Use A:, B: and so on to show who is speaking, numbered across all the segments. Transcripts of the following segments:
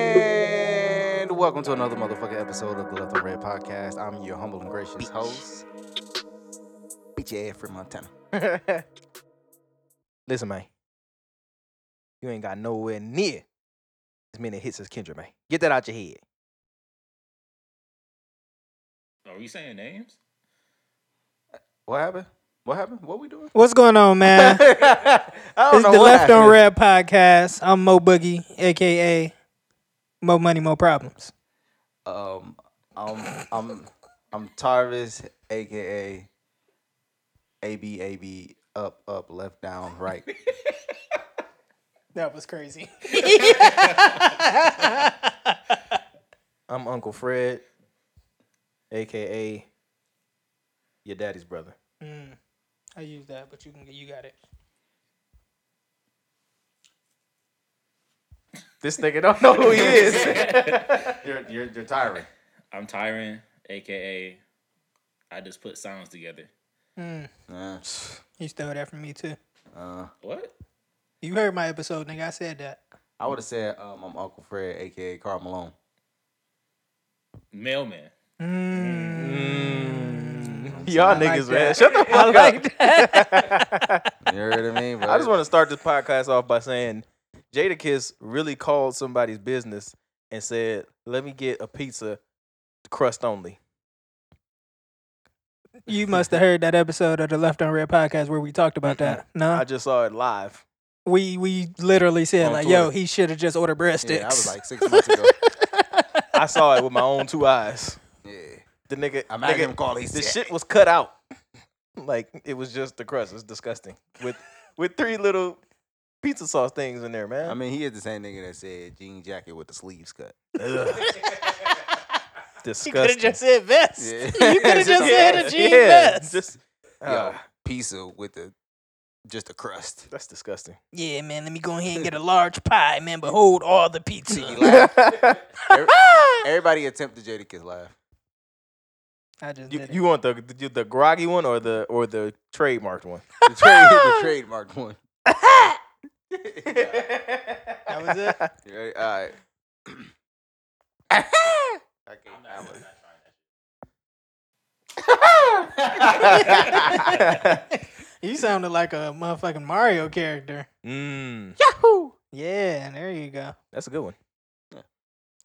A: And welcome to another motherfucking episode of the Left and Red Podcast. I'm your humble and gracious host, bitch ass from Montana. Listen, man, you ain't got nowhere near as many hits as Kendra, man. Get that out your head.
B: Are we saying names?
A: What happened? What happened? What we doing?
C: What's going on, man?
A: I don't
C: it's
A: know
C: the
A: what
C: Left
A: happened.
C: on Red podcast. I'm Mo Boogie, aka Mo Money, Mo Problems.
A: Um, I'm I'm I'm Tarvis, aka AB AB up up left down right.
C: That was crazy.
A: I'm Uncle Fred, aka your daddy's brother.
C: I used that, but you can you got it.
A: This nigga don't know who he is. you're you're you're tiring.
B: I'm Tyron, aka I just put sounds together.
A: Uh,
C: You stole that from me too.
B: What?
C: You heard my episode, nigga. I said that.
A: I would have said um, I'm Uncle Fred, aka Carl Malone.
B: Mailman.
A: Y'all
C: like
A: niggas,
C: that.
A: man. Shut the
C: I
A: fuck up.
C: like that.
A: You heard what I mean?
D: I just want to start this podcast off by saying Jada Kiss really called somebody's business and said, Let me get a pizza crust only.
C: You must have heard that episode of the Left on Red podcast where we talked about that.
D: I
C: No,
D: just saw it live.
C: we we literally said
A: On
C: like, yo,
A: Twitter.
C: he should have just ordered breadsticks.
A: Yeah, I was like six months ago.
D: I saw it with my own two eyes.
A: yeah,
D: The nigga,
A: I'm at
D: nigga,
A: him. Call he
D: the
A: said.
D: shit was cut out. Like it was just the crust. It's disgusting. With with three little pizza sauce things in there, man.
A: I mean, he is the same nigga that said jean jacket with the sleeves cut.
D: disgusting.
C: said vest.
A: Yeah.
C: coulda just said a jean vest.
D: Just,
A: Yo,
D: uh,
A: pizza with the just a crust.
D: that's disgusting.
C: Yeah, man, let me go ahead and get a large pie, man, but hold all the
A: He
C: pizza.
A: laughed. Every- Everybody attempted Jadakiss laugh.
C: I just
D: You,
C: did it.
D: you want the, the the groggy one or the or the trademarked one?
A: The, trade, the trademark one.
C: that was it.
A: You ready? All right. I can't- I was-
C: You sounded like a motherfucking Mario character.
D: Mm,
C: Yeah, there you go.
D: that's a good one.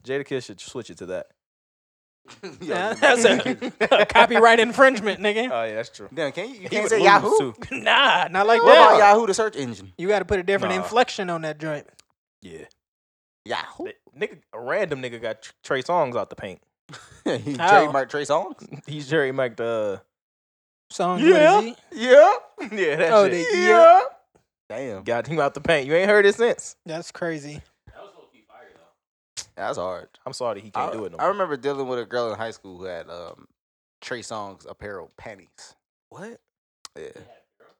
D: Jada Kiss should switch it to that.
A: Yo,
C: Yeah, that's a, a copyright infringement, nigga.
D: Oh yeah, that's true.
A: Damn, can you, you
D: He
A: can't
D: would
A: say
D: lose,
A: Yahoo?
D: too.
C: Nah, Uh, not like
A: What about
C: that.
A: Yahoo, the search engine?
C: You got to put a different
D: Nah.
C: inflection on that joint.
D: Yeah,
A: Yahoo.
D: That nigga, a random nigga got Tr- Trey Songs out the paint.
A: you
C: How?
A: trademark Trey Songs?
D: He's Jerry Mike the.
C: Song
D: Yeah.
C: yeah.
D: Yeah, yeah, that
C: Oh,
D: shit.
C: the- yeah.
A: Damn.
D: Got him out the paint. You ain't heard it since.
C: That's crazy.
A: That's hard.
D: I'm sorry, he can't
A: I,
D: do it no
A: I
D: more.
A: remember dealing with a girl in high school who had um, Trey Songs apparel panties.
D: What?
A: Yeah.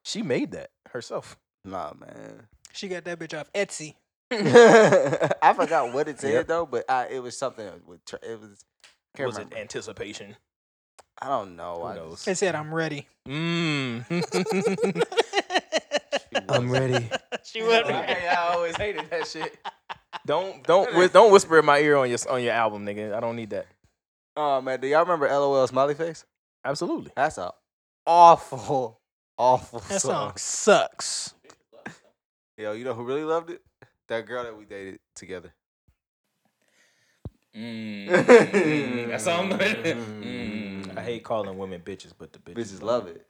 D: She made that herself.
A: Nah, man.
C: She got that bitch off Etsy.
A: I forgot what it said
D: Yep.
A: though, but I, it was something with Trey. It was. Can't
D: was
A: remember.
D: it anticipation?
A: I don't know.
D: Who
A: I
D: knows?
C: It said, I'm ready.
D: Mm.
A: just-
D: ready.
C: she wasn't.
D: I, always hated that shit. Don't don't whi- don't whisper in my ear on your on your album, nigga. I don't need that.
A: Oh man, do y'all remember LOL Smiley Face?
D: Absolutely.
A: That's a awful, awful
C: That
A: song.
C: song sucks.
A: Yo, you know who really loved it? That girl that we dated together.
B: Mm, mm, that's all I'm mm.
D: I hate calling women bitches, but the bitches.
A: Bitches love it.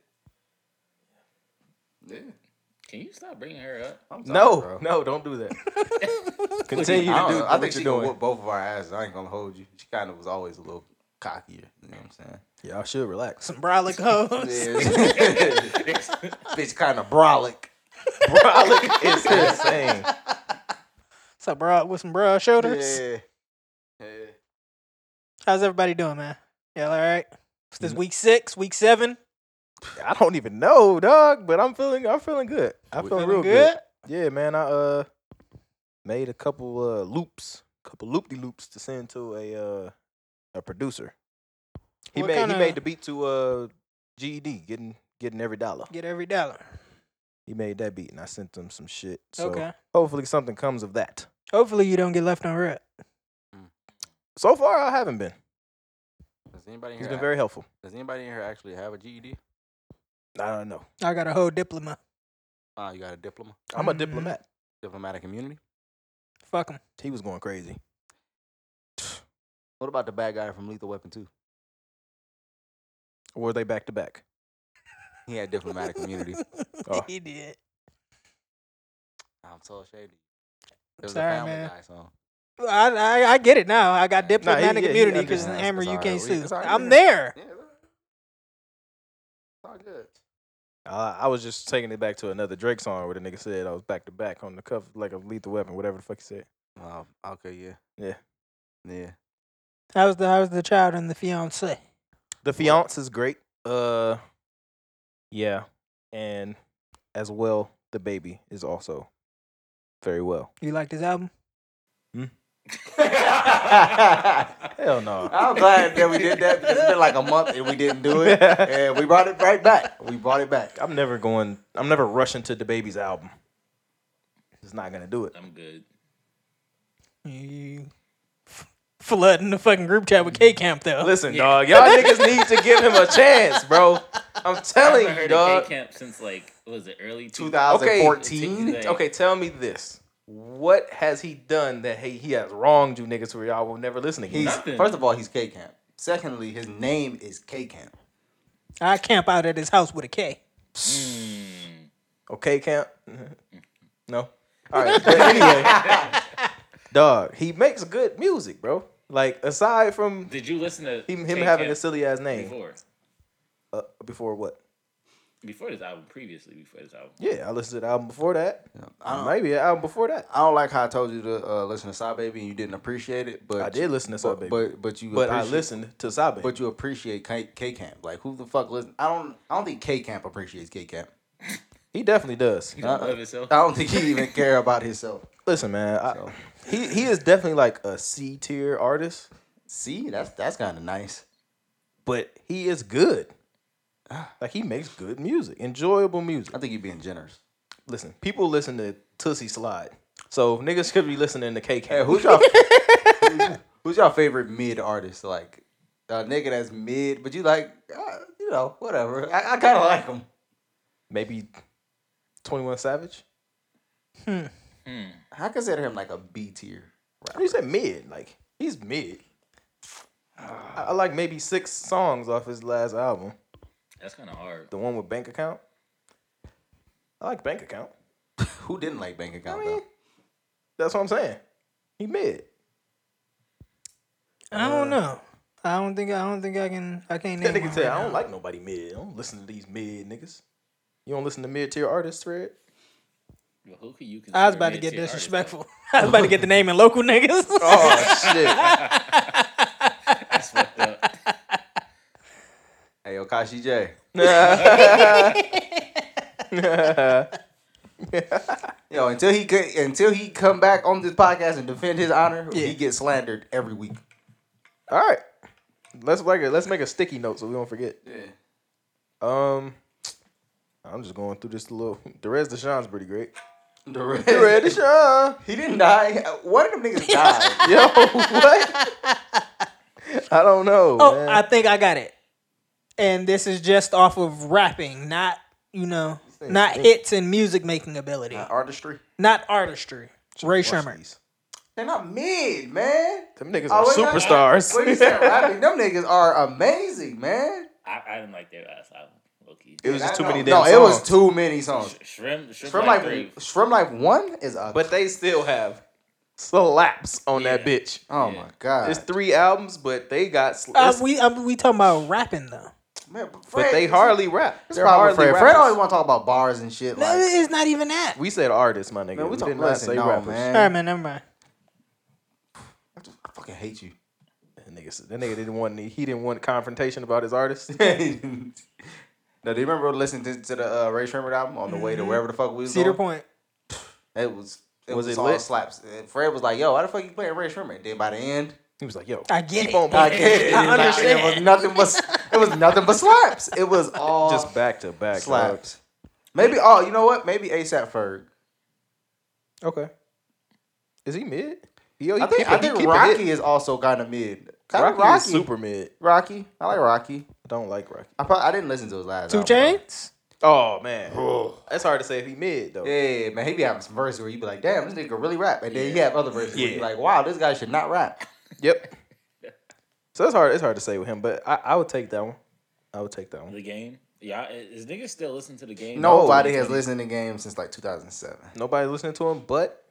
B: Can you stop bringing her up?
A: I'm sorry,
D: No,
A: bro.
D: no, don't do that. Continue
A: I,
D: to
A: don't
D: do
A: know. I
D: what
A: think
D: you're
A: she doing.
D: doing.
A: whoop both of our asses. I ain't gonna hold you. She kind of was always a little cockier. You know what I'm saying?
D: Y'all should relax.
C: Some brolic hoes.
A: Bitch, kind of brolic.
D: It's insane.
C: Some broad with some broad shoulders.
A: Yeah. yeah.
C: How's everybody doing, man? Y'all all right? It's
A: Mm-hmm.
C: this week six, week seven.
D: I don't even know, dog, but I'm feeling I'm feeling good. I'm feeling real good. yeah, man, I uh made a couple uh loops, couple loop de loops to send to a uh a producer. He
C: What
D: made
C: kinda-
D: he made the beat to uh GED, getting getting every dollar.
C: Get every dollar.
D: He made that beat, and I sent them some shit. So
C: Okay.
D: hopefully something comes of that.
C: Hopefully you don't get left on red.
D: So far, I haven't been.
A: Does anybody in
D: He's
A: here
D: been
A: act-
D: very helpful.
A: Does anybody in here actually have a E GED?
D: I don't know.
C: I got a whole diploma.
A: Ah, you got a diploma,
D: I'm a
C: Mhm.
D: diplomat.
A: diplomatic immunity.
C: Fuck him.
D: He was going crazy.
A: What about the bad guy from Lethal Weapon 2?
D: Were they back to back?
A: He had diplomatic immunity.
D: Oh.
C: he did.
A: I'm so shady. It was
C: Sorry,
A: a family
C: man.
A: guy song.
C: I, I I get it now. I got
A: Nah, he-
C: diplomatic
D: yeah, he
C: immunity because
D: understands.
C: Hammer,
A: It's
C: you
A: all
C: can't
A: right. We-
C: sue.
A: it's all right.
C: I'm there.
A: Yeah, it's all good.
D: Uh, I was just taking it back to another Drake song where the nigga said I was back to back on the cover like a lethal weapon, whatever the fuck he said.
A: Oh, okay, yeah.
D: Yeah.
A: Yeah.
C: How's the how's the child and the fiance?
D: The fiance is great. Uh, yeah, and as well, the baby is also very well.
C: You like this album?
D: Hell no.
A: I'm glad that we did that because it's been like a month and we didn't do it. And we brought it right back. We brought it back.
D: I'm never going. I'm never rushing to the baby's album. It's not gonna do it.
B: I'm good.
C: You f- flooding the fucking group chat
A: Mm-hmm.
C: with K Camp though.
D: Listen, dog, y'all niggas need to give him a chance, bro. I'm
B: I
D: telling
B: haven't
D: you,
B: heard of K
D: dog.
B: Camp since like what was it early
A: 2014.
B: Like-
D: Okay, tell me this. What has he done that he, he has wronged you niggas where y'all will never listen again?
A: He's
B: Nothing.
A: first of all, he's K Camp. Secondly, his name is K Camp.
C: I camp out at his house with a K.
D: Okay, Camp?
B: Mm-hmm.
D: no? All right. But anyway, dog, he makes good music, bro. Like, aside from
B: Did you listen to
D: him, him
B: K
D: having
B: Camp
D: a silly ass name
B: before?
D: uh, before what?
B: Before this album, previously before this album.
D: Yeah, I listened to the album before that.
A: I don't,
D: Maybe an album before that.
A: I don't like how I told you to uh, listen to Saw Baby and you didn't appreciate it, but
D: I did listen to
A: but,
D: Sub Baby. But,
A: but but you
D: I
A: appreciate-
D: listened to Sabe.
A: But you appreciate K K Camp. Like who the fuck listen? I don't I don't think K Camp appreciates K Camp.
D: he definitely does.
B: You don't
A: Uh-uh.
B: love it, so
A: I don't think he even care about himself.
D: Listen, man, I,
A: So.
D: he he is definitely like a C tier artist,
A: See, that's that's kind of nice.
D: but he is good.
A: Ah.
D: Like he makes good music, enjoyable music.
A: I think you're being generous.
D: Listen, people listen to Tussie Slide, so niggas could be listening to K
A: Hey,
D: Camp.
A: who's y'all? who's, who's y'all favorite mid artist? Like a nigga that's mid, but you like uh, you know whatever. I, I kind of like him.
D: Maybe Twenty One Savage.
A: I consider him like a B tier. rapper.
D: You said mid, like he's mid.
A: Ah.
D: I, I like maybe six songs off his last album,
B: that's kind of hard.
D: the one with Bank Account. I like Bank Account.
A: Who didn't like Bank Account
D: I mean,
A: though?
D: that's what I'm saying. He mid.
C: I don't know. I don't think I don't think I can I can't name
D: Uh, That
C: one
D: nigga
C: right
D: tell I
C: now.
D: don't like nobody mid. I don't listen to these mid niggas. You don't listen to mid tier artists, Fred?
B: Well, who could you consider
C: I was about to get
B: mid-tier artist,
C: disrespectful. I was about to get the name in local niggas.
D: Oh shit.
B: though? That's fucked up.
A: Hey, Okashi J. Yo, until he could, until he come back on this podcast and defend his honor,
C: Yeah.
A: he gets slandered every week.
D: All right. Let's like a, let's make a sticky note so we don't forget.
A: Yeah.
D: Um I'm just going through this little Derez Deshawn's pretty great.
A: The rest,
D: Derez Deshawn.
A: he didn't die. One of them niggas died.
D: Yo, what? I don't know.
C: Oh,
D: man.
C: I think I got it. And this is just off of rapping, not you know, not hits and music making ability,
A: Artistry.
C: not artistry. Ray
D: Watch
C: Shermer.
D: these.
A: They're not mid, man.
D: Them niggas
A: Oh,
D: are
A: wait, no,
D: superstars.
A: When you said rapping, them niggas are amazing, man.
B: I, I didn't like their last album. Loki.
D: it was just too many
A: No,
D: damn
A: it was
D: songs.
A: too many songs.
B: Shrimp, shrimp,
A: Shrimp
B: like
A: Life,
B: three.
A: Shrimp Life One is a.
D: But they still have slaps on that
B: Yeah.
D: bitch.
A: oh my god,
D: It's three albums, but they got sl-
C: Uh,
D: it's-
C: we uh, we talking about rapping though.
A: Man, Fred,
D: But they hardly rap.
A: It's
D: They're
A: probably
D: hardly
A: Fred.
D: rappers.
A: Fred always want to talk about bars and shit.
C: No,
A: Like,
C: it's not even that.
D: we said artists, my nigga.
A: man,
D: we
A: we talking
D: did not
A: listen,
D: say
A: no,
D: rappers.
A: man.
C: All right, man, never mind.
A: I fucking hate you.
D: That nigga, said- that nigga didn't want any, he didn't want confrontation about his artist.
A: now, Mm-hmm. do you remember listening to, to the uh, Ray Sherman album on the way to wherever the fuck we was
C: Cedar
A: going?
C: Point.
A: It was it
D: Was
A: was,
D: it
A: all
D: lit?
A: slaps. And Fred was like, "Yo, why the fuck you playing Red Shrimmer?" And then by the end,
D: He was like, "Yo,
C: I get
D: keep
C: it.
D: on
A: I,
D: playing.
A: get it.
C: I
A: Like,
C: understand.
A: It was nothing but it was nothing but slaps. It was all
D: just back to back dog.
A: slaps. Maybe oh, you know what? Maybe ASAP Ferg.
D: Okay, is he mid? Yo, he
A: I think
D: keep-
A: I
D: he
A: think
D: keep a
A: Rocky
D: hit.
A: is also kind of mid. Kinda
D: Rocky,
A: Rocky.
D: is super mid.
A: Rocky. I like Rocky.
D: I don't like Rocky.
A: I probably I didn't listen to his last.
C: Two
A: album, though.
C: chains.
D: Oh man, that's hard to say if he mid though.
A: Yeah, man, he be having some verses where you be like, damn, this nigga really rap. And then he
B: Yeah.
A: have other verses where you
D: Yeah.
A: like, wow, this guy should not rap.
D: Yep. So that's hard. It's hard to say with him, but I, I would take that one. I would take that one.
B: The game. Yeah, is niggas still listening to the game?
A: Nobody
B: No.
A: has listened to game since like 2007.
D: Nobody listening to him, but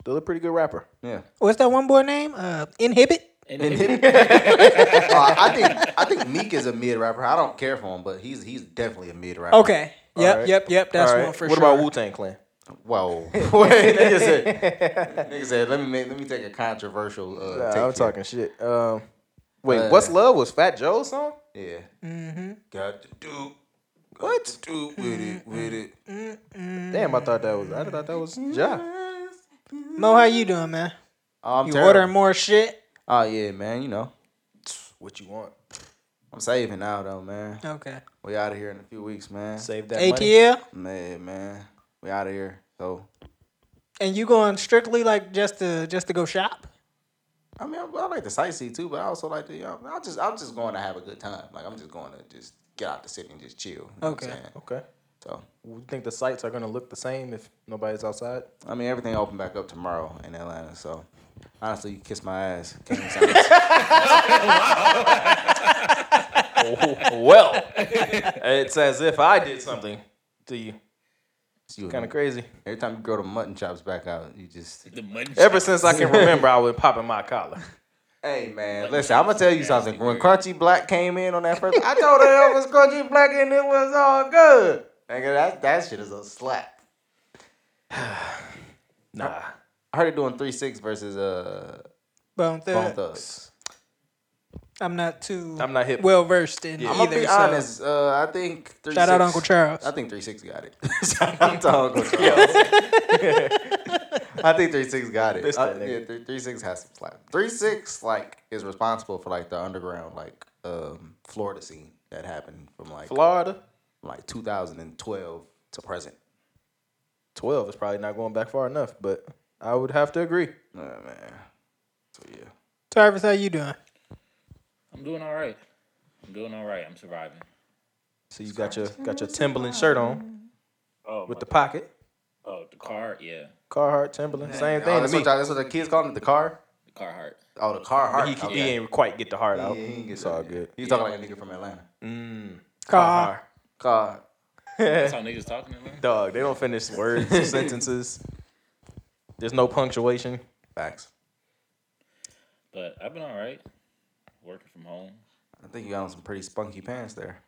D: still a pretty good rapper.
A: Yeah.
C: What's that one boy name? Uh, Inhibit.
B: And,
A: And
B: and-
A: Uh, I think I think Meek is a mid rapper. I don't care for him, but he's he's definitely a mid rapper.
C: Okay. Yep.
D: Alright.
C: Yep. Yep. That's
D: Alright,
C: one for
D: what
C: sure.
D: about Wu Tang Clan?
A: Whoa. Wait, nigga said,
D: nah,
A: nigga said, let me make, let me take a controversial. Uh, take
D: I'm
A: here.
D: talking shit. Um, wait,
A: Uh,
D: what's love was Fat Joe's song?
A: Yeah. Mm-hmm. Got to do. got to do with it, with it.
D: Damn, I thought that was. I thought that was Ja.
C: Mo, how you doing, man?
A: Oh, I'm
C: You
A: terrible.
C: ordering more shit?
A: Oh yeah, man. You know,
D: What you want?
A: I'm saving now though, man.
C: Okay.
A: We out of here in a few weeks, man.
D: Save that money.
C: ATL,
A: Man, man, we out of here. So
C: and you going strictly like just to just to go shop?
A: I mean, I, I like to sightsee too, but I also like to. You know, I just, I'm just going to have a good time. Like I'm just going to just get out the city and just chill. You know
C: Okay.
A: What I'm saying?
D: Okay.
A: so
D: You think the sites are gonna look the same if nobody's outside?
A: I mean, everything open back up tomorrow in Atlanta. So honestly, you kiss my ass. Can't even sound-
D: Oh, well, it's as if I did something to you.
A: you
D: Kind of crazy.
A: Every time you grow the mutton chops back out, you just.
B: the money.
D: Ever since I can remember, I was popping my collar.
A: Hey man, listen, I'm gonna tell you something. When Crunchy Black came in on that first, I told her it was Crunchy Black and it was all good. Nigga, that that shit is a slap.
D: Nah.
A: I heard it doing three six versus uh
C: Bone Thugs.
A: Bone Thugs.
C: I'm not too.
D: I'm not hip.
C: Well versed in
A: I'm gonna
C: either.
A: be
C: so-
A: honest. Uh, I think three
C: Shout out Uncle Charles.
A: I think three six got it. Shout out to Uncle Charles. I think three six got it.
D: This
A: I-
D: that nigga.
A: yeah, three, three six has some slap. Three six like is responsible for like the underground like um Florida scene that happened from like
D: Florida.
A: from, like 2012 to present.
D: 12 is probably not going back far enough, but I would have to agree.
A: Oh, man. So yeah.
C: Travis, how you doing?
B: I'm doing all right. I'm doing all right. I'm surviving.
D: So you got your got your Timberland shirt on
B: Oh,
D: with
B: with
D: the pocket.
B: the oh the car, yeah,
D: Carhartt Timberland, same
A: Oh,
D: thing
A: that's,
D: to me.
A: what y'all- that's what the kids call it, the car.
B: the Carhartt.
A: Oh, the car.
D: He,
A: Heart.
D: he didn't quite get the heart out.
A: Yeah, he ain't get
D: it's
A: that
D: all
A: yet.
D: good.
A: He's talking like a nigga from Atlanta.
C: Car.
D: Carhartt.
A: Car.
B: That's how niggas talking to me.
D: Dog, they don't finish words, sentences. There's no punctuation.
A: Facts.
B: But I've been all right. Working from home.
A: I think you got on some pretty spunky pants there.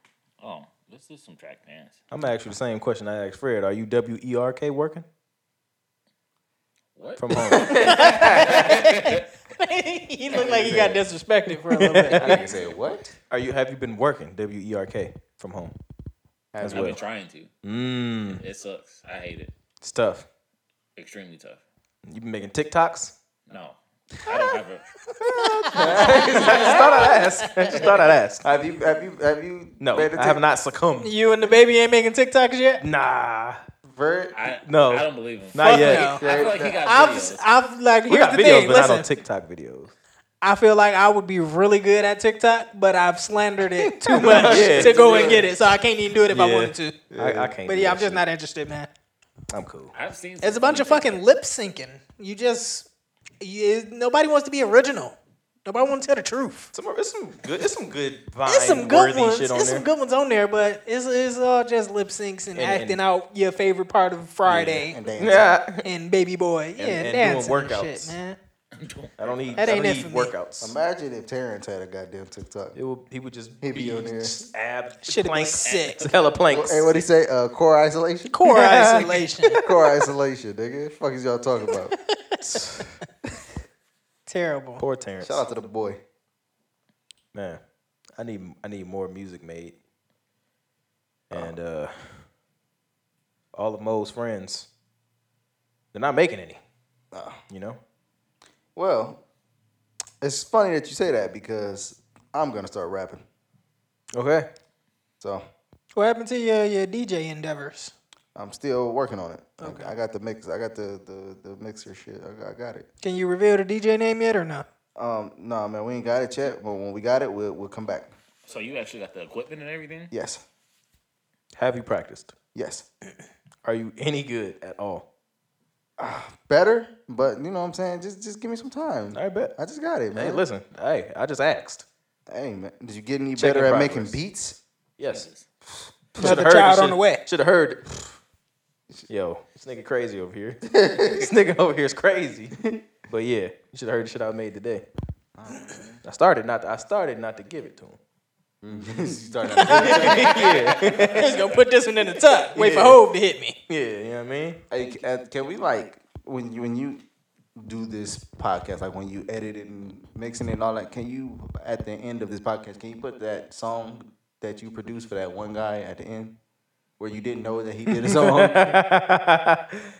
B: Oh, this is some track pants.
D: I'm gonna ask you the same question I asked Fred. Are you W E R K working
B: What?
D: from home?
C: he looked like he got disrespected for a little bit.
A: I say what?
D: Are you have you been working W E R K from home?
A: As
B: I've
A: well.
B: been trying to.
D: Mmm,
B: It sucks. I hate it.
D: it's tough.
B: Extremely tough.
D: You been making TikToks?
B: No, I don't have a.
D: Just thought I'd ask. Just thought I'd ask.
A: Have you have you have you
D: No,
A: made a
D: I have
A: tick-
D: not succumbed.
C: You and the baby ain't making TikToks yet.
D: Nah,
A: Vert?
B: I,
D: No.
B: I don't believe him.
D: not
C: Fuck
D: yet.
C: no.
B: I feel like he got
C: I've,
B: videos.
C: I've like
D: We
C: here's
D: got
C: the
D: videos,
C: thing.
D: but not
C: Listen,
D: on TikTok videos.
C: I feel like I would be really good at TikTok, but I've slandered it too much
D: Yeah.
C: to go and get it, so I can't even do it if I
D: Yeah.
C: wanted to.
D: I, I can't.
C: But
D: do
C: yeah,
D: that
C: I'm just
D: shit.
C: not interested, man.
D: I'm cool.
B: I've seen.
C: It's a
B: some
C: bunch of
B: funny
C: fucking lip syncing. You just you, nobody wants to be original. Nobody wants to tell the truth.
D: Some, it's some good. It's some good vine
C: It's some good
D: worthy
C: ones.
D: shit
C: It's
D: on there.
C: some good ones on there, but it's it's all just lip syncs and,
D: And-
C: acting
D: and-
C: out your favorite part of Friday
A: and dancing.
D: yeah,
C: and Baby Boy. Yeah,
D: and doing
C: dancing and
D: workouts.
C: shit, man.
D: I don't need.
C: That
D: I
C: ain't
D: don't
C: it
D: need
C: for me.
D: workouts.
A: Imagine if Terrence had a goddamn TikTok.
D: It would. He would just
A: He'd be on there.
D: just ab
C: Should've been
D: planks.
C: sick.
D: It's hella planks.
A: Hey, what he say? Uh, core isolation.
C: Core
D: Yeah.
C: isolation.
A: core isolation, nigga. What the fuck is y'all talking about?
C: Terrible.
D: Poor Terrence.
A: Shout out to the boy.
D: Man, I need I need more music made. Uh-huh. And uh all of Mo's friends They're not making any.
A: Oh.
D: You know?
A: Well, it's funny that you say that because I'm gonna start rapping.
D: Okay.
A: So
C: What happened to your your DJ endeavors?
A: I'm still working on it. I-
C: Okay.
A: I got the mix. I got the the, the mixer shit. I got, I got it.
C: Can you reveal the DJ name yet or no?
A: Um, no nah, man, we ain't got it yet. But when we got it, we'll we'll come back.
B: So you actually got the equipment and everything?
A: Yes,
D: Have you practiced?
A: yes,
D: Are you any good at all?
A: better. But you know what I'm saying. Just just give me some time.
D: I bet.
A: I just got it, man.
D: Hey, listen. Hey, I just asked.
A: Hey, man, did you get any
D: Check
A: better
D: in
A: at
D: progress.
A: making beats?
D: Yes.
C: Another child on the way.
D: Should have heard. it. Yo, this nigga crazy over here. this nigga over here is crazy. But yeah, you should have heard the shit I made today. I started not. To, I started not to give it to him.
A: You started out-
C: He's gonna put this one in the tuck. Wait
D: Yeah.
C: for Hove to hit me.
D: Yeah, you know what I mean.
A: hey, c- uh, can we like when you when you do this podcast, like when you edit it and mixing it and all that? Can you at the end of this podcast, can you put that song that you produced for that one guy at the end, where you didn't know that he did a song?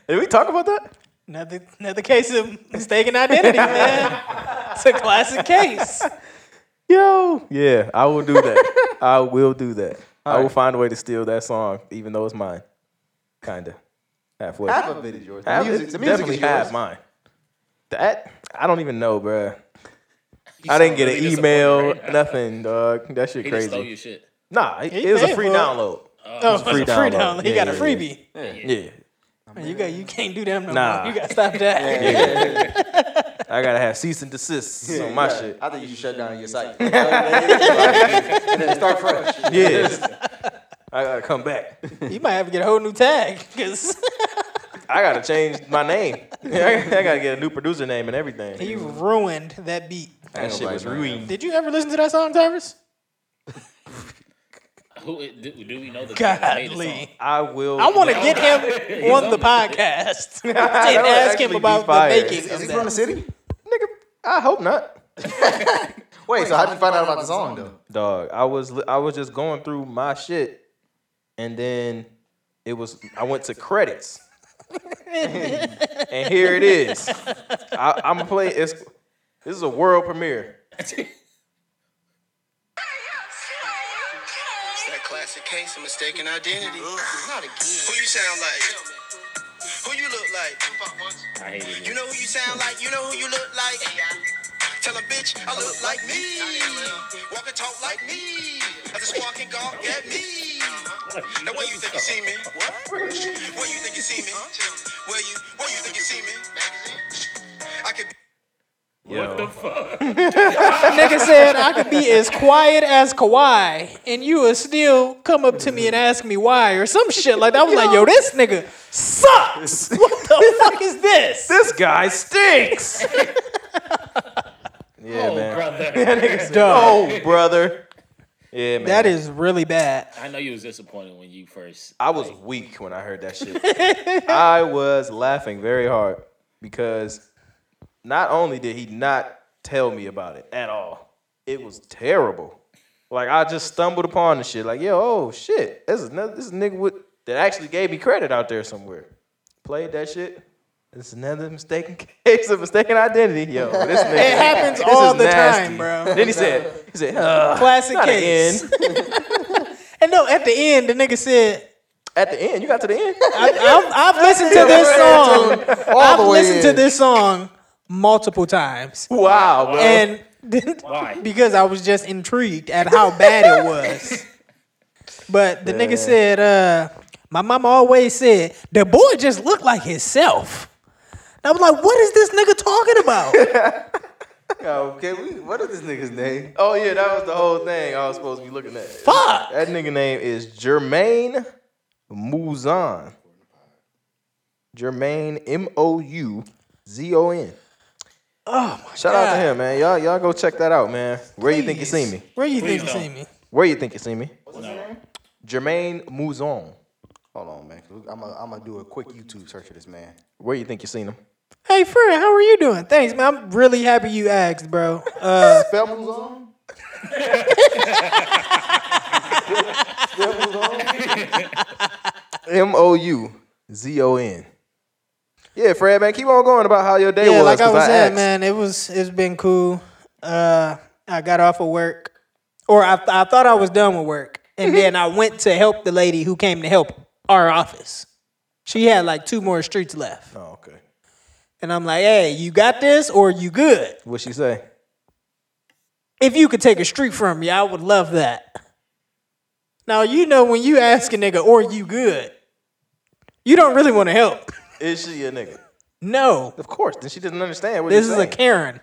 D: Did we talk about that?
C: Another another case of mistaken identity, man. It's a classic case.
D: Yo. Yeah, I will do that. I will do that. I will find a way to steal that song, even though it's mine. Kinda. Halfway.
A: half of it is yours. The
D: Half-
A: music,
D: it's
A: the music
D: definitely
A: is
D: half
A: yours.
D: mine. That I don't even know,
B: You
D: bruh. I
B: sound
D: didn't get an
B: really
D: email,
B: disappointed right now.
D: nothing, dog. That shit
B: He just stole
D: crazy.
B: your shit.
D: Nah, it,
C: He
D: it was a
C: paid
D: free
C: for it.
D: download.
C: Oh, it's a free
D: download.
C: download. He
D: Yeah,
C: got a
D: yeah,
C: freebie.
D: Yeah,
C: You got you can't do them no
D: Nah.
C: more. You gotta stop that.
D: I gotta have cease and desist on my shit.
A: I think you should shut down your site. and then start fresh.
D: Yes, I gotta come back.
C: You might have to get a whole new tag because
D: I gotta change my name. I gotta get a new producer name and everything.
C: you ruined that beat.
D: That shit was ruined.
C: Did you ever listen to that song, Tyrus?
B: Who do, do we know the guy that made the song?
C: Godly.
D: I will.
C: I want to get him on the podcast and
D: That would
C: ask
D: actually
C: him
D: be
C: about the
D: fire.
C: making
A: Is
C: of
A: he
C: that.
A: from the city?
D: nigga. I hope not.
A: Wait, so how did you find out about the song though?
D: Dog, I was li- I was just going through my shit, and then it was I went to credits, and here it is. I, I'm gonna play. It's this is a world premiere.
E: That classic case of mistaken identity. Not again. Who you sound like? Who you look like?
B: I hated
E: You
B: it.
E: know who you sound like? You know who you look like? Tell a bitch I look like me. Walk and talk like me. I just walk and gawk at me. Now where you think you see me? Uh-huh. What? Where you think you see me? Where you where you think you see me? I could
D: Yo,
C: Nigga said I could be as quiet as Kawhi, and you would still come up to me and ask me why or some shit like that. I was like, yo, this nigga sucks. What the fuck is this?
D: this guy stinks. yeah,
B: Oh,
D: man.
B: brother.
D: Oh, brother. Yeah, man.
C: That is really bad.
B: I know you was disappointed when you first.
D: I was weak when I heard that shit. I was laughing very hard because not only did he not tell me about it at all, it was terrible. Like I just stumbled upon the shit. Like, yo, oh shit, this is another this nigga with, that actually gave me credit out there somewhere. Played that shit. It's another mistaken case of mistaken identity. Yo, this nigga.
C: It happens
D: this
C: all
D: is
C: the
D: nasty.
C: time, bro.
D: Then he said, he said, uh,
C: Classic
D: not
C: case.
D: Again.
C: And no, at the end, the nigga said,
D: At the end, you got to the end.
C: I, I've, I've listened to this song.
A: All
C: I've
A: the way
C: listened to
A: in.
C: this song multiple times.
D: Wow, bro.
C: And
B: Why?
C: because I was just intrigued at how bad it was. But the nigga said, uh, my mama always said, the boy just looked like himself. And I was like, what is this nigga talking about?
A: Okay, we, what is this nigga's name?
D: Oh yeah, that was the whole thing I was supposed to be looking at.
C: Fuck.
D: That nigga name is Jermaine Mouzon. Jermaine M O U Z O N.
C: Oh my
D: Shout out to him, man. Y'all, y'all go check that out, man. Where you think you see me?
C: Where you think you
B: Please
C: see
B: don't.
C: me?
D: Where you think you see me?
B: No.
D: Jermaine Mouzon.
A: Hold on, man. I'm gonna I'm do a quick YouTube search of this man.
D: Where you think you seen him?
C: Hey, friend, how are you doing? Thanks, man. I'm really happy you asked, bro. Uh,
A: Spell moves on. Spell moves on.
D: M O U Z O N. Yeah, Fred, man, keep on going about how your day
C: yeah,
D: was.
C: like I
D: 'cause
C: was saying,
D: asked.
C: man, it was it's been cool. Uh, I got off of work, or I I thought I was done with work, and
D: Mm-hmm.
C: then I went to help the lady who came to help our office. She had like two more streets left,
D: Oh, okay.
C: and I'm like, "Hey, you got this, or you good?
D: What she say?
C: If you could take a street from me, I would love that." Now you know when you ask a nigga, "Or you good?" You don't really want to help.
D: Is she a nigga?
C: No,
D: Of course. Then she doesn't understand what
C: this
D: you're
C: is a Karen.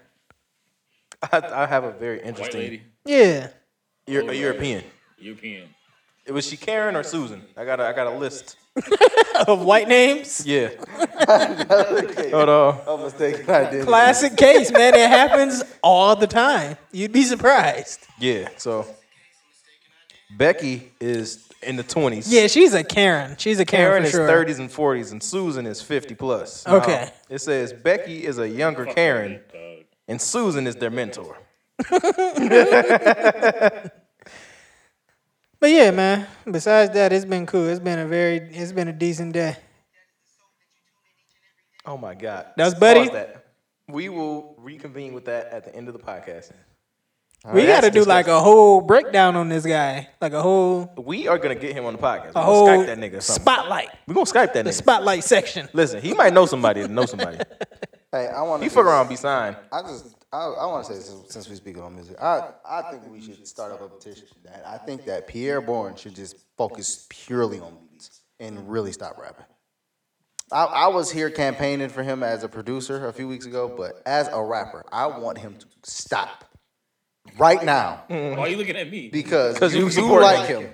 D: saying. I, I have a very
B: White
D: interesting
B: lady,
C: Yeah.
D: Euro- a European.
B: European.
D: Was she Karen or Susan? I got a, I got a list.
C: Of white names?
D: Yeah. Hold on.
A: I'm mistaken. I did.
C: Classic case, man. It happens all the time. You'd be surprised.
D: Yeah. So Becky is in the 20s.
C: Yeah, she's a Karen. She's a Karen,
D: Karen
C: for
D: is
C: sure.
D: 30s and 40s, and Susan is 50 plus.
C: Okay.
D: Now, it says Becky is a younger Karen, and Susan is their mentor.
C: But yeah, man. Besides that, it's been cool. It's been a very, it's been a decent day.
D: Oh my God.
C: That's
D: Pause
C: Buddy.
D: That. We will reconvene with that at the end of the podcast.
C: we
D: that's
C: got to do like a whole breakdown on this guy, like a whole,
D: We are gonna get him on the podcast.
C: a
D: We're
C: whole
D: gonna Skype that nigga or something.
C: spotlight,
D: We're gonna Skype that
C: Oh, the
D: nigga.
C: spotlight section.
D: Listen, he might know somebody that knows somebody.
A: Hey, I want
D: He fuck around, be signed.
A: I just I, I want to say since, since we speak about music, I, I think we should start up a petition that I think that Pierre Bourne should just focus purely on beats and really stop rapping. I, I was here campaigning for him as a producer a few weeks ago, but as a rapper, I want him to stop right now
B: Why are you looking at me?
A: because
D: Mm. 'Cause
A: you,
D: you
A: you
D: support
A: like him.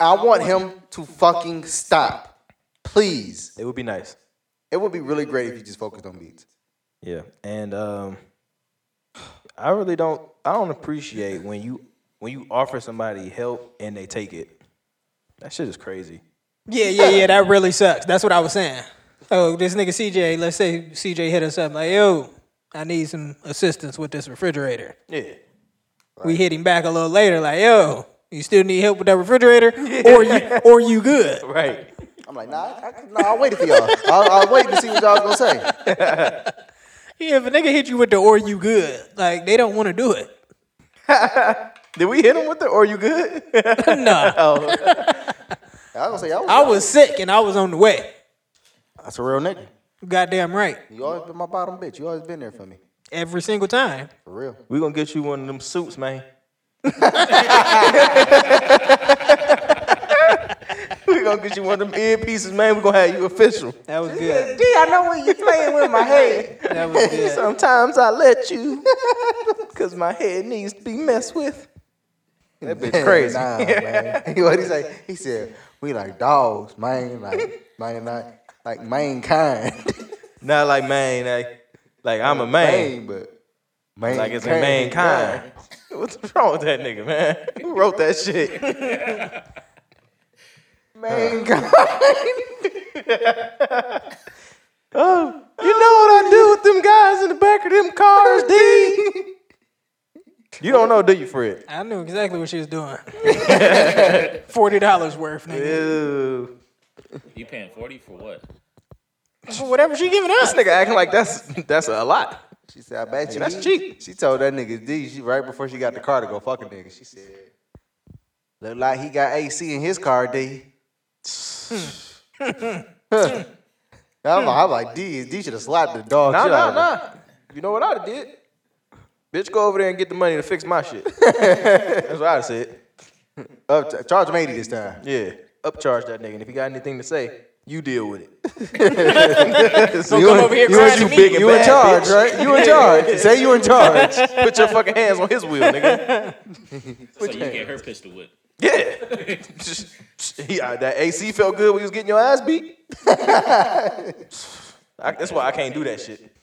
A: I want him to fucking stop, please.
D: It would be nice.
A: It would be really great if you just focused on beats.
D: Yeah, and um, I really don't. I don't appreciate when you when you offer somebody help and they take it. That shit is crazy.
C: Yeah, yeah, yeah. That really sucks. That's what I was saying. Oh, this nigga CJ. Let's say CJ hit us up like, yo, I need some assistance with this refrigerator.
D: Yeah.
C: We hit him back a little later, like, yo, you still need help with that refrigerator? Or you or you good.
D: Right.
A: I'm like, nah, I, I, nah, I'll wait for y'all. I'll, I'll wait to see what y'all gonna say.
C: Yeah, if a nigga hit you with the or you good, like they don't want to do it.
D: Did we hit him with it? Or you good? Oh.
C: nah.
A: I was gonna say, I was,
C: I was sick and I was on the way.
A: that's a real nigga.
C: Goddamn right.
A: You always been my bottom bitch. You always been there for me.
C: Every single time.
A: For real.
D: we gonna get you one of them suits, man. we gonna get you one of them earpieces, man. We gonna have you official.
C: That was good.
D: Gee, I know what you're playing with my head.
C: That was good.
D: Sometimes I let you, cause my head needs to be messed with. That bitch crazy.
A: nah, man. what he say? He said, we like dogs, man. Like, man, like, like mankind.
D: Not like man, like, like I'm a
A: man,
D: man.
A: but man,
D: Like it's a mankind. What's wrong with that nigga, man? Who wrote that shit?
A: Mankind.
D: Oh, you know what I do with them guys in the back of them cars, D? You don't know, do you, Fred?
C: I knew exactly what she was doing. Forty dollars worth, nigga.
D: Ew.
B: You paying forty for what?
C: For whatever she giving us.
D: This nigga acting like that's that's a lot.
A: She said, I bet you.
D: That's
A: he-"
D: cheap.
A: She told that nigga D she, right before she got the car to go fuck a nigga. She said, look like he got AC in his car, D. I'm, like- I'm like, D, D should have slapped the dog.
D: Nah,
A: shit out
D: nah,
A: of him.
D: nah. You know what I'd have did? Bitch, go over there and get the money to fix my shit. That's what I'd have said.
A: Up charge him 80 this time.
D: Yeah, upcharge that nigga. And if he got anything to say, you deal with it.
C: Don't come over here
D: you-
C: crying
D: you
C: to me.
D: big and
A: You in
D: bad,
A: charge,
D: bitch.
A: right? You in charge. Say you in charge.
D: Put your fucking hands on his wheel, nigga.
B: So you get her pistol whip.
D: Yeah. yeah. That AC felt good when you was getting your ass beat. I, that's why I can't do that shit.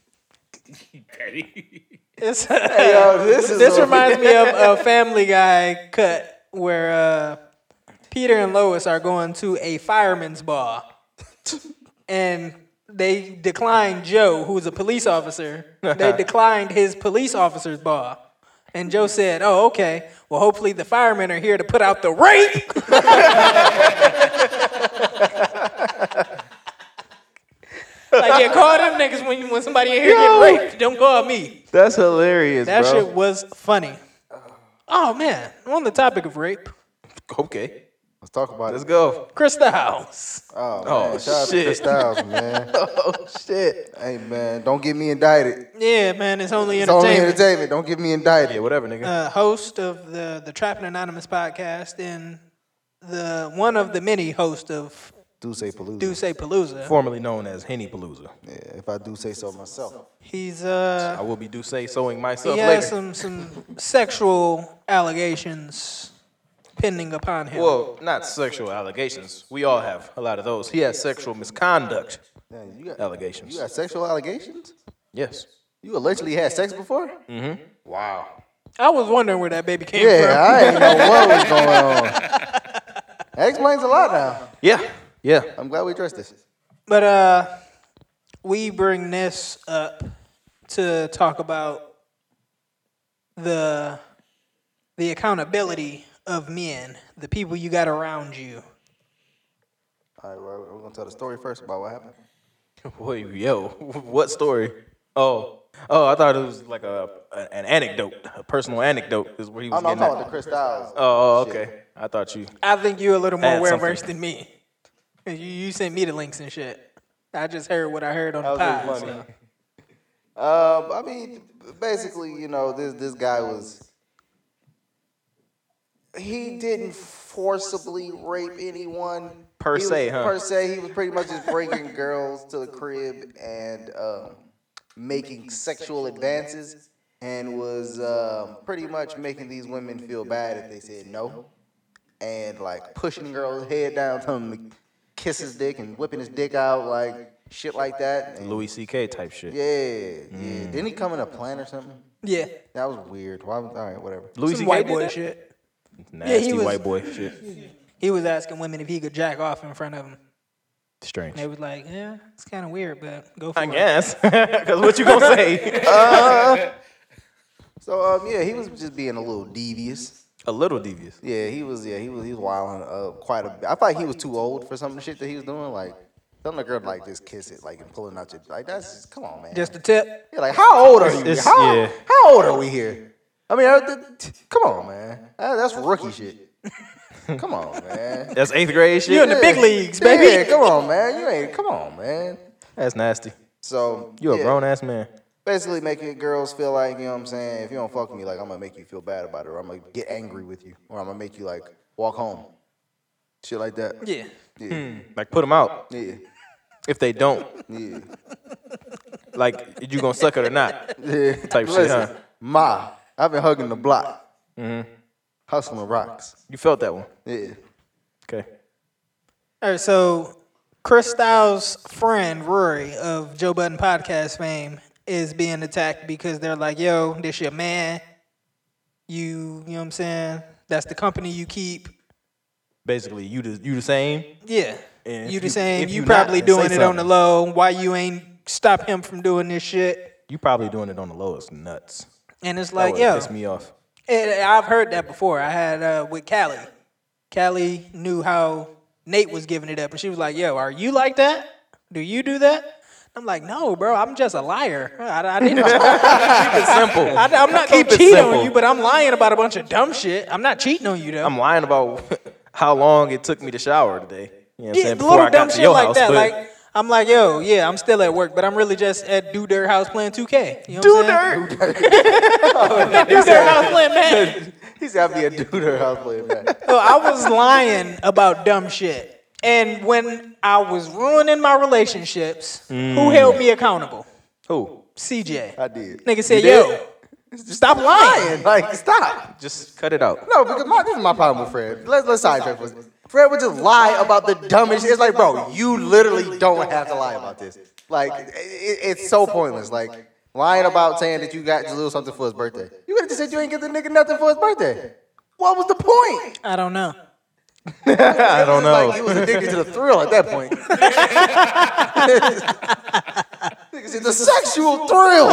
B: Petty.
C: It's-
A: this is
C: this reminds me of a Family Guy cut where uh, Peter and Lois are going to a fireman's ball, and they declined Joe, who's a police officer. They declined his police officer's ball, and Joe said, "Oh, okay. Well, hopefully the firemen are here to put out the rape." like yeah, call them niggas when you when somebody in here
D: Yo.
C: get raped. Don't call me.
D: That's hilarious,
C: That
D: bro.
C: shit was funny. Oh man, on the topic of rape,
D: Okay,
A: Let's talk about
D: let's
A: it.
D: go.
C: Krista House.
A: Oh,
D: Oh,
A: man. Shout out to
D: shit.
A: Chris Styles, man.
D: Oh shit.
A: hey, man, don't get me indicted.
C: Yeah, man, it's only
A: It's only
C: entertainment.
A: entertainment. Don't get me indicted.
D: Yeah, whatever, nigga.
C: uh, host of the the Trapping Anonymous podcast and the one of the many hosts of
A: do say palooza.
C: Do Say Palooza.
D: Formerly known as Henny Palooza.
A: Yeah, if I do say so myself.
C: He's
D: I
C: uh
D: will be do say sewing myself
C: he has some
D: later.
C: some sexual allegations pending upon him.
D: Well, not sexual allegations. We all have a lot of those. He has sexual misconduct
A: Man, you got
D: allegations.
A: you got sexual allegations?
D: Yes.
A: You allegedly had sex before?
C: I was wondering where that baby came
A: Yeah,
C: from.
A: I didn't know what was going on. That explains a lot now.
D: Yeah. Yeah.
A: I'm glad we addressed this.
C: But uh, we bring this up to talk about the the accountability of men, the people you got around you.
A: All right, well, we're gonna tell the story first about what happened.
D: Boy, yo, what story? Oh, oh, I thought it was like a an anecdote, a personal anecdote is where he
A: Oh
D: was
A: no, I'm
D: getting
A: talking
D: at.
A: to Chris Styles.
D: Oh, oh, okay. I thought you.
C: I think you're a little more
D: Add
C: well
D: something.
C: versed than me. 'Cause You, you sent me the links and shit. I just heard what I heard on the
A: That
C: pod.
A: was really
C: so.
A: Um, I mean, basically, you know, this this guy was. He didn't forcibly rape anyone
D: Per
A: He was-
D: se, huh?
A: Per se, he was pretty much just bringing girls to the crib and um, making sexual advances, and was um, pretty much making these women feel bad if they said no, and like pushing girls head down, telling them to kiss his dick and whipping his dick out, like shit like that. and-
D: Louis C.K. type shit.
A: yeah, yeah.
D: Mm.
A: Didn't he come in a plan or something?
C: Yeah.
A: That was weird. Why? was- All right, whatever.
D: Louis
C: Some
D: C.K.
C: white
D: did
C: boy
D: that?
C: shit.
D: Nasty
C: he was-
D: white boy shit.
C: He was asking women if he could jack off in front of them.
D: Strange.
C: They was like, yeah, it's kind of weird, but go for
D: I
C: it.
D: guess. Because what you gonna say?
A: So um, yeah, he was just being a little devious.
D: a little devious.
A: Yeah, he was. Yeah, he was. He was wilding uh, quite a bit. I thought he was too old for some of the shit that he was doing. Like telling a girl to, like just kiss it, like and pulling out your like. That's just, come on, man.
C: Just a tip.
A: yeah, like how old are you?
D: It's-
A: How,
D: yeah.
A: how old are we here? I mean, I, th- come on, man. That- that's rookie shit. Come on, man.
D: That's eighth grade shit.
C: You in the big leagues, baby.
A: Yeah, come on, man. You ain't. Come on, man.
D: That's nasty.
A: So
D: You a
A: yeah.
D: grown ass man.
A: basically making girls feel like, you know what I'm saying, if you don't fuck with me, like I'm gonna make you feel bad about it, or I'm gonna get angry with you, or I'm gonna make you like walk home. Shit like that.
C: Yeah.
A: Yeah.
D: Like put them out
A: Yeah.
D: if they don't.
A: Yeah.
D: Like you gonna suck it or not?
A: yeah.
D: Type shit,
A: Listen,
D: huh?
A: Ma, I've been hugging the block. Hustling rocks.
D: You felt that one.
A: Yeah.
D: Okay.
C: All right, so Chris Styles' friend Rory of Joe Budden podcast fame is being attacked because they're like, "Yo, this your man. You, you know what I'm saying? That's the company you keep.
D: Basically, you the you the same.
C: Yeah,
D: And if
C: you the
D: you-
C: same.
D: if
C: You
D: you
C: probably
D: not, then
C: doing
D: say
C: it on the
D: something."
C: low. Why you ain't stop him from doing this shit?"
D: You probably doing it on the lowest nuts.
C: And it's
D: That
C: like,
D: would
C: yo,
D: piss me off.
C: And I've heard that before. I had uh, with Callie. Callie knew how Nate was giving it up, and she was like, "Yo, are you like that? Do you do that?" I'm like, "No, bro. I'm just a liar. I, I didn't. I,
D: It's simple.
C: am not gonna
D: Keep it
C: cheat
D: simple.
C: on you, but I'm lying about a bunch of dumb shit. I'm not cheating on you, though.
D: I'm lying about how long it took me to shower today. You know what I'm
C: yeah,
D: saying?
C: little dumb shit like that.
D: but
C: Like, I'm like, yo, yeah, I'm still at work, but I'm really just at Do Dirt House playing 2K. You know what I'm saying? Do Dirt House playing Madden.
A: He's got to be a dude or I was playing that.
C: So I was lying about dumb shit. And when I was ruining my relationships, who held me accountable?
D: who?
C: CJ.
A: I did.
C: Nigga said, yo, stop lying.
A: Lying. Like, stop.
D: Just cut it out.
A: No, because my, this is my problem with Fred. Let's let's sidetrack for a second. Fred would just lie about the dumbest. shit. It's like, bro, you literally don't have to lie about this. Like, it, it- it's so pointless. Like lying about saying that you got Jaleel something for his birthday. You could have just said you ain't get the nigga nothing for his birthday. What was the point?
C: I don't know.
D: I don't
A: It's Like he
D: know.
A: was addicted to the thrill at that point. Nigga said the sexual thrill.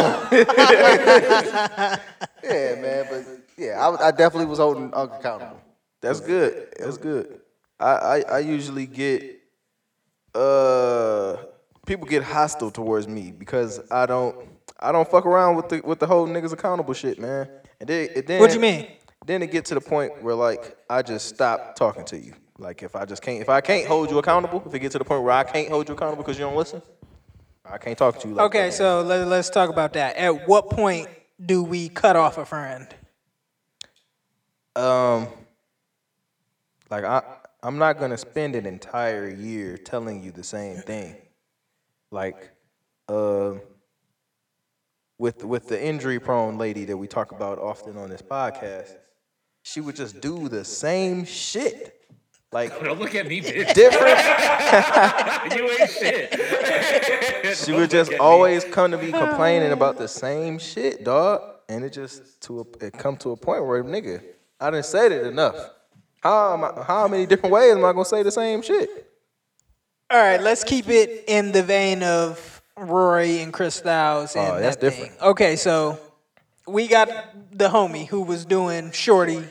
A: yeah, man. But yeah, I, was- I definitely was holding Uncle accountable.
D: That's good. That's good. I, I I usually get uh people get hostile towards me because I don't I don't fuck around with the with the whole niggas accountable shit, man. And then, and then
C: What you mean?
D: Then it get to the point where like I just stop talking to you. Like if I just can't if I can't hold you accountable, if it get to the point where I can't hold you accountable because you don't listen, I can't talk to you. Like
C: Okay,
D: that.
C: so let, let's talk about that. At what point do we cut off a friend?
D: Um, like I, I'm not gonna spend an entire year telling you the same thing. Like, um, with with the injury prone lady that we talk about often on this podcast, she would just do the same shit. Like
B: Don't look at me, bitch.
D: different,
B: you ain't shit.
D: she would just always come to me complaining about the same shit, dog. And it just to a, it come to a point where nigga, I didn't said it enough. How am I, how many different ways am I gonna say the same shit?
C: All right, let's keep it in the vein of Rory and Chris Styles. And
D: Oh, that's
C: that thing.
D: different.
C: Okay, so we got the homie who was doing Shorty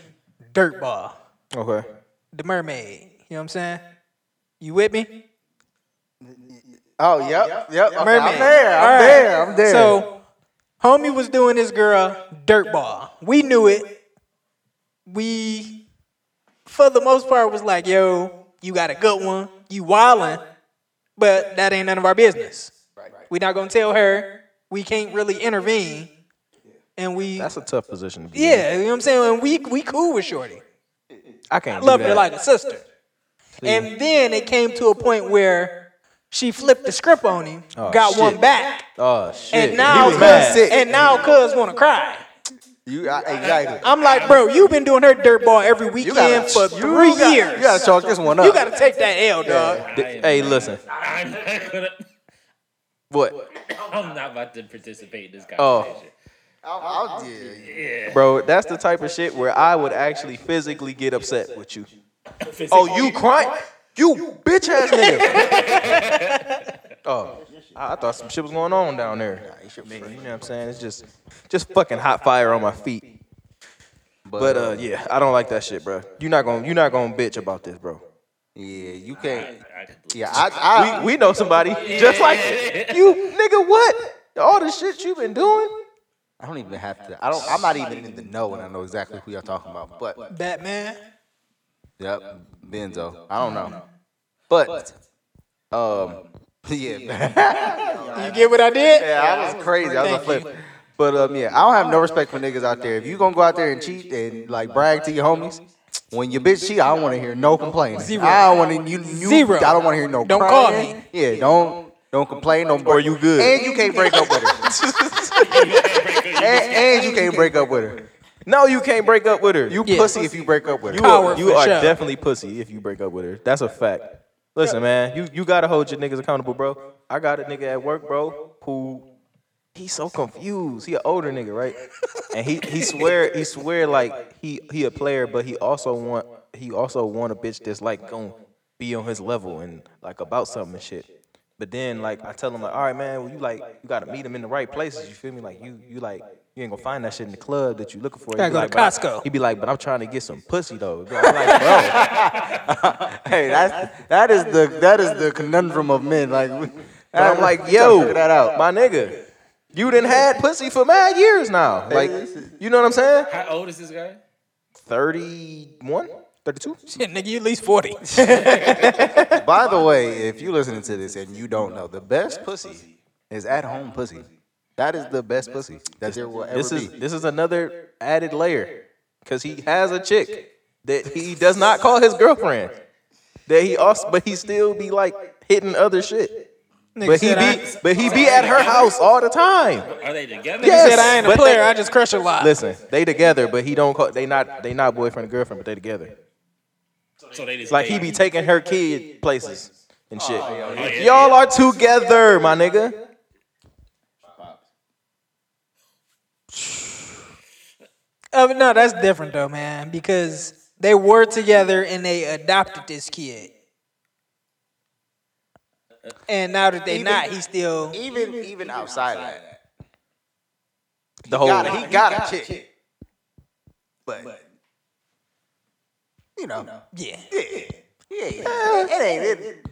C: Dirtball,
D: Okay.
C: the mermaid. You know what I'm saying? You with me?
A: Oh, yep, yep.
D: uh,
A: I'm,
C: Mermaid.
A: I'm there. I'm
C: All right.
A: there. I'm there.
C: So, homie was doing this girl dirtball. We knew it. We, for the most part, was like, "Yo, you got a good one. You wildin', but that ain't none of our business. We not gonna tell her. We can't really intervene." And we,
D: That's a tough position to be in.
C: yeah, you know what I'm saying. And we we cool with Shorty.
D: I can't
C: Loved her
D: do that.
C: like a sister. And then it came to a point where she flipped the script on him,
D: Oh,
C: got
D: shit.
C: one back.
D: oh shit.
C: And now,
A: was mad.
C: cuz, and now, cuz want to cry.
A: you I, exactly.
C: I'm like, bro, you've been doing her dirt ball every weekend
A: gotta-
C: for
A: you
C: three
A: gotta-
C: years.
A: You gotta chalk this one up.
C: You gotta take that L, dog.
D: hey, listen.
B: I'm not gonna.
D: What?
B: I'm not about to participate in this
D: Oh.
B: conversation.
A: I'll, I'll, yeah.
D: Bro, that's the type of shit where I would actually physically get upset with you.
B: Oh,
D: you crying? You bitch ass nigga. oh, I I thought some shit was going on down there. You know what I'm saying? It's just, just fucking hot fire on my feet. But uh, yeah, I don't like that shit, bro. You're not gonna, you're not gonna bitch about this, bro.
A: Yeah, you can't.
B: I can believe
A: Yeah, I, I,
D: we know somebody just like you, nigga. What? All the shit you been doing?
A: I don't even have to. I don't. I'm not even in the know, and I know exactly who you're talking about. But
C: Batman.
A: yep, Benzo. I don't know. But um, yeah,
C: You get what I did?
A: I was crazy. I was on flip. But um, yeah, I don't have no respect for niggas out there. If you gonna go out there and cheat and like brag to your homies. When your bitch cheat, I don't want to hear no complaints.
C: Zero.
A: I don't want to you, you
C: Zero.
A: I don't want to hear no.
C: Don't call
A: crying.
C: me.
A: Yeah, don't don't complain. Don't
D: Or you good?
A: And you can't break up with her. and, and you can't break up with her.
D: No, you can't break up with her. You
C: Yeah.
A: Pussy if you break up with
D: you
A: her.
C: Coward
D: are, you
C: for
D: are
C: sure.
D: definitely pussy if you break up with her. That's a fact. Listen, man, you, you gotta hold your niggas accountable, bro. I got a nigga at work, bro, who he's so confused. He an older nigga, right? And he he swear he swear like he he a player, but he also want he also want a bitch that's like gonna be on his level and like about something and shit. But then like I tell him like, all right, man, well you like you gotta meet him in the right places. You feel me? Like you you like you ain't gonna find that shit in the club that you looking for.
C: Gotta
D: He
C: go
D: be
C: to
D: like, but I-
C: Costco.
D: He be like, but I'm trying to get some pussy though. I'm like, bro.
A: Hey, that's that is the that is the conundrum of men. Like, we-
D: And I'm like,
A: we gotta
D: yo,
A: figure that out.
D: my nigga, you done had pussy for mad years now. Like, you know what I'm saying?
B: How old is this guy?
D: 31, 32?
C: Shit, nigga, you at least 40.
A: By the way, if you listening to this and you don't know, the best pussy is at home pussy. That is the best pussy that there will ever
D: This is
A: be.
D: this is another added layer because he has a chick that he does not call his girlfriend. That he also, but he still be like hitting other shit.
C: Nigga
D: But he
C: said, I,
D: be, but he be at her house all the time.
B: Are they together?
D: Yes.
C: said I ain't a
D: but
C: player.
D: they-
C: I just crush a lot.
D: Listen, they together, but he don't call. They not, they not boyfriend and girlfriend, but they together.
B: So they just
D: Like
B: date.
D: he be taking her kid places and shit.
B: Oh, yeah,
D: Y'all are together, my nigga.
C: Uh, but no, that's different though, man, because they were together and they adopted this kid. And now that they not, he still
A: Even even outside of that,
D: The whole
A: got a- he got a chick, but you know,
C: yeah.
A: yeah, it ain't it.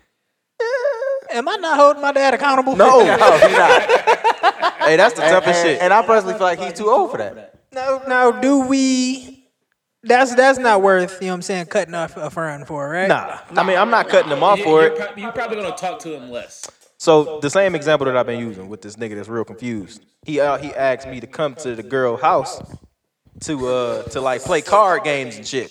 C: Am I not holding my dad accountable?
D: Oh,
A: No, no, he not.
D: Hey, that's the
A: and,
D: toughest
A: and-
D: shit.
A: and I personally feel like he's too old for that.
C: Now, now, do we? That's that's not worth you know what I'm saying cutting off a friend for right?
D: Nah, I mean, I'm not cutting them off
B: You-
D: for
B: you're,
D: it.
B: prob- you're probably gonna talk to him less.
D: So the same example that I've been using with this nigga that's real confused. He uh, he asked me to come to the girl house to uh to like play card games and shit.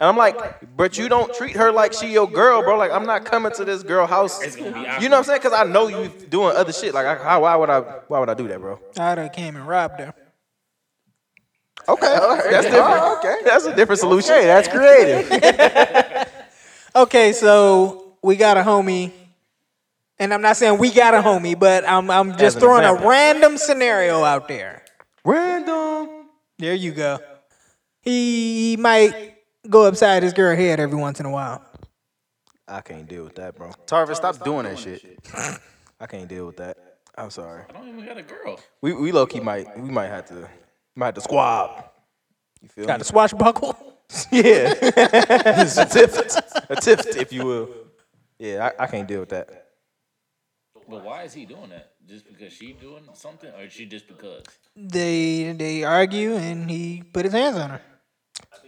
D: And I'm like, but you don't treat her like she your girl, bro. Like I'm not coming to this girl house. You know what I'm saying? Cause I know you doing other shit. Like I, how, why would I why would I do that, bro?
C: I'd have came and robbed her.
A: Okay,
D: That's different.
A: okay.
D: That's a different solution.
A: Hey, that's creative.
C: Okay, so we got a homie, and I'm not saying we got a homie, but I'm I'm just
D: an
C: throwing a
D: example.
C: random scenario out there.
D: Random.
C: There you go. He might go upside his girl head every once in a while.
D: I can't deal with that, bro.
A: Tarvis, stop doing that shit.
D: I can't deal with that. I'm sorry.
B: I don't even got a girl.
D: We we low key might we might have to might have to squab. You feel
C: Got a swashbuckle.
D: me? Yeah. a tift. A tift, if you will. Yeah, I, I can't deal with that.
B: But why is he doing that? Just because she doing something, or she just because?
C: They they argue, and he put his hands on her.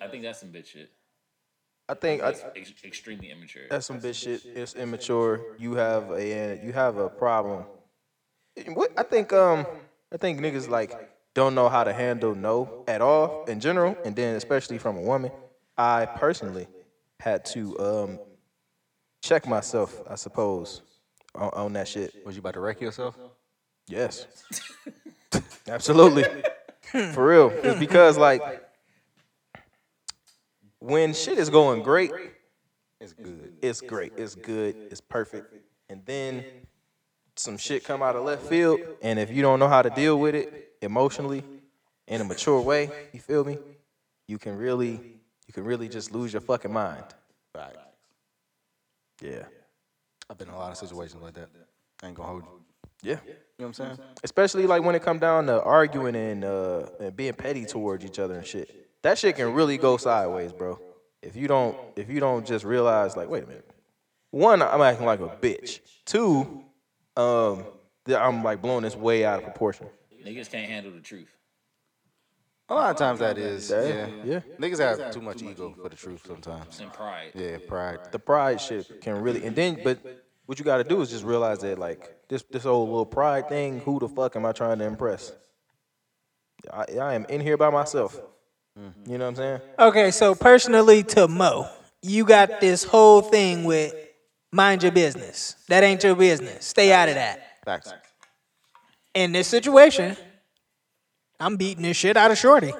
B: I think that's some bitch shit.
D: I think I,
B: Ex- extremely immature.
D: that's some bitch shit. It's immature. You have a you have a problem. What I think um I think niggas like don't know how to handle no at all in general, and then especially from a woman. I personally had to um check myself, I suppose, on, on that shit.
A: Was you about to wreck yourself?
D: Yes. Absolutely. For real. It's because like when shit is going great,
A: It's good.
D: it's great. It's good. It's perfect. And then some shit come out of left field and if you don't know how to deal with it emotionally in a mature way, you feel me? You can really you can really just lose your fucking mind.
A: Facts.
D: Yeah.
A: I've been in a lot of situations like that. I ain't gonna hold you.
D: Yeah.
A: You know what I'm saying?
D: especially like when it come down to arguing and uh and being petty towards each other and shit. That shit can really go sideways, bro. If you don't if you don't just realize like, wait a minute. One, I'm acting like a bitch. Two, um, that I'm like blowing this way out of proportion.
B: Niggas can't handle the truth.
A: A lot of times that is. Yeah.
D: yeah.
A: Niggas have too much ego for the truth sometimes.
B: And pride.
A: Yeah, pride.
D: The pride shit can really and then but what you gotta do is just realize that like this this old little pride thing, who the fuck am I trying to impress? I, I am in here by myself. You know what I'm saying?
C: Okay, so personally to Mo, you got this whole thing with mind your business. That ain't your business. Stay out of that.
A: Facts.
C: In this situation, I'm beating this shit out of Shorty.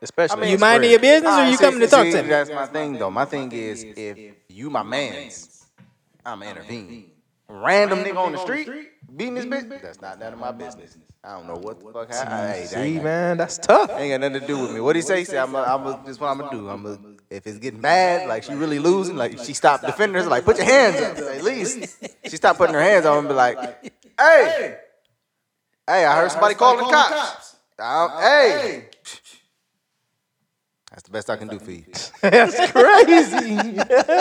D: Especially
C: You minding your business or
A: Ah,
C: you
A: see-
C: coming to talk
A: see,
C: to me?
A: That's my thing, though. My thing is, if you my man's, I'ma intervene. Random nigga on the street beating this bitch, that's not none of my business. I don't know what the fuck happened. Hey,
D: See,
A: ain't
D: man, that's tough.
A: ain't got nothing to do with me. What he say? Say I'm, a, I'm a, this is what I'm gonna do. I'm a, if it's getting bad, like she really losing, like if she stopped defending herself, like put your hands up at least. She stopped putting her hands on and be like, hey, hey, I heard somebody calling the cops. I- Hey, that's the best I can do for you.
D: Crazy.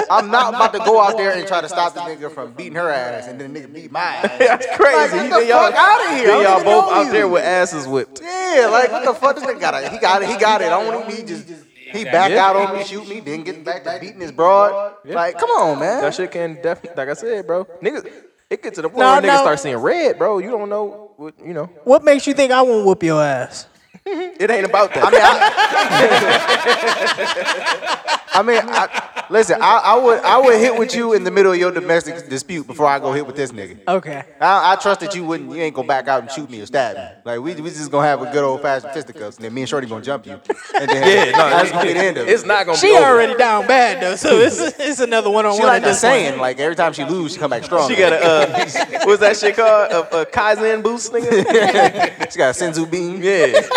A: I'm not, about to go out there and try to stop the nigga from beating her ass and then the nigga beat my ass.
D: That's crazy.
A: Like, get
D: Then
A: the fuck outta here.
D: then
A: I
D: y'all
A: don't even
D: both
A: know
D: out there
A: you.
D: with asses whipped.
A: yeah, like what the fuck? This nigga got it. He got it. He got it. On him. He just he back
D: Yeah.
A: out on me, shoot me, then get back to beating his broad. Like, come on, man.
D: That shit can definitely, like I said, bro. Niggas, it gets to the point
C: No,
D: where niggas
C: no.
D: start seeing red, bro. You don't know, what, you know.
C: What makes you think I won't whoop your ass?
D: It ain't about that.
A: I mean, I, I mean, I, listen. I, I would I would hit with you in the middle of your domestic dispute before I go hit with this nigga.
C: Okay.
A: I, I trust that you wouldn't. You ain't gonna back out and shoot me or stab me. Like we, we just gonna have a good old fashioned fisticuffs, and then me and Shorty gonna jump you. And then
D: Yeah, no,
A: that's gonna be the end of it.
D: It's not gonna
C: She
D: be over.
C: already down bad though, so it's it's another one on
A: She
C: one.
A: like the saying, like every time she lose, she come back strong.
D: She got a, uh, what's that shit called? A, a Kaizen boost, nigga?
A: she got a senzu bean.
D: Yeah.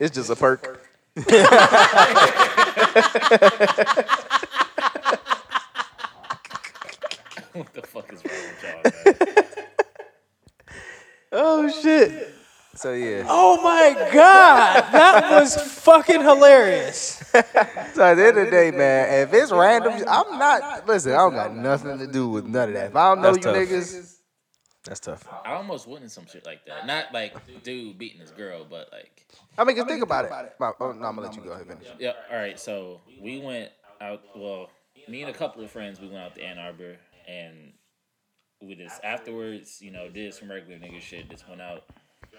D: it's just a perk.
B: What the fuck is wrong with y'all? Man?
D: Oh, shit.
A: So yeah,
C: Oh my god, that was fucking hilarious.
A: So at the end of the day, man, if it's random, I'm not. Listen, I don't got nothing to do with none of that. If I don't know you
D: That's tough.
A: niggas,
D: That's tough.
B: I almost wanted some shit like that. Not like dude beating his girl, but like
A: I mean, 'cause think about it. My- oh, no, I'm gonna let you go ahead and finish.
B: yeah. All right, so we went out. Well, me and a couple of friends, we went out to Ann Arbor, and we just afterwards, you know, did some regular nigga shit. Just went out,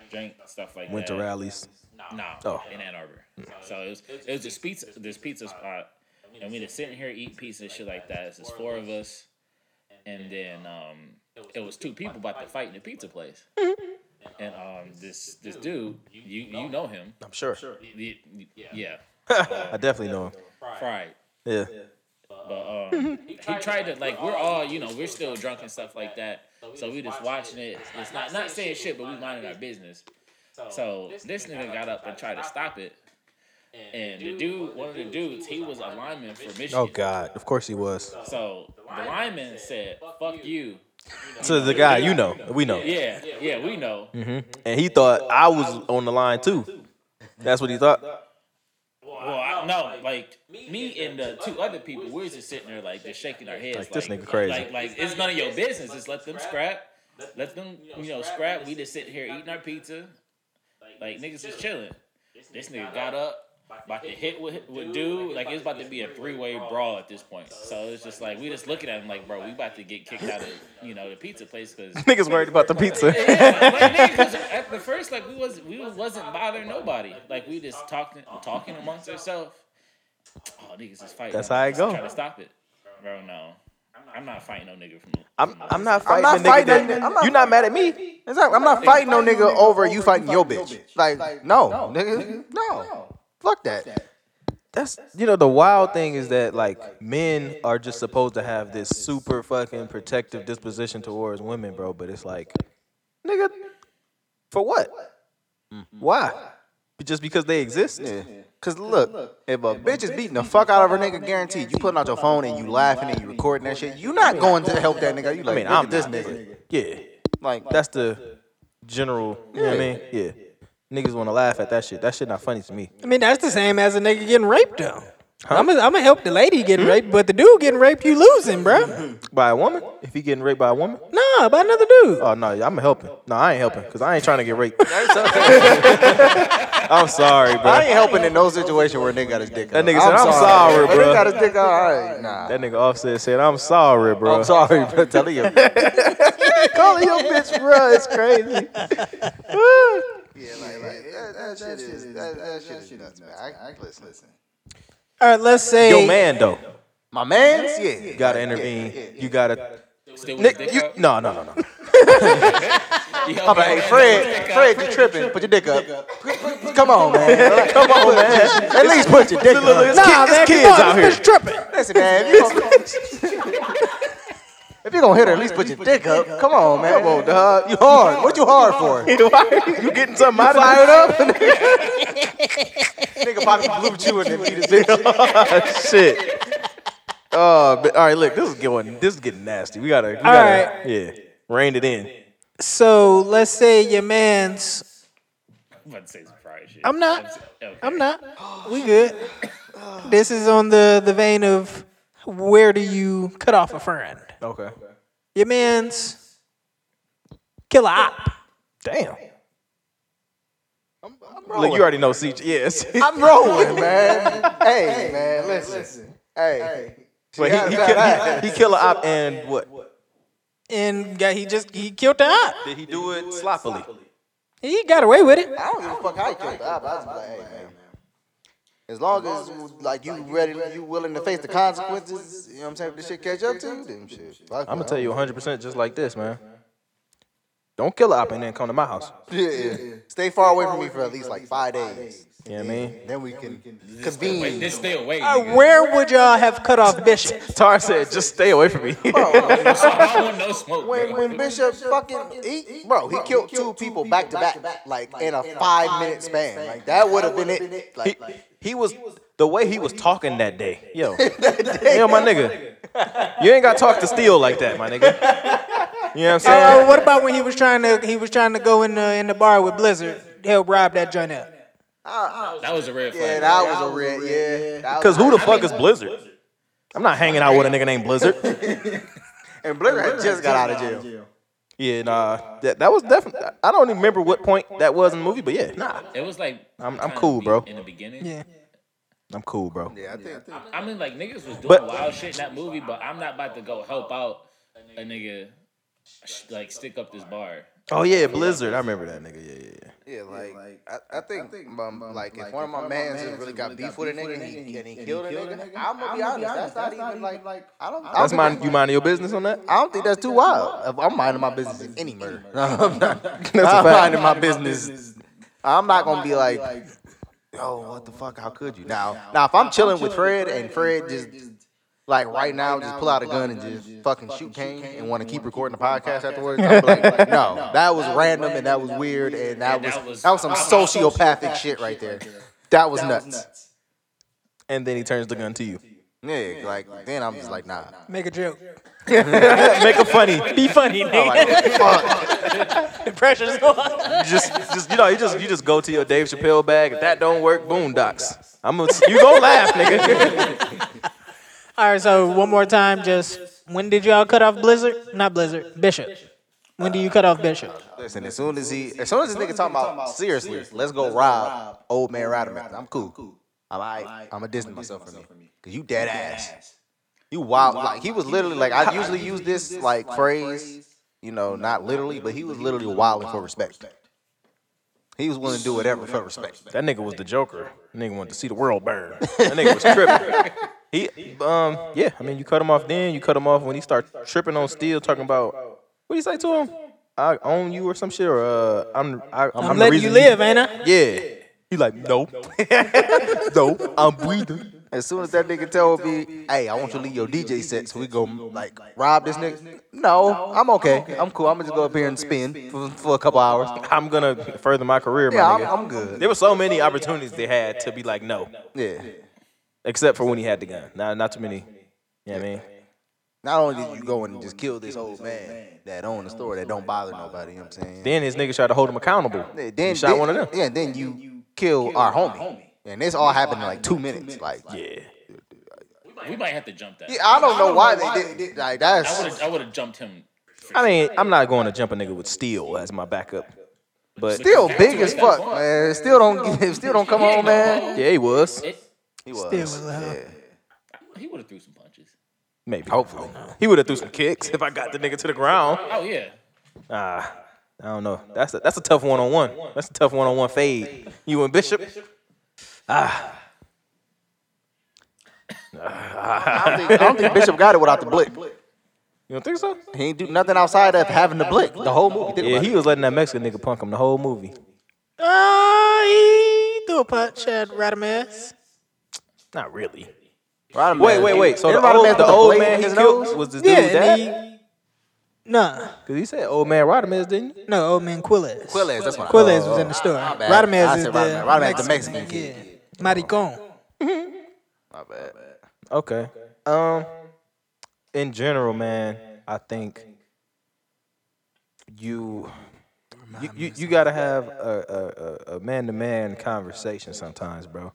B: drank stuff like
D: Went
B: that.
D: to rallies.
B: No,
D: Oh.
B: in Ann Arbor. So it was it was this pizza this pizza spot, and we just sitting here eating pizza and shit like that. It's just four of us, and then um, it was two people about to fight in the pizza place, and um, this this dude you you know him
D: I'm sure.
B: Y- y- yeah
D: I definitely know him.
B: fried.
D: Yeah.
B: But um, he tried to like we're all you know we're still drunk and stuff like that. So we just watching it. It's not not saying shit, but we minding our business. So this nigga got up and tried to stop it. And the dude, one of the dudes, he was a lineman for Michigan.
D: Oh God. Of course he was.
B: So the lineman said, "Fuck you."
D: So the guy, you know, we know,
B: Yeah, yeah, we know.
D: and he thought I was on the line too. That's what he thought.
B: Well, I, no, like me and the two other people, we're just sitting there like just shaking our heads.
D: Like, this nigga crazy.
B: Like, like it's none of your business. Just let them scrap. Let them, you know, scrap. We just sitting here eating our pizza. Like niggas is chilling. This nigga got up, about to hit with, with dude. Like it's about to be a three way brawl at this point. So it's just like we just looking at him like, bro, we about to get kicked out of, you know, the pizza place because
D: Niggas worried about the pizza.
B: yeah, like, nigga, 'cause at the first, like we was we wasn't bothering nobody. Like we just talking talking amongst ourselves. Oh, niggas is fighting.
D: That's
B: I'm
D: how it
B: just
D: go.
B: Trying to stop it, bro. No, I'm not fighting no nigga from.
D: I'm, I'm
A: I'm
D: not fighting.
A: not
D: the nigga
A: fighting
D: that-
A: that- I'm not-
D: you not mad at me.
A: Exactly. I'm not fighting no nigga over you fighting your bitch. Like, no, nigga, no. Fuck that.
D: That's you know the wild thing is that like men are just supposed to have this super fucking protective disposition towards women, bro. But it's like, nigga, for what? Mm-hmm. Why? Just because they exist?
A: Yeah. Cause look, if a bitch is beating the fuck out of her nigga, guaranteed you putting out your phone and you laughing and you recording that shit. You not going to help that nigga. You
D: I
A: like,
D: mean,
A: look
D: I'm
A: at this
D: this
A: nigga.
D: nigga. Yeah,
A: Like,
D: that's the general. You know what I mean? Yeah. Niggas want to laugh at that shit. That shit not funny to me.
C: I mean, that's the same as a nigga getting raped though. I'm gonna I'm help the lady
D: Hmm?
C: get raped, but the dude getting raped, you losing, bro.
D: By a woman? If he getting raped by a woman?
C: Nah, by another dude.
D: Oh no, I'm helping. No, I ain't helping because I ain't trying to get raped. I'm sorry, bro.
A: I ain't helping in no situation where a nigga got his dick.
D: That
A: out.
D: nigga said, "I'm sorry,
A: If a nigga
D: bro."
A: got his dick. out, All right, nah.
D: That nigga Offset said, "I'm sorry, bro."
A: I'm sorry, bro. Telling you, calling your bitch, bro, it's crazy. yeah, like, like that, that shit is that, that shit is nuts, man. I, I, listen, listen.
C: All right, let's say
D: Yo, man, though,
A: My man's, yeah, you
D: you gotta intervene. You gotta.
B: No, still with
D: Nick,
B: his dick
D: you
B: out?
D: no, no, no, no.
B: He
A: I'm
B: helped
A: like,
B: me
A: hey,
B: out.
A: Fred, Fred, you tripping? Put your dick up. Come on, man. Come on, man. At least put your dick up.
C: Nah, man,
D: kids
C: come on,
D: out
C: this bitch
D: here.
C: tripping.
A: Listen, man. If you're gonna, if you gonna hit her, at least put your dick up. Come on, man. Come on, dog. You hard? What you hard for?
D: you getting something out
A: Fired up? Nigga popped a blue chew and then beat his dick up.
D: this shit? Oh, but, all right. Look, this is going. This is getting nasty. We gotta. We gotta
C: right.
D: Yeah, rein it in.
C: So let's say your man's.
B: I'm about to say some fried shit.
C: I'm not.
B: Okay.
C: I'm not. We good. This is on the the vein of where do you cut off a friend?
D: Okay.
C: Your man's killer op.
D: Damn. Look, you already know CJ. Yes.
A: I'm rolling, man. Hey, man, listen. Hey.
D: But he,
A: Yeah,
D: he,
A: yeah,
D: kill, he killer op and what?
C: And got, he just he killed the op.
D: Did he do it sloppily?
C: He got away with it.
A: I don't give a fuck how you killed the op. I just be like, hey, man. As long as like you ready, you willing to face the consequences. You know what I'm saying? If this shit catch up to you, then shit. Fuck it,
D: I'm gonna tell
A: I
D: you 100 percent just like this, man. Don't kill a op and then come to my house.
A: don't- Yeah, yeah. Stay far away from me for at least like five days.
D: You know what I mean?
A: Then we can
B: Wait,
A: convene.
B: just stay away.
C: Uh,
B: nigga.
C: where would y'all have cut off Bishop?
D: Tar said, just stay away from me.
B: I don't want no smoke.
A: When,
B: bro.
A: when Bishop fucking he, bro, he killed two people back to back, like in a five minute span. Like that would have been it.
D: he,
A: Like
D: he was the way he was talking that day. Yo, yo, my nigga, you ain't got to talk to Steel like that, my nigga. You know what I'm saying?
C: Uh, what about when he was trying to he was trying to go in the in the bar with Blizzard, help rob that joint up?
A: I,
B: That was a red
A: I,
B: flag.
A: yeah, that was a red. Yeah, that
D: Because
A: was-
D: who the fuck is Blizzard? I'm not hanging out with a nigga named Blizzard.
A: and Blizzard had just got out of jail.
D: Yeah, nah. That, that was definitely. I don't even remember what point that was in the movie, but yeah, nah.
B: It was like
D: I'm- I'm
B: kinda
D: cool,
B: be-
D: bro.
B: In the beginning,
C: Yeah.
D: I'm cool, bro.
A: Yeah, I think. I think-
B: I mean, like niggas was doing
D: But-
B: wild shit in that movie, but I'm not about to go help out a nigga sh- like stick up this bar.
D: Oh yeah, Blizzard. I remember that nigga. Yeah, yeah, yeah.
A: Yeah, like I, I think, um, like if one of my mans has really got beef with a nigga and he, and he killed a nigga, I'm gonna be honest, that's not even like I don't. I don't
D: That's
A: think
D: mind you mind your business on that.
A: I don't think that's too wild. I'm minding my business in any murder. No, I'm not.
D: a
A: I'm
D: fact.
A: minding my business. I'm not gonna be like, oh, what the fuck? How could you? Now, now, if I'm chilling with Fred and Fred just like right now, just pull out a gun and just fucking shoot Kane and want to keep recording the podcast afterwards, I'm be like, no, that was random and that was weird and that
B: and that
A: was
B: was-
A: that was some sociopathic shit right there. That was nuts.
D: And then he turns the gun to you.
A: Yeah, like then I'm just like, nah.
C: Make a joke.
D: Make it funny.
C: Be funny, nigga.
A: Like, what the fuck?
C: the pressure's on.
D: Just, just you know, you just you just go to your Dave Chappelle bag. If that don't work, boondocks. I'm gonna, you gonna laugh, nigga.
C: All right, so one more time, just when did y'all cut off Blizzard? Not Blizzard, Bishop. When do you cut off Bishop?
A: Listen, as soon as he, as soon as this nigga talking about seriously, let's go rob old man Radaman. I'm cool. I'm alright. I'm a distance myself from you, cause you dead ass. You wild. Like he was literally like I usually use this like phrase, you know, not literally, but he was literally wilding for respect. He was willing to do whatever for respect.
D: That nigga was the Joker. That nigga wanted to see the world burn. That nigga was tripping. He, um, yeah. I mean, you cut him off then. You cut him off when he start tripping on steel, talking about what do you say to him? I own you or some shit, or uh, I'm I, I'm,
C: I'm
D: the
C: letting you
D: reason
C: live, ain't I?
D: Yeah. He like, nope. nope. I'm breathing.
A: As soon as that nigga told me, "Hey, I want you to leave your DJ set, so we go like rob this nigga," no, I'm okay. I'm cool. I'm gonna just go up here and spin for, for a couple hours.
D: I'm gonna further my career, my
A: Yeah,
D: nigga.
A: I'm, I'm good.
D: there were so many opportunities they had to be like no,
A: Yeah.
D: except for when he had the gun. Now, not too many. Yeah, I mean,
A: Not only did you go and just kill this old man that owned the store that don't bother nobody, you know what I'm saying?
D: then his niggas tried to hold him accountable.
A: Yeah,
D: you shot one of them.
A: Yeah, then you kill our homie. And this all happened in like two minutes. Like, yeah,
D: Yeah.
B: We might have to jump that.
A: I don't know why they did did- Like,
B: I would
A: that's.
B: have I would have jumped him.
D: I mean, I'm not going to jump a nigga with steel as my backup, but
A: Still big as fuck, man. Still don't, still don't come home, man.
D: yeah, he was
B: It,
A: He
C: was a hoe.
A: yeah.
B: he would have threw some punches.
D: maybe. Hopefully, he would have threw some kicks if I got the nigga to the ground.
B: Oh yeah.
D: Ah, I don't know. That's a, that's a tough one on one. That's a tough one on one fade. You and Bishop.
A: I don't think- I don't think Bishop got it without the blick.
D: You don't think so?
A: He ain't do nothing outside of having the blick the whole movie. Think
D: Yeah,
A: about
D: he
A: it.
D: was letting that Mexican nigga punk him the whole movie.
C: Uh, he threw a punch at Radames.
D: Not really.
A: Rodman-
D: Wait, wait, wait. So the
A: Rodman
D: old,
A: with
D: the
A: the
D: old
A: blade
D: man
A: in
D: he
A: his
D: killed
A: nose?
D: was the dude
C: Yeah,
D: that?
C: and he, nah,
D: Because he said old man Rodamez, didn't he?
C: no, old man Quilles. Quilles,
A: Quilles, that's what I-
C: was in the store.
D: Oh,
A: my bad.
C: Radames
A: I
C: is
A: said
C: the
A: Rodman. Rodman the Mexican
C: yeah,
A: kid.
C: Maricon.
A: My bad.
D: Okay. Um, in general, man, I think you you you, you gotta have a a- a man to man conversation sometimes, bro.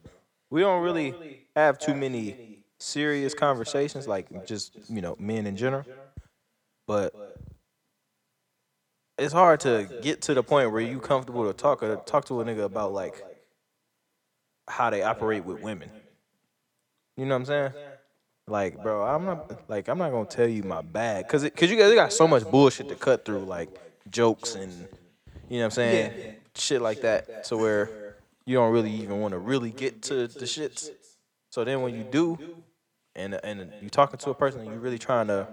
D: We don't really have too many serious conversations, like just you know men in general. But it's hard to get to the point where you comfortable to talk or talk to a nigga about like how they operate with women. You know what I'm saying? Like, bro, I'm not like I'm not gonna tell you my bag because because you guys got so much bullshit to cut through, like jokes and you know what I'm saying, shit like that, to where you don't really even want to really get to the shits. So then when you do, and and you talking to a person, and you really trying to,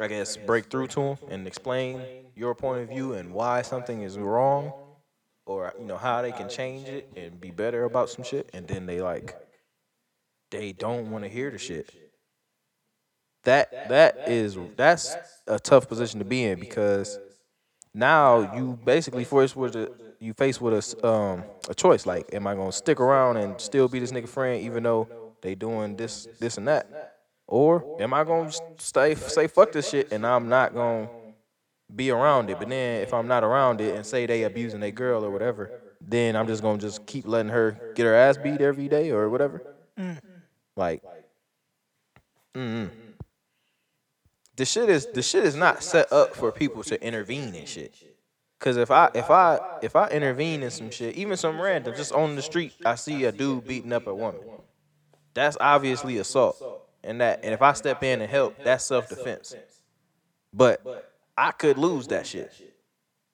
D: I guess, break through to them and explain your point of view and why something is wrong, or you know how they can change it and be better about some shit, and then they like they don't want to hear the shit. That that is that's a tough position to be in because now you basically forced with a you faced with a s- um a choice like am I gonna stick around and still be this nigga friend even though they doing this this and that or am I gonna stay say fuck this shit and I'm not gonna be around it. But then if I'm not around it and say they abusing their girl or whatever, then I'm just gonna just keep letting her get her ass beat every day or whatever. Like, mm the shit is the shit is not set up for people to intervene in shit. Cause if I if I if I intervene in some shit, even some random, just on the street, I see a dude beating up a woman. That's obviously assault, and that and if I step in and help, that's self defense. But I could lose that shit.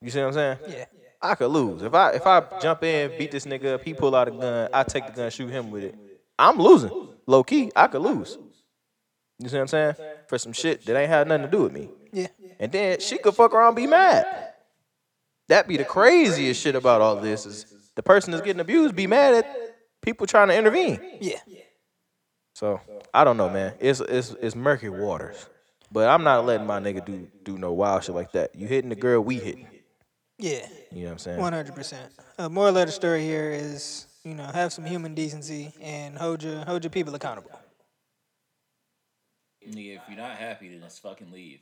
D: You see what I'm saying?
C: Yeah.
D: I could lose if I if I jump in, beat this nigga up, he pull out a gun, I take the gun, shoot him with it. I'm losing, low key. I could lose. You see what I'm saying? For some shit that ain't had nothing to do with me.
C: Yeah.
D: And then she could fuck around and be mad. That be the craziest shit about all this is the person that's getting abused be mad at people trying to intervene.
C: Yeah.
D: So I don't know, man. It's it's it's murky waters. But I'm not letting my nigga do do no wild shit like that. You hitting the girl we hitting.
C: Yeah.
D: You know what I'm
C: One
D: saying?
C: hundred percent. Uh, Moral of the story here is, you know, have some human decency and hold your hold your people accountable.
B: Nigga, if you're not happy, then just fucking leave.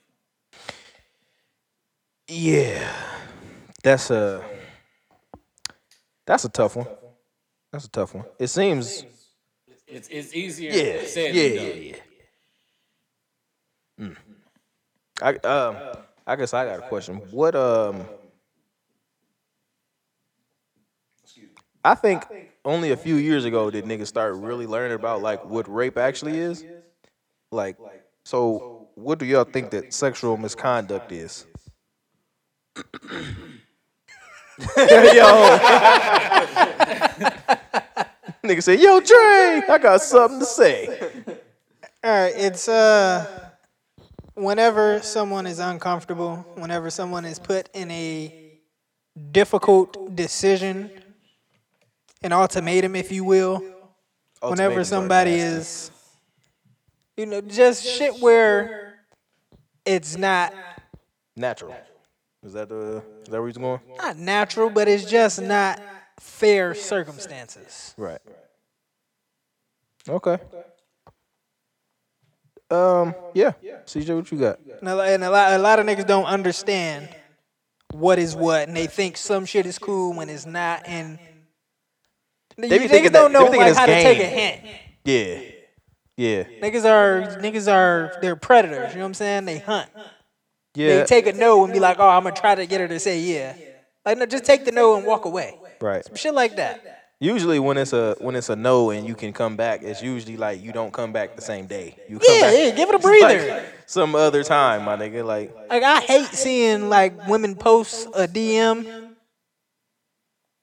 D: Yeah. That's a that's a tough one. That's a tough one. It seems
B: It's it's easier
D: Yeah,
B: said
D: yeah,
B: than done.
D: yeah, Mm. I um I guess I got a question. What um I think only a few years ago did niggas start really learning about like what rape actually is. Like so what do y'all think that sexual misconduct is? yo Nigga said, yo, Dre, I got something to say.
C: All right, it's uh whenever someone is uncomfortable, whenever someone is put in a difficult decision, an ultimatum if you will, whenever
D: Ultimatums are
C: somebody
D: nasty.
C: is you know, just shit where it's not
D: natural. Is that the is that where he's going?
C: not natural, but it's just not fair circumstances.
D: Right. Okay. Um. Yeah. CJ, what you got?
C: And a, lo- and a lot, a lot of niggas don't understand what is what, and they think some shit is cool when it's not, and you
D: be thinking
C: niggas
D: that-
C: don't
D: they
C: know
D: be thinking
C: like
D: it's
C: how to take a
D: game.
C: hint.
D: Yeah. Yeah.
C: Niggas are niggas are they're predators. You know what I'm saying? They hunt. They
D: Yeah.
C: take a no and be like, oh, I'm gonna try to get her to say yeah. Like no, just take the no and walk away.
D: Right.
C: Shit like that.
D: Usually when it's a when it's a no and you can come back, it's usually like you don't come back the same day. You come
C: Yeah,
D: back
C: yeah. Give it a breather.
D: some other time, my nigga. Like
C: Like I hate seeing like women post a DM,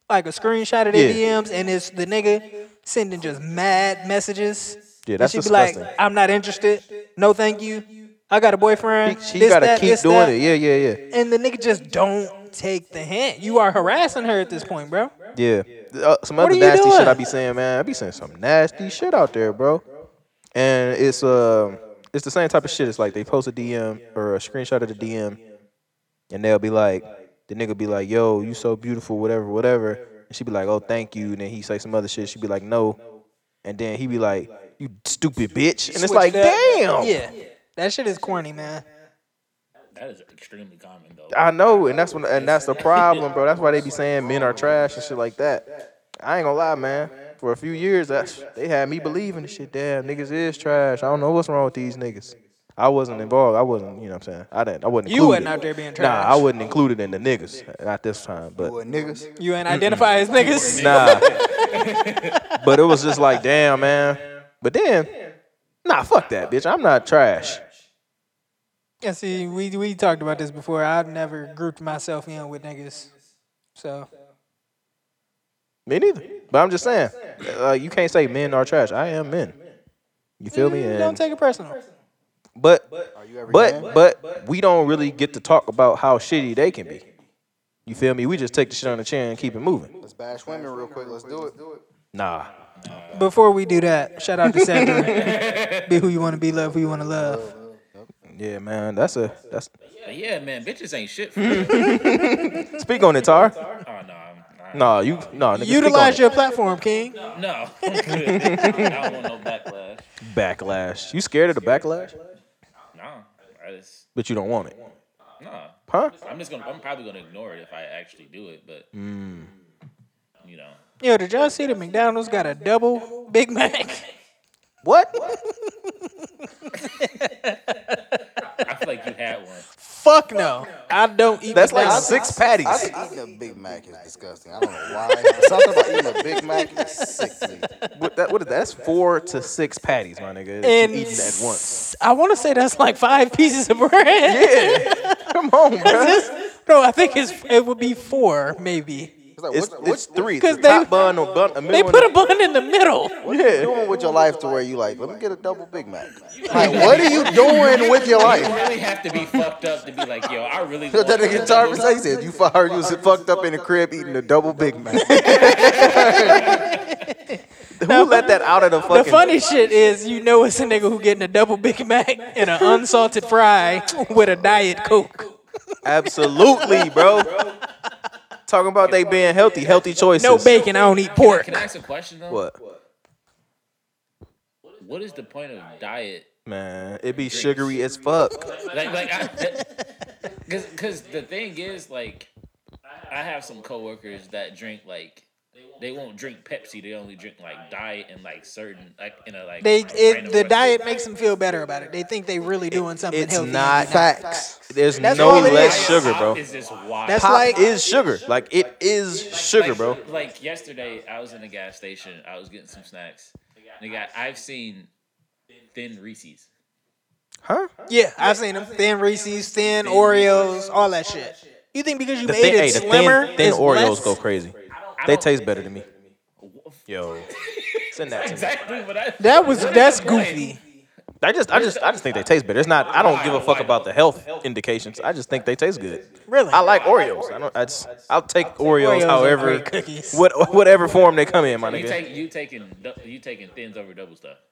C: like a screenshot of their
D: Yeah.
C: DMs, and it's the nigga sending just mad messages.
D: Yeah,
C: And
D: that's
C: she be like,
D: disgusting.
C: "I'm not interested. No, thank you. I got a boyfriend.
D: she
C: this,
D: gotta
C: that,
D: keep
C: this,
D: doing
C: that."
D: it. Yeah. Yeah.
C: And the nigga just don't take the hint. You are harassing her at this point, bro.
D: Yeah. Yeah. Uh, some
C: are
D: other
C: you
D: nasty shit
C: doing?
D: I be saying, man. I be saying some nasty shit out there, bro. And it's um it's the same type of shit. It's like they post a DM or a screenshot of the DM, and they'll be like, the nigga be like, "Yo, you so beautiful, whatever, whatever." And she be like, "Oh, thank you." And then he say some other shit. She be like, "No," and then he be like, "You stupid bitch." And it's like,
C: Switch it
D: damn.
C: up. Yeah, that shit is corny, man.
B: That is extremely common though.
D: I know, and that's when, and that's the problem, bro. That's why they be saying men are trash and shit like that. I ain't gonna lie, man. For a few years, that's, they had me believing the shit. Damn, niggas is trash. I don't know what's wrong with these niggas. I wasn't involved. I wasn't, you know what I'm saying. I didn't. I wasn't.
C: You
D: included.
C: wasn't out there being
D: Nah,
C: trash.
D: I wasn't included in the niggas. Not this time, but
A: Boy, niggas.
C: You ain't identify as niggas.
D: Nah. but it was just like, damn, man. But then, nah, fuck that, bitch. I'm not trash.
C: Yeah, see, we we talked about this before. I've never grouped myself in with niggas, so
D: Me neither. But I'm just saying, uh, you can't say men are trash. I am men. You feel me?
C: Mm,
D: And-
C: don't take it personal.
D: but
A: Are you ever
D: but but we don't really get to talk about how shitty they can be. You feel me? We just take the shit on the chin and keep it moving.
A: Let's bash women real quick. Let's do it.
D: Nah.
C: Before we do that, shout out to Sandra. be who you want to be, love who you want to love.
D: Yeah, man. That's a that's.
B: But yeah, man, bitches ain't shit. For real.
D: Speak on it, Tar.
B: oh no, I'm, I'm,
D: Nah, you nah. Nigga, speak
C: Utilize
D: on
C: your platform, King.
B: no. I'm good. I don't want no backlash.
D: it. backlash. You scared of the backlash,
B: No, I just
D: but you don't want it.
B: no.
D: Huh?
B: I'm just gonna. I'm probably gonna ignore it if I actually do it. But
D: Hmm.
B: you know,
C: Yo, did y'all see the McDonald's got a double Big Mac?
D: What?
B: I feel like you had one.
C: Fuck no. I don't eat
D: That's like
C: McDonald's.
D: six patties.
A: I think eating a Big Mac is disgusting. I don't know why. Something about eating a Big Mac is sick to me.
D: What, that, what is that? That's four to six patties, my nigga. that you
C: and
D: eating at once.
C: s- I want to say that's like five pieces of bread.
D: Yeah. Come on, bro.
C: no, I think it's it would be four maybe.
A: It's like,
D: It's,
A: what, what
D: it's three.
C: 'Cause
D: Top
C: they-
D: bun or bun. A middle
C: They
D: one-
C: put a bun in the middle.
A: you doing with your life to where you like, let me get a double Big Mac? Like, what are you doing with your
B: You
A: life?
B: really have to be fucked up to be like, yo, I really.
A: That
B: want
A: nigga
B: this.
A: Tarvis, he said, you fired, you was fucked up in the crib eating a double Big Mac.
D: Who let that out of the fucking?
C: The funny shit is, you know, it's a nigga who getting a double Big Mac and an unsalted fry with a diet coke.
D: Absolutely, bro. Talking about they being healthy, healthy choices.
C: No bacon. I don't eat pork.
B: Can I ask a question though?
D: What?
B: What is the point of diet?
D: Man, it be sugary as fuck.
B: Like, like, I, cause, cause the thing is, like, I have some coworkers that drink like. They won't drink Pepsi. They only drink like diet and like certain like in a like.
C: They
B: random
C: it, the
B: restaurant.
C: diet makes them feel better about it. They think they really doing something
D: It's
C: healthy.
D: not
A: Facts.
D: There's
C: That's
D: no
C: all it
D: less
C: is.
D: sugar, bro.
B: Pop Is just wild.
C: That's
D: Pop
C: like-
D: is sugar. Like it is sugar,
B: like,
D: bro.
B: Like yesterday, I was in the gas station. I was getting some snacks. The guy I've seen thin Reese's.
D: Huh?
C: Yeah, I've seen them thin Reese's, thin Oreos, all that shit. You think because you
D: The
C: made
D: thin, hey,
C: it
D: the
C: slimmer,
D: thin, thin
C: it's
D: Oreos
C: less?
D: go crazy.
B: I
D: They
B: don't-
D: taste better to me. Yo, send that to me.
B: Exactly what I.
C: That was that's
B: point?
C: goofy.
D: I just, I just, I just think they taste better. It's not. I don't give a fuck about the health indications. I just think they taste good.
C: Really?
D: I like Oreos. I don't. I just, I'll take Oreos,
C: Oreos are
D: however,
C: great cookies.
D: what, whatever form they come in, my
B: You
D: nigga.
B: take you taking du- you taking thins over double stuff.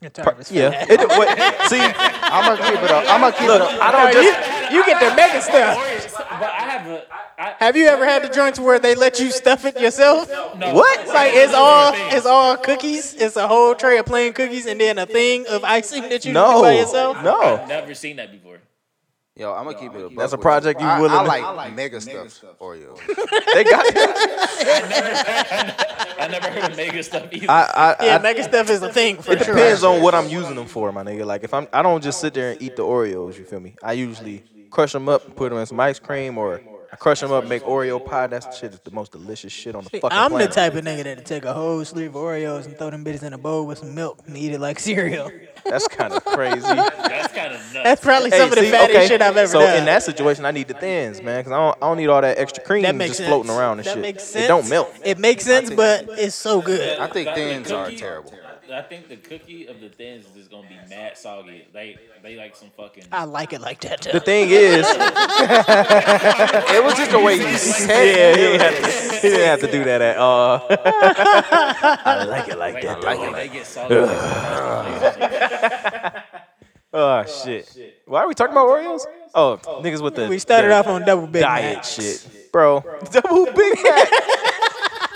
D: Yeah. It, what, see,
A: I'm gonna keep it up. I'm gonna keep
D: look,
A: it up.
D: I don't
C: You,
D: just.
C: you get the mega stuff.
B: Oreos, but I have a I,
C: Have you ever had the joints where they let you stuff it yourself?
B: no,
D: What?
B: I-
C: Like it's all it's all cookies. It's a whole tray of plain cookies and then a thing of icing that you do
D: No,
C: by yourself.
D: no.
B: I've never seen that before.
A: Yo, I'm gonna keep it up.
D: That's a project you willing
A: I, I
D: to-
A: like, mega, stuff, Oreo.
D: They got.
B: I never heard of mega stuff either.
D: I, I,
C: Yeah,
D: I
C: mega stuff is a thing for
D: It
C: sure.
D: depends on what I'm using them for, my nigga. Like if I'm, I don't just sit there and eat the Oreos. You feel me? I usually crush them up, and put them in some ice cream, or I crush them up, and make Oreo pie. That's the shit. That's the most delicious shit on the fucking
C: I'm the
D: planet.
C: type of nigga that'd take a whole sleeve of Oreos and throw them bitches in a bowl with some milk and eat it like cereal.
D: That's kind of crazy.
B: That's kind of nuts.
C: That's probably
D: Hey,
C: some of the
D: see,
C: fattest
D: okay,
C: shit I've ever
D: so
C: done.
D: in that situation, I need the thins, man, because I don't, I don't need all that extra cream
C: That makes
D: just
C: sense.
D: floating around and
C: that
D: shit.
C: Makes sense.
D: It don't melt.
C: It makes sense, but it's so good.
A: I think
B: Like, the
A: thins are
B: cookie-
A: terrible.
B: I think the cookie of the thins is just gonna be mad soggy. They they like some fucking.
C: I like it like that.
D: The
C: Though.
D: thing is,
A: It was just the way you
D: yeah, he
A: said it.
D: didn't have to, he didn't have to do that at all. I like it like
B: Like,
D: that.
B: like,
D: though.
B: they get soggy. Like,
D: Oh, shit. Why are we talking about Oreos? Oh, niggas with the
C: We started
D: the
C: off on double big
D: diet
C: Macs.
D: shit, bro. Double Big Mac.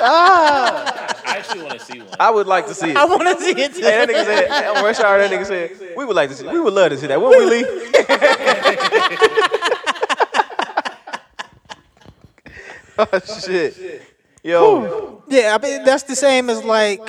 D: ah,
B: I actually want to see one.
D: I would like to see it.
C: I want to see it.
D: Hey, that
C: Too.
D: nigga said, I'm rush hour. That nigga said, we would like to see, we would love to see that. When we leave. oh shit, yo,
C: Yeah, I mean that's the same as like.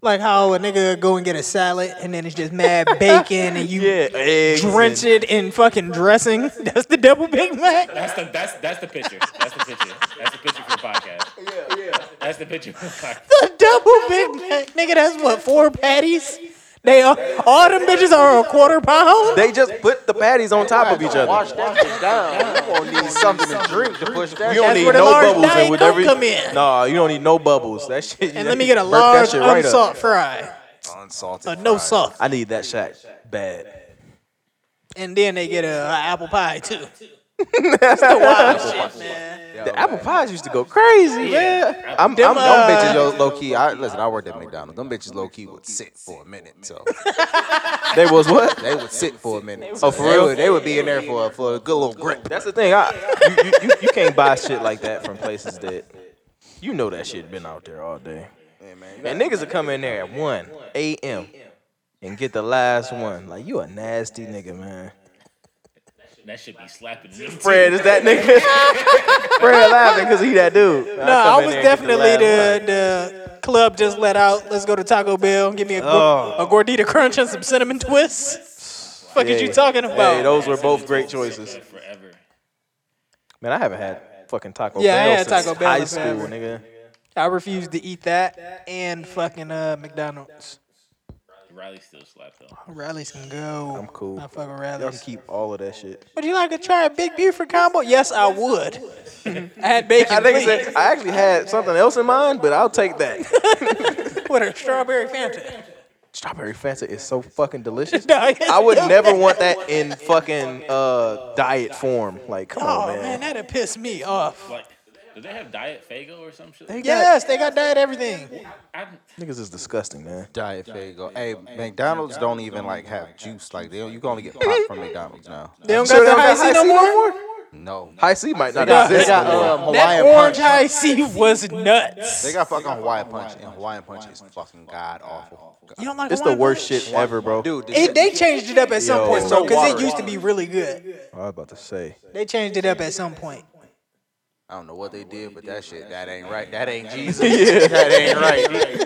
C: Like how a nigga go and get a salad and then it's just mad bacon and you
D: yeah, eggs
C: drench it
D: and-
C: in fucking dressing. That's the double Big Mac.
B: That's the that's that's the picture. That's the picture. That's the picture for the podcast. Yeah, yeah. That's the picture for the podcast.
C: A double Big Mac, nigga. That's what four patties. They are all them bitches are a quarter pound.
D: They just put the patties on top of each
A: Wash
D: other.
A: that shit down. You gonna need something to drink to push that.
D: You don't
C: That's
D: need
C: where the
D: no
C: large
D: bubbles
C: Diet
D: and whatever.
C: Coke come in.
D: Nah, you don't need no bubbles. That shit.
C: And let me get a
D: burp that
C: large
D: shit right up.
C: unsalt fry,
A: Unsalted.
C: uh, no
A: fries.
C: salt.
D: I need that shot bad.
C: And then they get a, a apple pie too. That's the wild shit, man.
A: Yo,
D: The apple pies used to go crazy, man. I'm,
A: Them,
D: I'm,
A: them
C: uh,
A: bitches yo, low key. I listen. I worked at McDonald's. Them bitches low key would sit for a minute. So
D: they was what?
A: they would sit for a minute.
D: Oh, for
A: They
D: real?
A: would, they would be in there for a, for a good little grip.
D: That's the thing. I, you, you, you, you can't buy shit like that from places that you know that shit been out there all day. And niggas will come in there at 1 a.m. and get the last one. Like, you a nasty nigga, man.
B: that should be slapping. them, too.
D: Fred is that nigga. Fred laughing because he that dude.
C: No, I was definitely the, the club just let out. Let's go to Taco Bell. Give me a, gor-
D: Oh.
C: a gordita crunch and some cinnamon twists. Fuck is you talking about?
D: Hey, those were both great
B: It's
D: choices.
B: good Forever.
D: Man, I haven't had fucking Taco
C: Yeah, I
D: Bell
C: had
D: since
C: Taco Bell
D: high
C: in
D: school,
C: forever.
D: nigga.
C: I refuse to eat that and fucking uh, McDonald's.
B: Riley still slapped though.
C: Rallies can go.
D: I'm cool.
C: I fuck with
D: Y'all can
C: rallies.
D: keep all of that shit.
C: Would you like to try a Big Buford combo? Yes, I would. I had bacon.
D: I think it's
C: please.
D: a- I actually had something else in mind, but I'll take that.
C: with a strawberry Fanta.
D: Strawberry Fanta is so fucking delicious.
C: Dog.
D: I would never want that in fucking uh, diet form. Like, come
C: Oh
D: on,
C: man,
D: man.
C: that'd piss me off.
B: Like, do they have diet Fago or some shit?
C: Yes, they got diet everything.
B: I,
D: Niggas is disgusting, man.
A: Diet Fago. Hey, McDonald's don't even like have juice. Like they, don't- you can only get pop from McDonald's now.
C: They don't
D: Sure
C: got the high
D: they
C: C
D: don't
C: no
D: got
C: more.
A: No,
D: High C might not
C: got-
D: exist.
A: they got
D: anymore.
A: um,
C: That
A: Hawaiian
C: orange
A: punch.
C: high C was nuts.
A: They got fucking Hawaiian punch, and Hawaiian punch is fucking god awful.
C: You don't like
D: It's the
C: Hawaiian
D: worst
C: punch?
D: shit ever, bro.
A: Dude, this
C: It, they changed it up at some
D: Yo.
C: point,
D: It's
C: bro,
A: so
C: because it
A: watery.
C: used to be really good.
D: I was about to say.
C: They changed it up at some point.
A: I don't know what they did, but that shit, that ain't right. That ain't Jesus. That ain't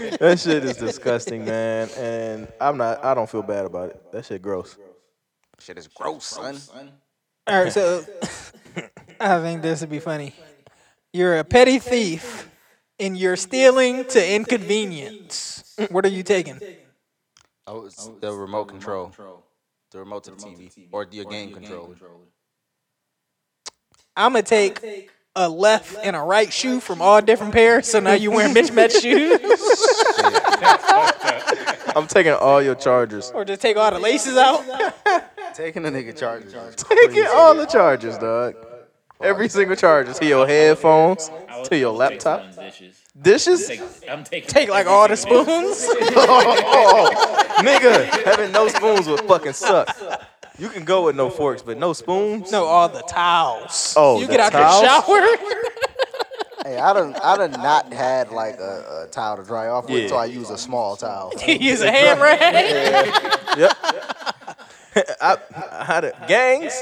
A: right.
D: That shit is disgusting, man. And I'm not. I don't feel bad about it. That shit gross.
A: Shit is gross, son.
C: All right, so I think this would be funny. You're a petty thief, and you're stealing to inconvenience. What are you taking?
A: Oh, it's the remote control, the remote to the TV, or your game controller.
C: I'm gonna take a left and a right shoe from all different pairs. So now you wearing mismatched shoes,
D: I'm taking all your chargers.
C: or just take all the laces out.
A: Taking a nigga charger.
D: Taking all the chargers, dog. Every single charger. To your headphones,
B: I would-
D: to your
B: I would take
D: laptop.
B: someone's Dishes.
D: Dishes?
B: Take, I'm taking.
C: Take like all the
B: everything.
C: spoons.
D: Nigga, having no spoons would fucking suck. You can go with no forks, but no spoons?
C: No, all the towels.
D: Oh,
C: you
D: the
C: get out
D: towels?
C: the shower.
A: Hey, I done, I done not had like a, a towel to dry off with,
D: Yeah.
A: so I use a small towel.
C: Use a hand rag.
D: I done- gangs?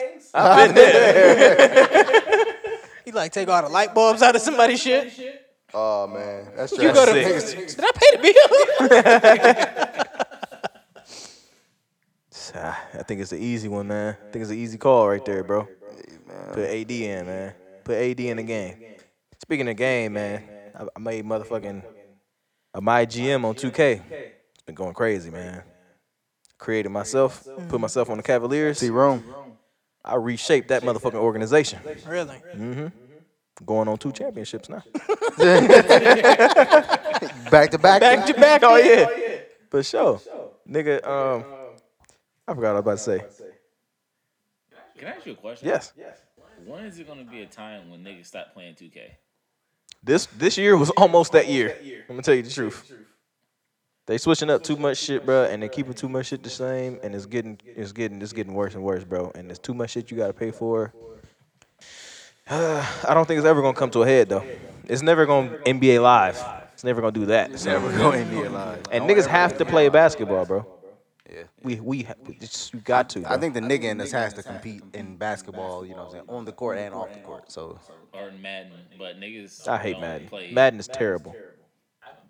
C: You like take all the light bulbs out of somebody's shit. Did
A: Oh man, that's
C: You go to-
A: trash.
C: I pay the bill?
D: Ah, I think it's an easy one, man. I think it's an easy call right there, bro. Put AD in, man. Put AD in the game. Speaking of game, man, I- I made motherfucking a my GM on 2K. It's been going crazy, man. Created myself, put myself on the Cavaliers.
A: Rome.
D: I reshaped that motherfucking organization.
C: Really?
D: Going on two championships now.
A: Back to back.
C: Back to back.
D: Oh yeah, for sure, nigga. Um, I forgot what I was about to say.
B: Can I ask you a question?
D: Yes,
B: When is it gonna be a time when niggas stop playing 2K?
D: this this year was almost that year. I'm gonna tell you the truth. They switching up too much shit, bro, and they keeping too much shit the same, and it's getting it's getting it's getting worse and worse, bro. And there's too much shit you gotta pay for. I don't think it's ever gonna come to a head though. It's never gonna NBA live. It's never gonna do that.
A: Never go in there live.
D: And niggas have to play basketball, bro.
A: Yeah.
D: We we ha- we just, you got to.
A: I
D: bro.
A: think the nigga in us has to compete in basketball, you know what I'm saying, on the court and off the court. So
B: Or in Madden? But niggas.
D: I hate
B: don't
D: Madden.
B: Play.
D: Madden is terrible.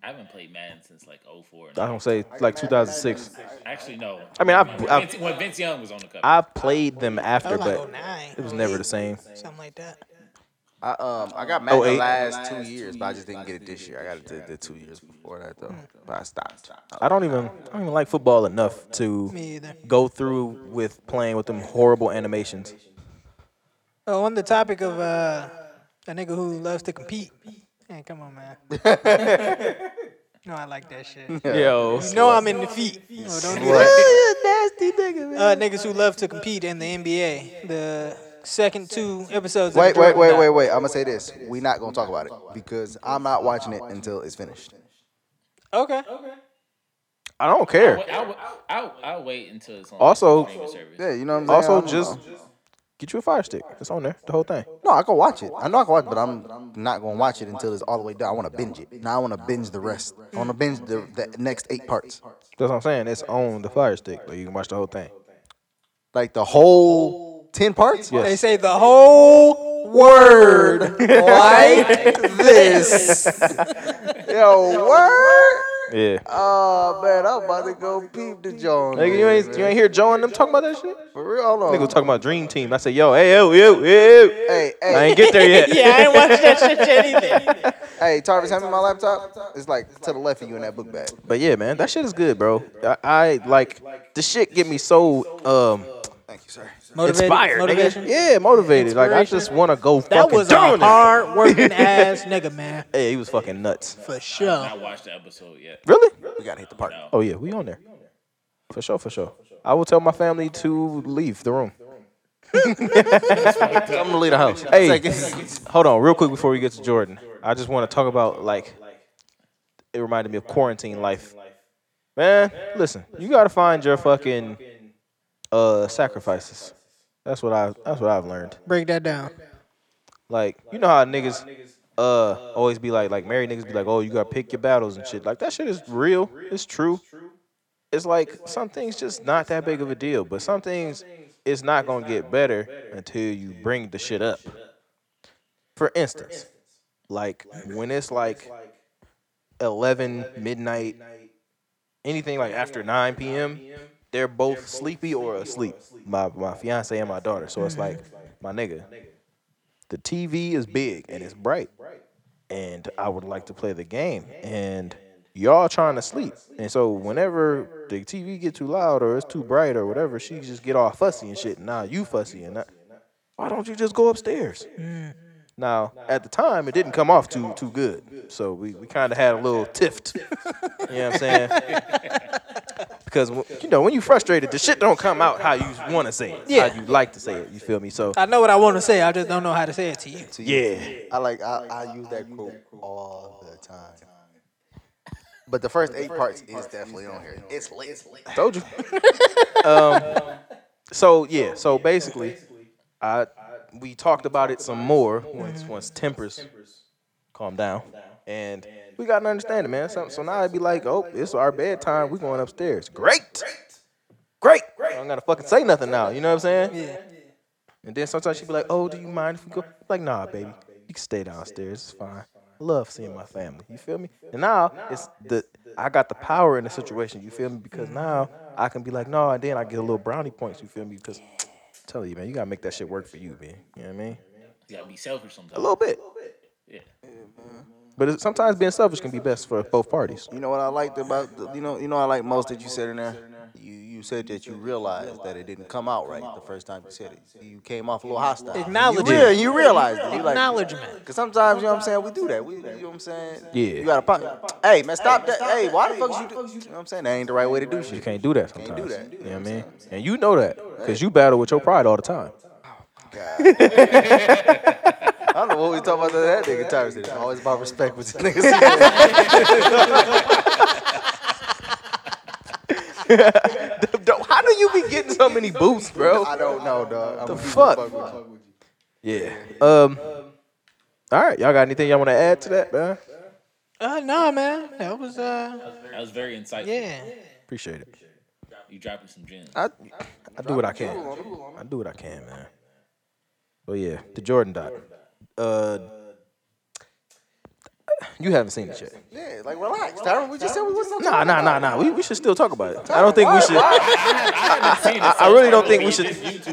B: I haven't played Madden since like 04.
D: I don't say like 2006.
B: Actually, no.
D: I mean, I
B: When
D: I,
B: Vince, when Vince Young was on the cover.
D: I played them
C: I
D: after,
C: was like
D: but
C: 09.
D: it was never the same.
C: Something like that.
A: I um I got mad the
D: 08.
A: last two years, but I just didn't get it this year. I got it the, the two years before that though, but I stopped. Uh,
D: I don't even I don't even like football enough to
C: Me either.
D: go through with playing with them horrible animations.
C: Oh, on the topic of uh, a nigga who loves to compete. Man, come on, man. no, I like that shit. You
D: Yo,
C: know I'm in the feet. No, Oh, don't do that.
D: nasty nigga. Man.
C: uh, niggas who love to compete in the NBA. The second two episodes. of
A: Wait,
C: the
A: wait,
C: Jordan
A: wait, wait,
C: doc.
A: wait. I'm gonna say this. We're not gonna talk about it because I'm not watching it until it's finished.
C: Okay.
D: I don't care.
B: Wait, I'll, I'll, I'll, I'll wait until it's on
D: Also-
B: streaming service.
A: Yeah, you know what I'm saying. I
D: Also,
A: don't
D: just
A: know.
D: get you a fire stick. It's on there, the whole thing.
A: no, I can watch it. I know I can watch, it, but I'm not gonna watch it until it's all the way done. I want to binge it. Now I want to binge the rest. I want to binge the, the next eight parts,
D: That's what I'm saying. It's on the fire stick, like you can watch the whole thing.
A: like the whole ten parts.
D: Yes.
C: They say the whole word.
A: like this. Yo, word.
D: Yeah.
A: Oh man, I'm about to go peep the John.
D: Nigga, you ain't you ain't hear Joe and them talking about that shit?
A: for real. Hold on.
D: Nigga was talking about Dream Team. I said, yo, hey, yo, yo, yo.
A: Hey, hey,
D: I ain't get there yet.
C: yeah, I ain't watched that shit yet either.
A: hey, Tarvis, hand me my laptop. It's like to the left of you in that book bag.
D: But yeah, man, that shit is good, bro. I, I like the shit get me so um
A: Thank you, sir.
C: Motivated,
D: inspired. nigga.
C: motivation.
D: Yeah, motivated. Like I just want to go
C: That
D: fucking
C: was
D: down
C: a
D: it.
C: hard working ass nigga, man.
D: Hey, he was fucking nuts.
C: For sure.
B: I watched the episode yet.
D: Really?
A: We gotta hit the party.
D: Oh yeah, we on there. For sure, for sure. I will tell my family to leave the room.
A: I'm gonna leave the house.
D: Hey, hold on, real quick before we get to Jordan. I just want to talk about like it reminded me of quarantine life. Man, listen, you gotta find your fucking uh sacrifices. That's what I that's what I've learned.
C: Break that down.
D: Like, you know how niggas uh always be like like married niggas be like, "Oh, you got to pick your battles and shit." Like that shit is real. It's true. It's like some things just not that big of a deal, but some things it's not going to get better until you bring the shit up. For instance, like when it's like 11 midnight anything like after 9 p.m., they're both sleepy or asleep. My my fiance and my daughter. So it's like, my nigga, the TV is big and it's bright, and I would like to play the game, and y'all trying to sleep, and so whenever the TV get too loud or it's too bright or whatever, she just get all fussy and shit. Now you fussy and that. Why don't you just go upstairs? Now, at the time, it didn't come off too too good, so we, we kind of had a little tift. you know what I'm saying? Because when- you know when you frustrated, the shit don't come out how you want to say it,
C: Yeah.
D: how you like to say it. You feel me? So
C: I know what I want to say. I just don't know how to say it to you.
D: yeah,
A: I like I, I use that quote all the time. But the first eight parts is definitely on here. It's lit.
D: Told you. um, so yeah, so basically, I we talked about it some more once once tempers calm down, and we got an understanding, man. So, so now I'd be like, oh, it's our bedtime. We going upstairs. Great, great. I don't gotta fucking say nothing now. You know what I'm saying? And then sometimes she'd be like, oh, do you mind if we go? Like, nah, baby, you can stay downstairs. It's fine. I love seeing my family. You feel me? And now it's the I got the power in the situation. You feel me? Because now I can be like, no, and then I get a little brownie points. You feel me? Because tell you, man, you gotta make that shit work for you, man. You know what I mean?
B: You gotta be selfish sometimes.
D: A little bit.
B: Yeah.
D: But it's, sometimes being selfish can be best for both parties.
A: You know what I liked about the, you know you know I like most that you said in there. You you said that you realized that it didn't come out right the first time you said it. You came off a little hostile.
C: Acknowledge
A: you
C: it.
A: real- you realized it. You like-
C: Acknowledgement.
A: Cause sometimes you know what I'm saying we do that. We you know what I'm saying.
D: Yeah.
A: You gotta pop. Hey man, stop that. Hey, why the fuck you do? You know what I'm saying that ain't the right way to do
D: You
A: shit.
D: can't do that sometimes.
A: do that.
D: You know what I mean? And you know that because you battle with your pride all the time.
A: I don't know what we talking about that nigga Tyrese. It's always about respect with this nigga. said.
D: How do you be getting so many boots, bro?
A: I don't know, dog. The
D: fuck? Yeah. Um. All right, y'all got anything y'all want to add to that, man?
C: Uh, nah, man. That was, uh,
B: That was very insightful.
C: yeah.
D: Appreciate it.
B: You dropping some gems.
D: I I do what I can. I do what I can, man. But yeah, the Jordan dot. Uh, you haven't seen it yet.
A: Yeah, like relax, Tyron. We just said we was something.
D: Nah, nah, nah, nah. We, we should still talk about it. I don't think we should.
B: I,
D: I really don't think we should.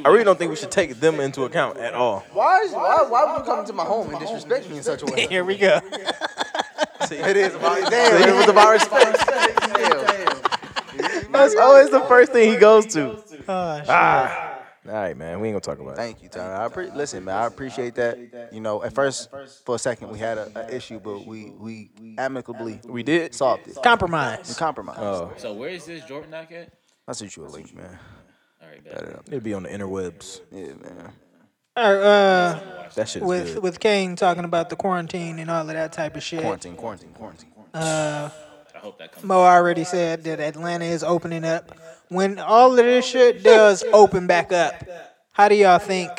D: I really don't think we should take them into account at all.
A: Why, is, why, why would you come to my home and disrespect me in such a way?
C: Here we go.
A: It is about damn. It was about respect.
D: That's always the first thing he goes to. Ah.
C: Oh, shit.
D: All right, man. We ain't gonna talk about it.
A: Thank you, Tyron. I pre- listen, man. I appreciate that. You know, at first, for a second, we had a, a issue, but we we amicably
D: We did.
A: solved it. We
C: Compromise.
A: compromised.
D: Oh,
B: So where is this Jordan knock at?
A: I'll send you a link, man.
B: All right, bet.
D: it'd be on the interwebs.
A: Yeah, man.
C: All right, uh,
D: That shit is
C: with,
D: good.
C: with Kane talking about the quarantine and all of that type of shit.
A: Quarantine, quarantine, quarantine.
C: Uh,
B: I hope that comes.
C: Mo already said that Atlanta is opening up. When all of this shit does open back up, how do y'all think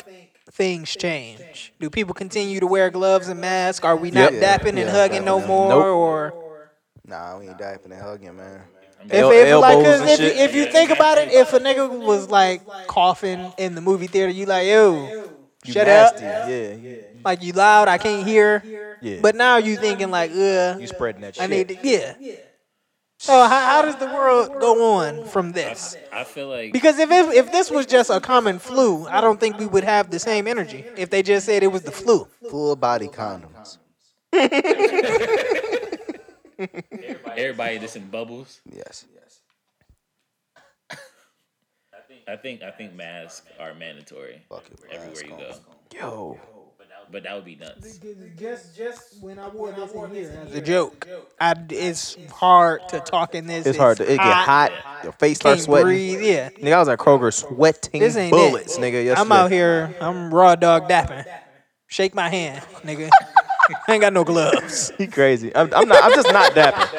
C: things change? Do people continue to wear gloves and masks? Are we not
A: Yep.
C: dapping and
A: Yeah,
C: hugging no
A: definitely.
C: more?
D: Nope.
C: Or
A: Nah, we ain't diving and hugging, man.
B: I'm
C: If,
D: El-
C: if, like,
D: elbows
C: 'cause
D: and
C: if,
D: shit.
C: if you think about it, if a nigga was like coughing in the movie theater, you like, yo,
D: You
C: shut
D: nasty.
C: up.
D: Yeah, yeah,
C: Like, you loud, I can't hear.
D: yeah.
C: But now you thinking, like,
D: you
C: ugh,
D: spreading that shit.
C: I need to, yeah. So, how, how does the world go on from this?
B: I feel like
C: Because if, if if this was just a common flu, I don't think we would have the same energy if they just said it was the flu.
A: Full body condoms.
B: everybody just in bubbles.
A: Yes.
B: I think I think masks are mandatory
A: Fuck it.
B: everywhere
A: mask
B: you
A: on.
B: go.
D: Yo,
B: But that would be nuts.
C: Just just when I wore this in here as a joke, I, it's hard to talk in this.
D: it's hard to. It get
C: hot.
D: hot. Your face starts
C: Can't
D: sweating.
C: breathe, yeah.
D: Nigga, I was at Kroger sweating
C: This ain't
D: bullets,
C: it.
D: nigga. Yesterday.
C: I'm out here. I'm raw dog dapping. Shake my hand, nigga. I ain't got no gloves.
D: He crazy. I'm, I'm not. I'm just not dapping.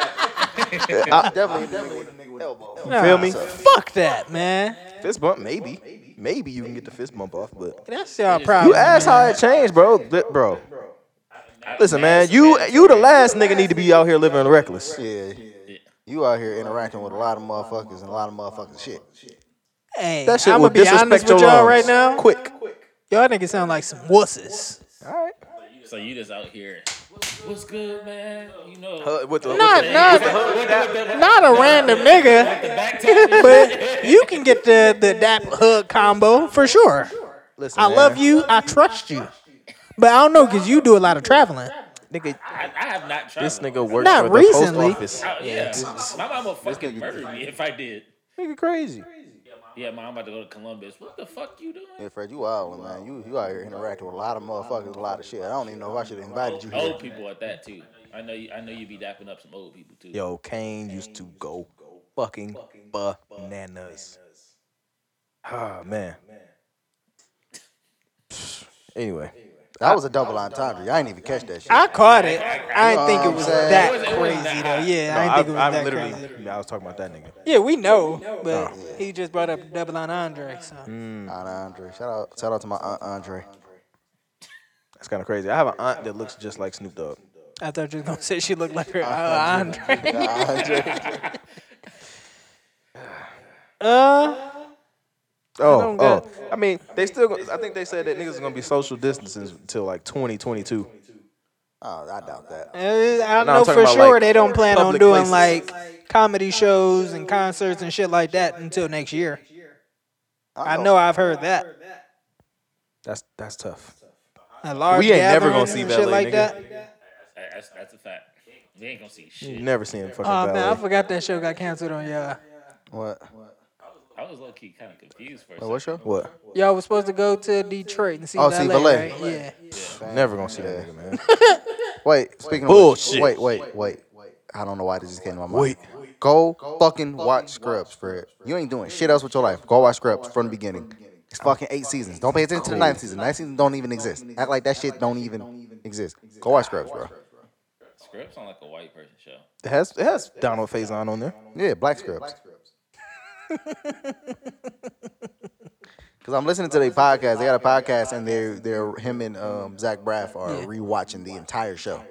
A: Definitely, definitely with a nigga with elbow.
C: Nah,
D: Feel me?
C: Fuck that, man.
D: Fist bump, maybe. Maybe you can get the fist bump off, but
C: That's y'all problem.
D: you asked how it changed, bro. Li- Bro, listen, man. You you the last nigga need to be out here living reckless.
A: Yeah. You out here interacting with a lot of motherfuckers and a lot of motherfuckers shit.
C: Hey,
D: That shit
C: I'm
D: will
C: gonna be honest
D: disrespect your
C: with y'all
D: lungs.
C: right now.
D: Quick.
C: Y'all niggas sound like some wusses.
D: All right.
B: So you just out here. What's good, man? You know,
D: Uh, with the, with
C: Not
D: the-
C: not not a random nigga,
B: the back tap.
C: but you can get the the dap hug combo for sure.
D: listen,
C: I
D: man.
C: love you. I trust you. But I don't know because you do a lot of traveling.
D: Nigga,
B: I, I have not tried.
D: this nigga works
C: Not
D: for the
C: recently.
D: post office.
B: I, yeah, my mom would fucking murder me if I did.
D: Nigga, crazy.
B: Yeah, mom, I'm about to go to Columbus. What the fuck you doing?
A: Yeah, Fred, you wild, man. You you out here interacting with a lot of motherfuckers, and a lot of shit. I don't even know if I should have invited you here.
B: Old people at that too. I know you. I know you be dapping up some old people too.
D: Yo, Kane used to go fucking bananas. Ah man. Anyway,
A: That was a double entendre. I ain't even catch that shit.
C: I caught it. I didn't think it was that crazy though. Yeah, I didn't think it
D: I,
C: was
D: am
C: that
D: literally.
C: crazy.
D: I was talking about that nigga.
C: Yeah, we know, but he just brought up double entendre. So
A: Aunt Andre. Shout out shout out to my Aunt Andre.
D: That's kind of crazy. I have an aunt that looks just like Snoop Dogg.
C: I thought you were gonna say she looked like her uh, Andre. Uh.
D: Oh,
C: don't
D: oh.
C: got-
D: I mean, they still. gon- I think they said that niggas is gonna be social distancing until like 2022.
A: Oh, I doubt that.
C: Uh, I
D: No, I'm
C: know
D: talking
C: for
D: about,
C: sure
D: like,
C: they don't plan on
D: public
C: doing
D: places.
C: like comedy shows and concerts and shit like that until next year. I know I've heard that.
D: That's that's tough.
C: A large
D: We ain't never
C: gatherings
D: gonna see
C: and
D: ballet,
C: shit like
D: nigga.
C: that.
B: That- That's that's a fact. We ain't gonna see shit.
D: Never seen fucking
C: Oh man, I
D: ballet.
C: forgot that show got canceled on y'all.
A: What?
B: I was low key kind of confused for a
A: Wait,
B: second.
A: what show?
D: What?
C: Y'all was supposed to go to Detroit and see
A: Oh, see
C: ballet,
A: ballet.
C: right? Yeah.
D: Never gonna see that nigga, man.
A: Wait, speaking
D: Bullshit.
A: of which- wait, wait, wait, I don't know why this just came to my mind. Wait. Go fucking watch Scrubs, Fred. You ain't doing shit else with your life. Go watch Scrubs from the beginning. It's fucking eight seasons. Don't pay attention to the ninth season. Ninth season don't even exist. Act like that shit don't even exist. Go watch Scrubs, bro.
B: Scripts on like a white person show.
D: It has it has Donald Faison on there.
A: Yeah, Black Scrubs. Cause I'm listening to their podcast. They got a podcast, and they're they're him and um, Zach Braff are rewatching the entire show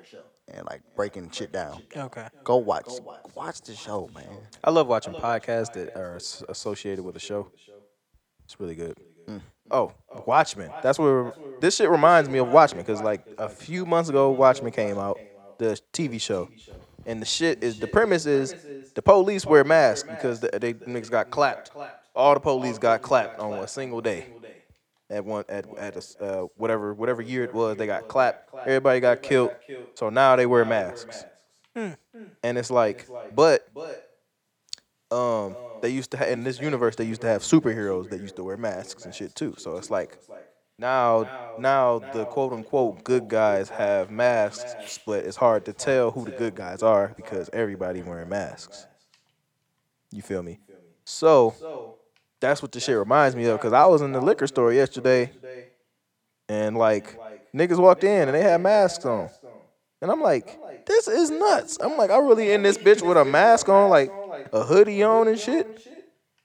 A: and like breaking shit down.
C: Okay.
A: Go watch watch the show, man.
D: I love watching podcasts that are as- associated with a show. It's really good. Oh, Watchmen. That's where this shit reminds me of Watchmen because like a few months ago, Watchmen came out, the TV show, and the shit is the premise is the police wear masks because the, they niggas got clapped. All the police got clapped on a single day. At one at at a s uh, whatever whatever year it was, they got clapped. Everybody got killed. So now they wear masks. And it's like, but um, they used to ha- in this universe they used to have superheroes that used to wear masks and shit too. So it's like now now the quote unquote good guys have masks, but it's hard to tell who the good guys are because everybody wearing masks. You feel me? So that's what the shit reminds me of because I was in the liquor store yesterday and like niggas walked in and they had masks on. And I'm like, this is nuts. I'm like, I really in this bitch with a mask on, like a hoodie on and shit.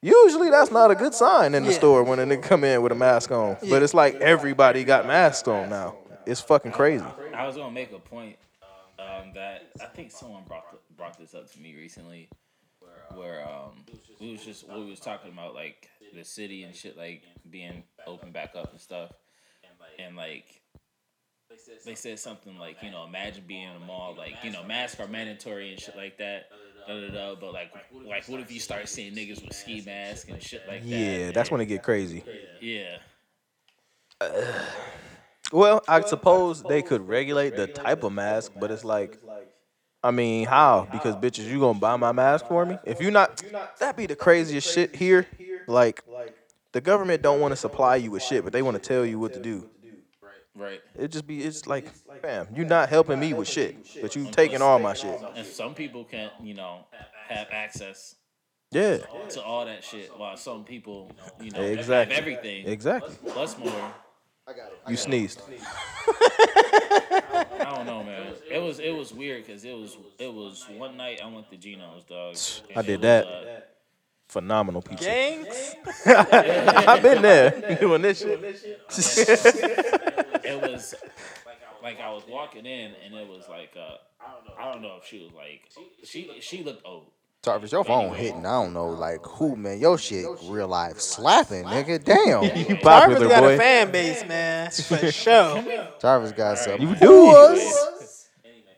D: Usually that's not a good sign in the
C: Yeah.
D: store when a nigga come in with a mask on. But it's like everybody got masks on now. It's fucking crazy.
B: I was gonna make a point um, that I think someone brought th- brought this up to me recently, where um we was just we was talking about like the city and shit like being open back up and stuff, and like they said something like you know imagine being in a mall like you know masks are mandatory and shit like that. Da, da, da, but like, like, what if you start seeing niggas with ski masks and shit like that?
D: Yeah, that's when it get crazy.
B: yeah.
D: Well, I suppose they could regulate the type of mask, but it's like, I mean, how? Because bitches, you gonna buy my mask for me? If you not, that be the craziest shit here. Like, the government don't want to supply you with shit, but they want to tell you what to do.
B: Right.
D: It just be, it's like, fam, you not helping me with shit, but you taking all my shit.
B: And some people can, you know, have access
D: Yeah,
B: to all that shit, while some people, you know,
D: Exactly.
B: have everything
D: exactly.
B: plus more.
D: You sneezed.
B: I don't know, man. It was it was weird because it was it was one night I went to Geno's, dog.
D: I
B: And
D: did
B: it was,
D: that.
B: uh,
D: Phenomenal pizza.
C: Gangs?
D: I've been there doing this shit.
B: it was like I was walking in, and it was like uh, I don't know if she was like she she looked old.
A: Tarvis, your phone hitting. I don't know, like who, man. Your shit, real life slapping, nigga. Damn.
D: You
C: Harvard's
D: popular
C: got a
D: boy.
C: fan base, man. For sure.
A: Tarvis got something.
D: You do.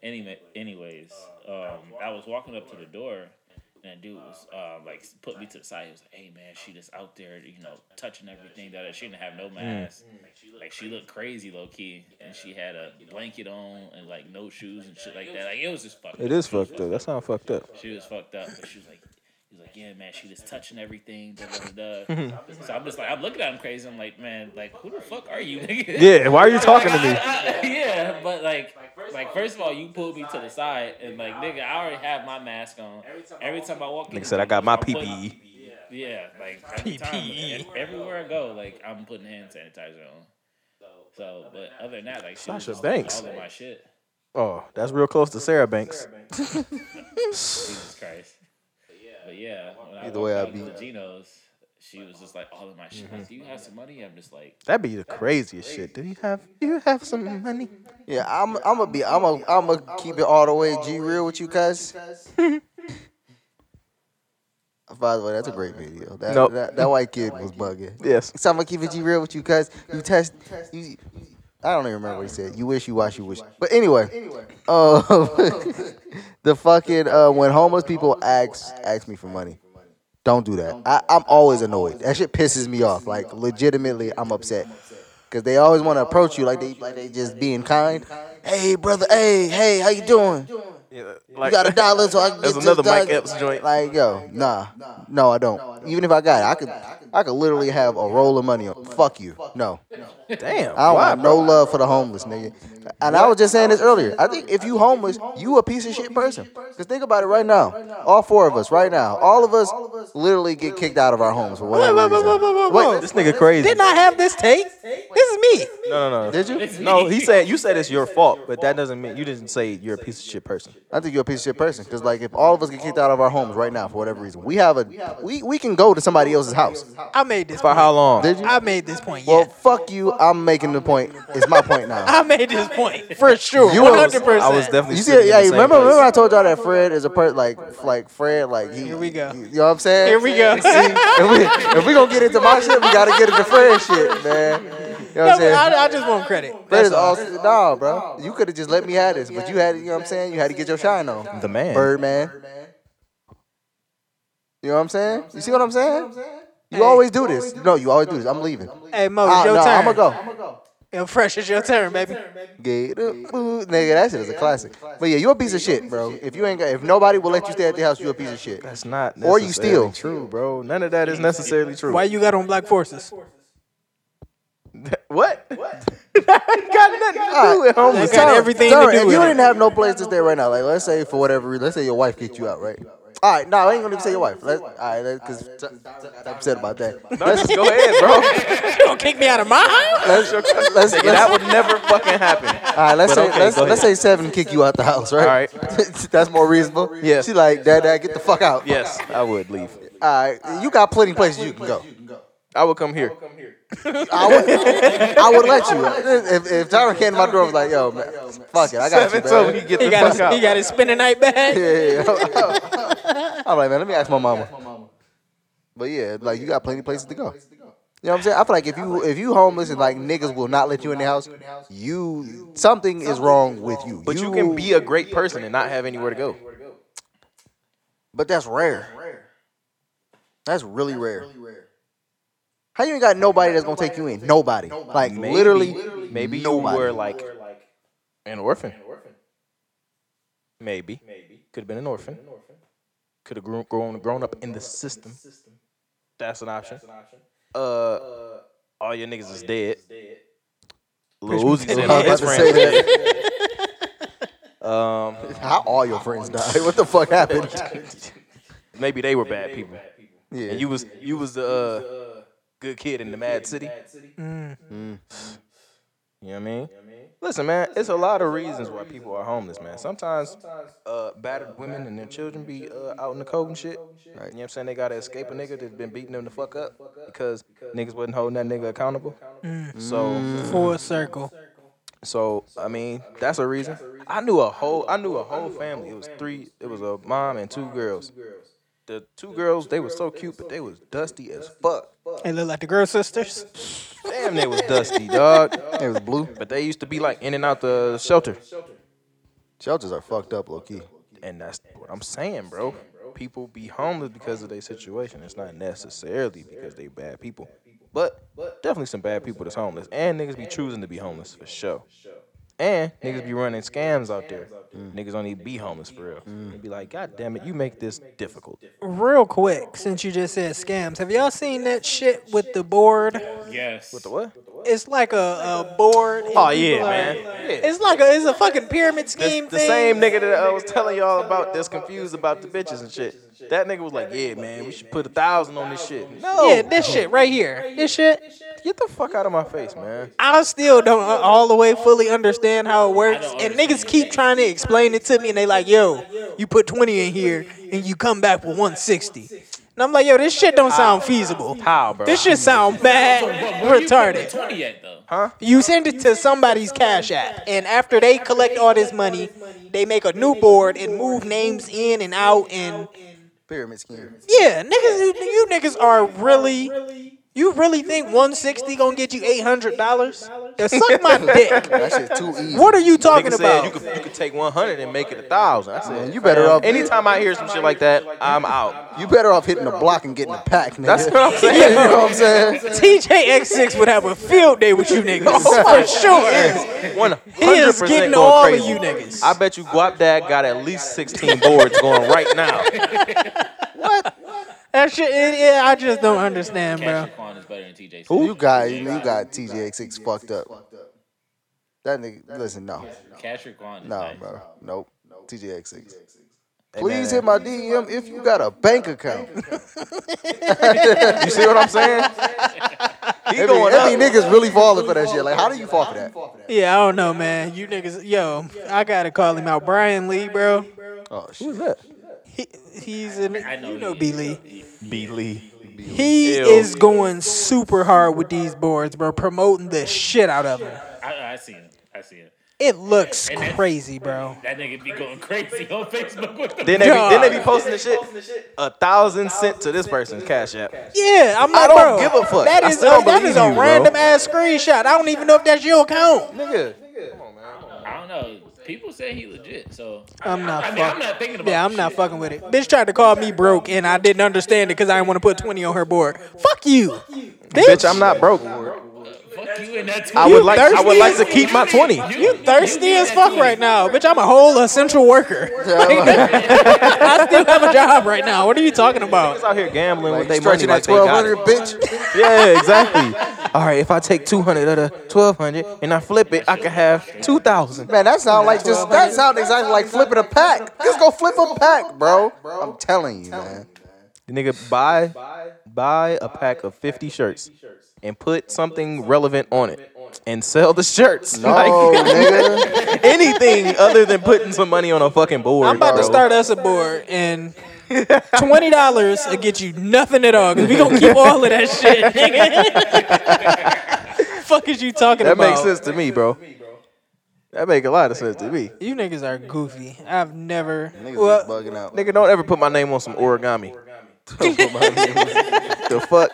B: Anyway, anyways, um, I was walking up to the door, and a dude was uh, like put me to the side. He was like, "Hey man, she just out there, you know, touching everything that she didn't have no
D: Mm.
B: mask. Like she looked crazy low key, and she had a blanket on and like no shoes and shit like that. Like it was just fucking.
D: It is fucked up. That sound fucked up.
B: She was fucked up, but she was like, he was like, yeah, man, she just touching everything. Da, da, da, da. so I'm just like, I'm looking at him crazy. I'm like, man, like, who the fuck are you, nigga?
D: Yeah, why are you talking to me?
B: I- I- yeah, but like, like first of all, you pulled me to the side, and like, nigga, I already have my mask on. Every time I walk in,
D: Nigga said I got my E."
B: I'm putting-
D: PPE.
B: Yeah, like every time,
D: E.
B: ev- everywhere I go, like I'm putting hand sanitizer on. So, but other than that, like, she was
D: Sasha
B: just
D: Banks.
B: all in my shit.
D: Oh, that's real close to Sarah Banks.
B: Jesus Christ. But yeah, when I
A: Either
B: walked
A: way, I
B: out to
A: beat-
B: the Geno's, she was just like all in my
D: Mm-hmm.
B: shit. Like, Do you have some money? I'm just like,
D: That'd be the craziest shit. Do you have you have some money?
A: Yeah, I'm. I'm gonna be. I'm. i I'm gonna keep it all the way G real with you, cuz. By the way, that's a great video. That
D: Nope.
A: that, that white kid was bugging.
D: Yes.
A: So I'm gonna keep it G real with you, cuz you test. You, I don't even remember what he said. You wish you watch you wish. But anyway, uh, the fucking uh, when homeless people ask ask me for money, don't do that. I, I'm always annoyed. That shit pisses me off. Like legitimately, I'm upset. Cause they always want to approach you like they like they just being kind. Hey brother, hey hey, how you doing? You
D: Like,
A: got a dollar so I can get
D: That's
A: this
D: another Mike
A: dollar?
D: Epps joint.
A: Like yo, nah, no I don't. Even if I got it, I could I could literally have a roll of money on. Fuck you, no.
D: damn.
A: I don't
D: why,
A: have no love for the homeless, nigga. And I was just saying this earlier. I think if you homeless, you a piece of shit person. Cause think about it right now. All four of us right now, all of us literally get kicked out of our homes for
C: Whoa,
A: whatever
C: whoa, whoa, whoa,
A: reason.
C: whoa, whoa,
D: Wait,
C: whoa.
D: this nigga crazy.
C: Didn't I have this take? This is me.
D: No, no, no.
A: Did you?
D: No, he said you said it's your fault, but that doesn't mean you didn't say you're a piece of shit person.
A: I think you're a piece of shit person. Cause like if all of us get kicked out of our homes right now for whatever reason, we have a we we can go to somebody else's house.
C: I made this
D: For
C: point.
D: how long?
A: Did you?
C: I made this point,
A: Well,
C: yeah.
A: fuck you. I'm making the point. It's my point now.
C: I made this point for sure.
A: You
D: I was,
C: 100%.
D: I was definitely.
A: You see,
D: sitting in
A: yeah.
D: the same
A: Remember,
D: place.
A: remember, I told y'all that Fred is a per like, like Fred, like he.
C: Here we go.
A: You know what I'm saying?
C: Here we go.
A: See, if we, if we gonna get into my shit, we gotta get into Fred shit, man. You know what I'm
C: No, I,
A: saying?
C: I just want credit.
A: Fred is all nah, bro. You could have just let me have this, but you had, you know what I'm saying? You had to get your shine on.
D: The man.
A: Birdman. You know what I'm saying? You see what I'm saying? You always do this. No, you always do this. I'm leaving.
C: Hey, Mo,
A: Ah,
C: Oh, it's your
A: no,
C: turn.
A: I'ma go.
C: Yo, fresh, it's your turn, baby.
A: Get up, ooh, nigga. That shit is a classic. But yeah, you a piece of shit, bro. If you ain't got, if nobody will let you stay at the house, you a piece of shit.
D: That's not.
A: Or you steal.
D: necessarily True, bro. None of that is necessarily true.
C: Why you got on black forces?
D: What? What? got nothing to do with homeless.
C: That got everything to
A: Tyler,
C: do
A: if
C: with
A: you
C: it.
A: didn't have no place to stay right now, like let's say for whatever reason, let's say your wife kicked you out, right? All right, no, I ain't gonna even say your wife. Let, all right, because I'm upset about that. Let's
D: Go ahead, bro.
C: You gonna kick me out of my house?
A: let's let's, let's,
D: Nigga, that would never fucking happen.
A: all right, let's
D: But
A: say
D: okay,
A: let's,
D: go
A: let's say
D: ahead.
A: seven kick you out the house, right?
D: All right.
A: that's more reasonable.
D: Yeah.
A: She like, dad, dad, get the fuck out.
D: Yes, I would leave.
A: All right, you got plenty places you can go.
D: I would come here.
A: I would, I would let you. If, if Tyron came to my door, I was like, yo, man, fuck it, I got you,
D: Seven told me
A: man.
D: to get
C: He
D: the
C: got
D: fuck
C: his, he
D: out.
C: got his spinning night bag.
A: Yeah, yeah, yeah. I'm like, man, let me ask my mama.
B: My mama.
A: But yeah, like you got plenty of places to go. You know what I'm saying? I feel like if you if you homeless and like niggas will not let you in the house, you something is wrong with you.
D: But you can be a great person and not have anywhere to go.
A: But that's rare. That's really rare. How you ain't got nobody that's gonna take you in? Nobody. Like
D: Maybe-
A: literally,
D: maybe you
A: nobody.
D: were like an orphan. Maybe. Could have been an orphan. Could have grown, grown grown up in the system. That's an option. Uh, all your niggas is dead. Lil Uzi's in
A: I was
D: all
A: about
D: his
A: to
D: friends.
A: say that.
D: Um,
A: How all your friends died? What the fuck happened?
D: maybe they were bad people.
A: Yeah,
D: And you was you was the uh, good kid in the mad city. Mm. You know what I mean? Listen, man, it's a lot of reasons why people are homeless, man. Sometimes uh, battered women and their children be uh, out in the cold and shit. You know what I'm saying? They got to escape a nigga that's been beating them the fuck up because niggas wasn't holding that nigga accountable. So, Mm.
C: Full circle.
D: so I mean, that's a reason. I knew a whole, I knew a whole family. It was three. It was a mom and two girls. The two girls, they were so cute, but they was dusty as fuck.
C: They look like the girl sisters.
D: Damn, they was dusty, dog.
A: it was blue.
D: But they used to be like in and out the shelter.
A: Shelters are fucked up, low key.
D: And that's what I'm saying, bro. People be homeless because of their situation. It's not necessarily because they bad people. But definitely some bad people that's homeless. And niggas be choosing to be homeless for sure. And niggas be running scams out there. Niggas don't even be homeless for real. They be like, God damn it, you make this difficult.
C: Real quick, since you just said scams, have y'all seen that shit with the board?
B: Yes. What
D: The what?
C: It's like a, a board. and
D: Oh
C: people
D: yeah,
C: are-
D: man. Yeah.
C: It's like a it's a fucking pyramid scheme
D: The, the
C: thing.
D: same nigga that I was telling y'all about that's confused about the bitches and shit. That nigga was like, yeah, man, we should put a thousand on this shit. No,
C: Yeah, this shit right here. This shit.
D: Get the fuck out of my face, man.
C: I still don't uh, all the way fully understand how it works,
B: don't
C: and niggas keep trying to explain it to me, and they like, "Yo, you put twenty in here, and you come back with one sixty. And I'm like, "Yo, this shit don't sound feasible.
D: How, bro?
C: This shit sound bad, retarded."
B: Twenty yet though.
C: You send it to somebody's Cash App, and after they collect all this money, they make a new board and move names in and out, and
A: Pyramid scheme.
C: yeah, niggas, you, you niggas are really. You really think 160 gonna get you $800? Then suck my dick.
A: That shit's too easy.
C: What are you talking
D: Nigga said you
C: about?
D: could, you could take 100 and make it a thousand. I said,
A: Man, you better off.
D: anytime I hear some shit like that, I'm out.
A: You better off hitting the block and getting a pack, nigga.
D: That's what I'm
A: you
D: saying.
A: know what I'm saying?
C: TJX6 would have a field day with you niggas. For sure.
D: 100%
C: He is getting
D: going
C: all
D: crazy.
C: of you niggas.
D: I bet you Guap Dad got at least 16 boards going right now.
C: That shit, it, it, I just don't understand, bro.
B: Cash Raekwon is better than TJ.
A: You got you got TJX6 fucked up. That nigga, listen, no,
B: Cash Raekwon is
A: no,
B: nice.
A: bro, nope. TJX6.
D: Hey,
A: Please hit
D: man,
A: my DM if you got a bank account.
D: You see what I'm saying? He
A: Every,
D: going
A: every
D: up.
A: niggas really falling for that shit. Like, how do you fall for that?
C: Yeah, I don't know, man. You niggas, yo, I gotta call him out. Brian Lee, bro.
A: Oh shit.
D: Look,
C: He, he's in,
B: I know.
C: you know,
B: he-
C: B Lee.
D: B. Lee.
C: He
D: Ew.
C: is going super hard with these boards, bro, promoting the shit out of them.
B: I, I see him. I see him.
C: It looks
B: And that's-
C: crazy, bro.
B: That nigga be going crazy on Facebook with the
D: Then they, be, then they be posting the shit. A thousand cent to this person's cash app.
C: Yeah, I'm like,
D: don't
C: bro,
D: give a fuck.
C: That
D: I
C: is
D: still don't
C: a, that
D: believe
C: is a
D: you, bro.
C: random ass screenshot. I don't even know if that's your account.
D: Nigga,
B: I don't know. People say he legit, so
C: I'm not
B: I mean,
C: fuck-
B: I'm not thinking about.
C: Yeah, I'm not
B: shit.
C: fucking with it. Bitch tried to call me broke and I didn't understand it because I didn't want to put 20 on her board. Fuck you. Bitch,
D: bitch, I'm not broke.
B: Fuck you and that's.
D: I
C: You
D: would like, I would
C: thirsty
D: like
C: as-
D: to keep my 20.
C: You thirsty as fuck right now. Bitch, I'm a whole essential worker. I still have a job right now. What are you talking about?
D: Niggas out here gambling
A: Like,
D: with their money
A: stretching
D: like
A: that
D: they got it.
A: 1200, bitch.
D: Yeah, exactly. All right, if I take 200 of the 1200 and I flip it, I can have 2000.
A: Man, that sound like just that sound exactly like flipping a pack. Just go flip a pack, bro. I'm telling you, man.
D: The nigga buy buy a pack of 50 shirts and put something relevant on it and sell the shirts.
A: No, Oh, nigga.
D: Like anything other than putting some money on a fucking board.
C: I'm about to
D: bro.
C: start us a board and twenty dollars will get you nothing at all. Cause we gonna keep all of that shit, nigga. Fuck is you talking
D: That
C: about?
D: makes sense to me, bro. That make a lot of sense to me.
C: You niggas are goofy. I've never.
A: Niggas
C: well,
A: is bugging out.
D: Nigga, don't ever put my name on some origami. the fuck?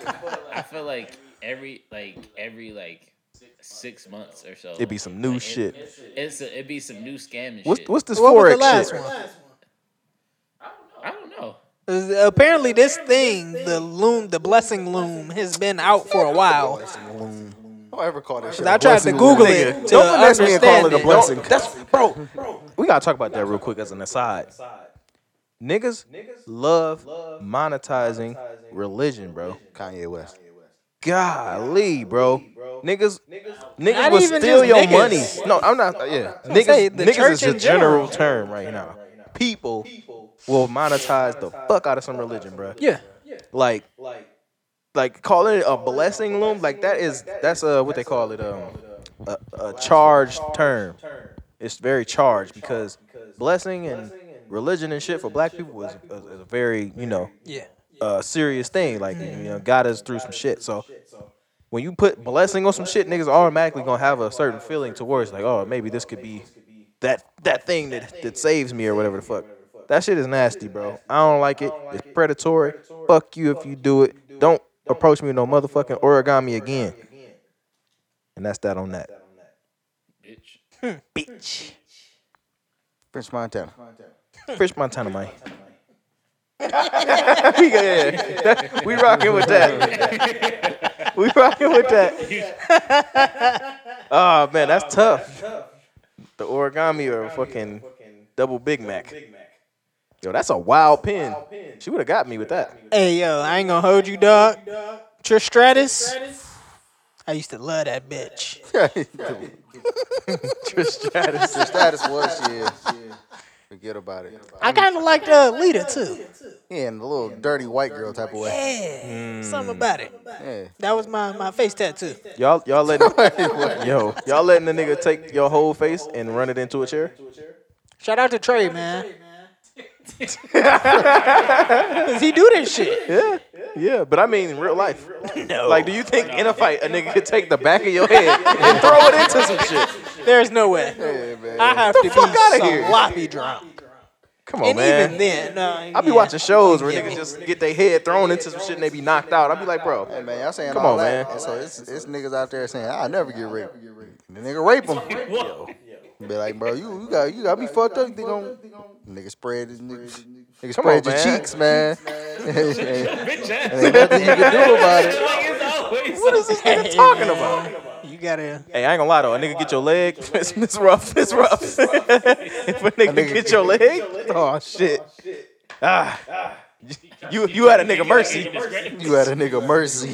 B: I feel like every like every like six months or so.
D: It'd be some new
B: like, it-
D: shit.
B: It's a, it'd be some new scamming
D: What's
B: shit.
D: what's this
C: what was
D: forex
C: the last
D: shit?
C: one?
B: I don't know.
C: 'Cause Apparently, this thing, the loom, the blessing loom, has been out for a while.
A: Mm. Don't ever call that shit.
C: 'Cause I tried to Google
D: Nigga,
C: it to
D: don't finesse me and call
C: understand
D: it a
C: it.
D: blessing. That's bro. We gotta talk about that real quick as an aside. Niggas love monetizing religion, bro.
A: Kanye West.
D: Golly, bro. Niggas, niggas
C: Not
D: will
C: even
D: steal
C: just
D: your
C: niggas.
D: money. No, I'm not. Yeah, niggas,
C: say, the
D: niggas
C: church
D: is
C: in
D: the general term right now. People will monetize the fuck out of some religion, bro.
C: Yeah.
D: Like, like calling it a blessing loom, like that is that's uh what they call it um a, a charged term. It's very charged because blessing and religion and shit for black people was is is a very you know
C: Yeah.
D: a serious thing. Like you know, God is through some shit. So when you put blessing on some shit, niggas automatically gonna have a certain feeling towards like, oh, maybe this could be that that thing that that saves me or whatever the fuck. That shit is nasty, bro. I don't like it. It's predatory. Fuck you if you do it. Don't approach me with no motherfucking origami again. And that's that on that.
B: Bitch.
D: Bitch.
A: French Montana.
D: Fish Montana, man. yeah, that- we rocking with that. we rocking with that. Oh man, that's tough. The origami or fucking double Big Mac. Yo, that's a wild pin. She would have got me with that.
C: Hey yo, I ain't gonna hold you, dog. Trish Stratus. I used to love that bitch.
D: Trish Stratus.
A: The status was yeah. Forget about it.
C: I kind of liked uh, Lita too.
A: Yeah, in the little dirty white girl type of way.
C: Yeah,
D: Mm.
C: something about it.
A: Yeah.
C: That was my, my face tattoo.
D: Y'all, y'all letting yo, y'all letting the nigga take your whole face and run it into a chair.
C: Shout out to Trey, man. Cause he do this shit.
D: Yeah, yeah, but I mean in real life. No. Like, do you think in a fight a nigga could take the back of your head and throw it into some shit?
C: There's no way.
A: Yeah, man.
C: I have to be
D: fuck outta here.
C: sloppy drunk.
D: Come on,
C: And
D: man.
C: even then, no,
D: I be
C: yeah.
D: watching shows where
C: Yeah.
D: niggas just get their head thrown into some shit and they be knocked out. I be like, bro,
A: Hey man, y'all saying
D: Come
A: all
D: on,
A: that.
D: man.
A: And so it's, it's niggas out there saying I'll never get raped. And the nigga rape him.
B: Whoa.
A: Be like, bro, you you got you got me fucked up. They gon' nigga spread his nigga, nigga
D: Come on,
A: spread your
D: man.
A: cheeks, man. Ain't
B: Bitch ass.
A: nothing you can do about it.
B: Like, it's always
C: Hey,
D: talking
C: man,
D: about?
C: You gotta.
D: Hey, I ain't gonna lie though. A nigga get your leg. It's, it's rough. It's rough. if a nigga get your leg, oh shit. Ah, you you had a nigga mercy.
A: You at a nigga mercy.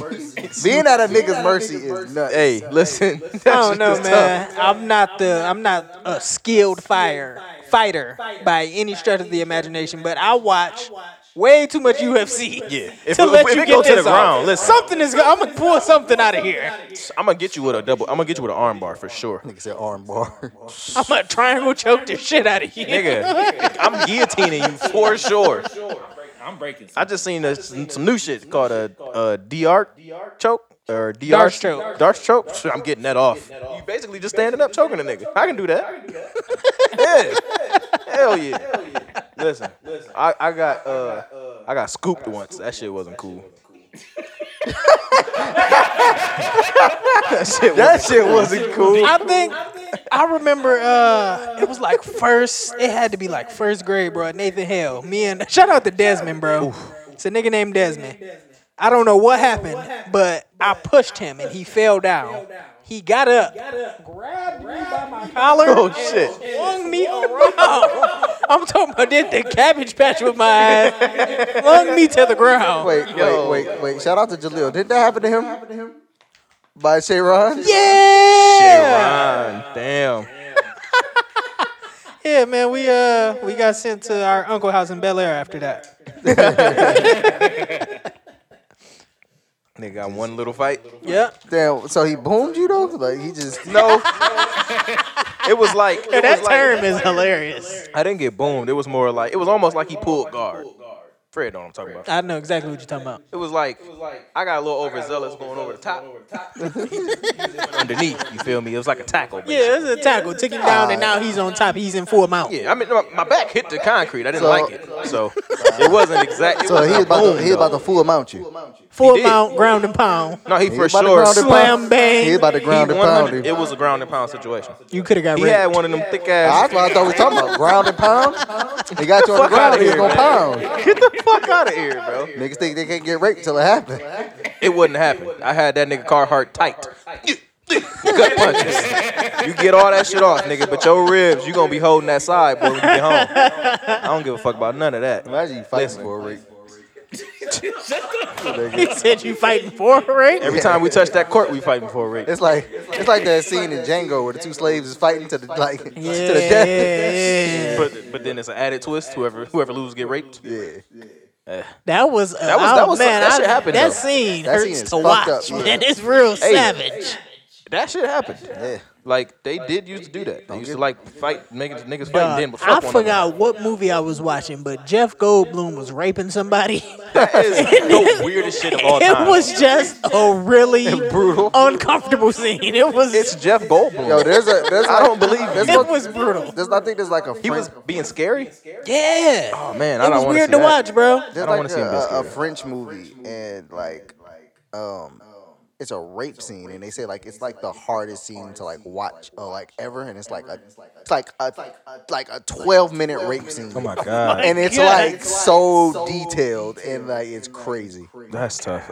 A: Being at a nigga's mercy is nuts.
D: Hey, listen. That
C: I don't
D: shit
C: know,
D: is
C: man. I'm not the. I'm not a skilled fire fighter by any stretch of the imagination, but I watch way too much UFC.
D: Yeah. If
C: to
D: it-
C: let
D: if
C: you
D: it
C: get
D: go to the
C: this off.
D: ground, listen.
C: something is. I'm gonna pull something out of here.
D: tough. I'm gonna get you with a double. I'm gonna get you with an arm bar for sure.
A: Nigga said arm bar.
C: I'm gonna triangle choke the shit out of you.
D: Nigga, I'm guillotining you for sure.
B: I'm breaking.
D: I
B: Something.
D: just seen a, some new shit called a, a DR choke or DR
C: Dark choke.
D: Dark choke. Shit, I'm getting that off. You basically just standing up choking a nigga. I can do that. yeah. Hell yeah. Listen, I, I got uh I got scooped once. That shit wasn't cool. that shit
A: That shit wasn't cool.
C: I think I remember uh it was like first it had to be like first grade, bro. Nathan Hale. Me and shout out to Desmond, bro. It's a nigga named Desmond. I don't know what happened, but I pushed him and he fell down. He got up, grabbed me by my collar,
D: Oh,
C: and
D: shit.
C: swung me around. I'm talking about did the cabbage patch with my ass, flung me to the ground.
A: Wait, wait, wait, wait. Shout out to Jaleel. Didn't that happen to him? By Sharon?
C: Yeah.
D: Ron, damn.
C: Yeah, man, we uh we got sent to our uncle house in Bel Air after that.
D: Nigga got one little fight.
C: Yep.
A: Damn. So he boomed you though? Like he just
D: No. it was like it was
C: That
D: like-
C: term is hilarious.
D: I didn't get boomed. It was more like it was almost like he pulled guard. Fred know what I'm talking about.
C: I know exactly what you're talking about.
D: It was like I got a little overzealous going over the top. Underneath, you feel me? It was like a tackle. basically.
C: Yeah, it's a tackle. Took him down, and now he's on top. He's in full mount.
D: Yeah, I mean, my, my back hit the concrete. I didn't
A: So-
D: like it, so it wasn't exactly.
A: So he was about to, he was about to fool mount you.
C: Full
D: did.
C: mount, ground and pound.
D: No,
A: He
D: he for
A: was about to
D: sure.
A: ground and
D: slammed-
C: Slam
A: pound-
C: bang.
A: He was about to ground
D: he
A: and pound
D: 100
A: you.
D: It was a ground and pound situation.
C: You could have got
D: He
C: raped.
D: had one of them thick
A: Ah,
D: ass.
A: That's what I thought we were talking about. Ground and pound. He got you on the
D: Fuck outta
A: ground. He was
D: here,
A: gonna
D: man.
A: pound.
D: Get the fuck out of here, bro.
A: Niggas think they can't get raped until it happens.
D: It wouldn't happen. I had that nigga Carhartt tight. Gut punches. You get all that shit off, nigga, but your ribs, you gonna be holding that side, boy, when you get home. I don't give a fuck about none of that.
A: Imagine you fighting for a rape.
C: He said you fighting for it, right?
D: Every time we touch that court, we fighting for a rape.
A: It's like it's like that scene in Django where the two slaves is fighting to the like to the
C: Yeah,
A: death.
C: yeah, yeah.
D: But, but then it's an added twist. Whoever whoever loses get raped.
A: Yeah.
C: That was uh, oh,
D: was- that was-
C: man.
D: that shit
C: I,
D: happened,
C: that
D: though.
C: scene
A: That scene
C: hurts
A: is
C: to watch.
A: fucked up, yeah.
C: Man, it's real savage.
D: That shit happened.
A: Yeah.
D: Like they did used to do that. They used to like fight, making niggas fight, and then
C: Dog,
D: fuck
C: I
D: one another.
C: forgot what movie I was watching, but Jeff Goldblum was raping somebody.
D: That is the weirdest shit of all time.
C: It was just a really brutal, uncomfortable scene. It was
D: it's Jeff Goldblum.
A: Yo, there's a there's
D: I
A: like-
D: don't believe
A: there's
D: you.
A: no-
C: it was brutal.
A: There's I think there's like a
D: he was
A: French-
D: being scary.
C: Yeah,
D: Oh man,
C: it
D: I don't
C: was
D: want
C: weird to watch, bro.
A: There's
D: don't wanna
A: like
D: see him
A: a,
D: being
A: a, a
D: scared.
A: French movie and like um it's a rape scene and they say like it's like the hardest scene to like watch or like ever and it's like a it's like a like a 12 minute rape scene.
D: Oh my god,
A: And it's
C: God.
A: like so detailed and like it's crazy.
D: that's tough.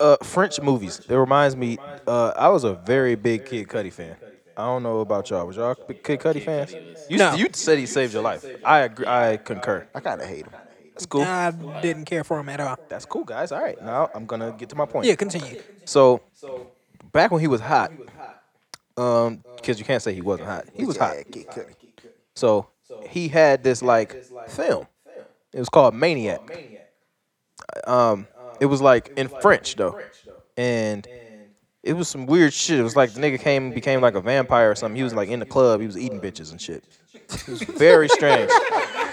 D: Uh, French movies. It reminds me. Uh, I was a very big Kid Cudi fan. I don't know about y'all. Was y'all big Kid Cudi fans? You,
C: No.
D: you said he saved your life. I agree. I concur.
A: I kind of hate him.
D: That's cool.
C: I didn't care for him at all.
D: That's cool, guys. All right, now I'm gonna get to my point.
C: Yeah, continue.
D: So, back when he was hot, um, because you can't say he wasn't hot. He was hot.
A: Yeah, Kid Cudi.
D: So he had this like film. It was called Maniac. Um, it was like in French though, and it was some weird shit. It was like the nigga came and became like a vampire or something. He was like in the club. He was eating bitches and shit. It was very strange.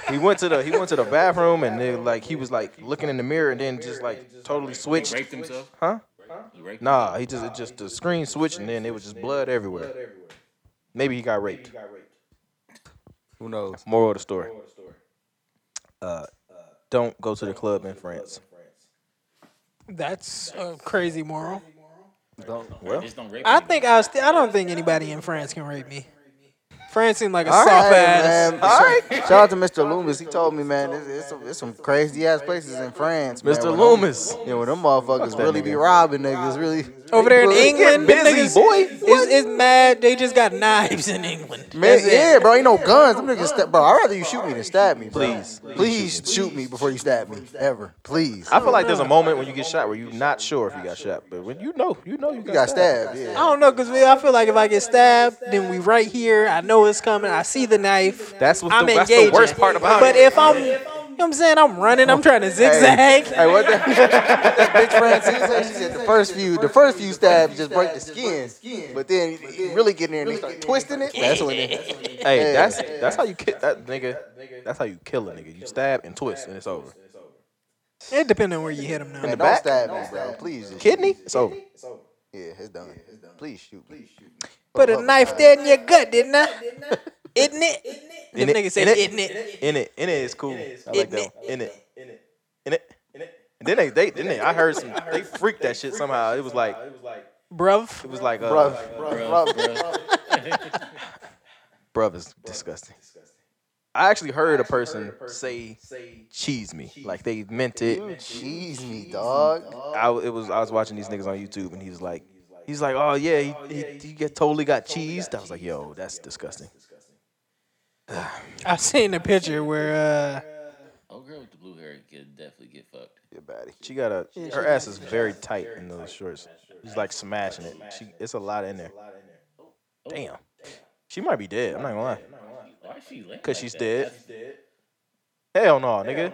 D: He went to the he went to the bathroom and then like he was like looking in the mirror and then just like totally switched.
B: Raped himself.
D: Huh?
B: He raped
D: Nah, he just it just the screen switched and then it was just blood everywhere. Maybe he got raped.
F: Who knows?
D: Moral of the story. Uh, don't go to the club in France.
C: That's a crazy moral.
D: Well,
B: Just don't rape
C: I
B: him.
C: think I, st- I don't think anybody in France can rape me. France seemed like a
A: All
C: soft
A: right,
C: ass.
A: man. All right. Shout out to Mr. Loomis. He told me, man, it's, it's, some, it's some crazy ass places in France. man,
D: Mr.
A: where them-
D: Loomas.
A: Yeah, when them motherfuckers
D: that
A: really be
D: nigga.
A: robbing niggas, really.
C: Over there in
A: They get
C: England, them
D: busy,
C: niggas-
D: boy.
C: It's, it's mad. They just got knives in England.
A: Man,
C: That's it.
A: yeah, bro, ain't no guns. Them niggas, sta- bro. I'd rather you shoot me than stab me, bro.
D: Please.
A: please shoot me before you stab me, ever. Please.
D: I feel like there's a moment when you get shot where you're not sure if you got shot, but when you know, you know you
A: You got
D: got stabbed.
A: stabbed.
C: I
A: Yeah.
C: don't know, cause we- I feel like if I get stabbed, then we right here. I know it's coming. I see the knife.
D: That's what
C: I'm
D: the, that's
C: engaged.
D: the worst part about
C: But
D: it.
C: if I'm, you know what I'm saying I'm running. I'm trying to zigzag.
A: Hey, what the? that bitch Francine said she said the first few, the first few stabs just break the skin, but then you really get in there and they start twisting it. That's when it.
D: Hey, that's that's how you kill that nigga. That's how you kill a nigga. You stab and twist, and it's over.
C: It depends on where you hit them now.
A: Man, don't
D: back?
A: stab me, bro. Please. Just
D: Kidney, it's over.
A: Yeah, it's done. Please shoot. Please shoot.
C: Put a knife there in your gut, didn't I? Isn't it? Them
D: In it,
C: niggas said,
D: in it.
C: isn't it?
D: In it, in it is cool. I like
C: Isn't
D: that.
C: it?
D: one. In it, in it, in it, in it. And then they, they, then they, I heard some. They freaked that shit somehow. It was like, it
C: Bruv.
D: was like,
A: Bro,
D: uh,
A: bro, bro.
D: bruv is disgusting. I actually heard a person say, "Cheese me," like they meant it.
A: You cheese me, dog.
D: I w- it was I was watching these niggas on YouTube and he was like he's like oh yeah he, he, he get, totally got cheesed. I was like yo that's disgusting.
C: I seen a picture where uh,
B: Oh, girl with the blue hair could definitely get fucked.
A: Your body.
D: She got a her ass is very tight in those shorts. She's like smashing it. She it's a lot in there. Oh, Damn, she might be dead. I'm not gonna lie
B: Why is she laying?
D: because
B: like
D: she's
B: that?
D: dead. Hell no, nigga.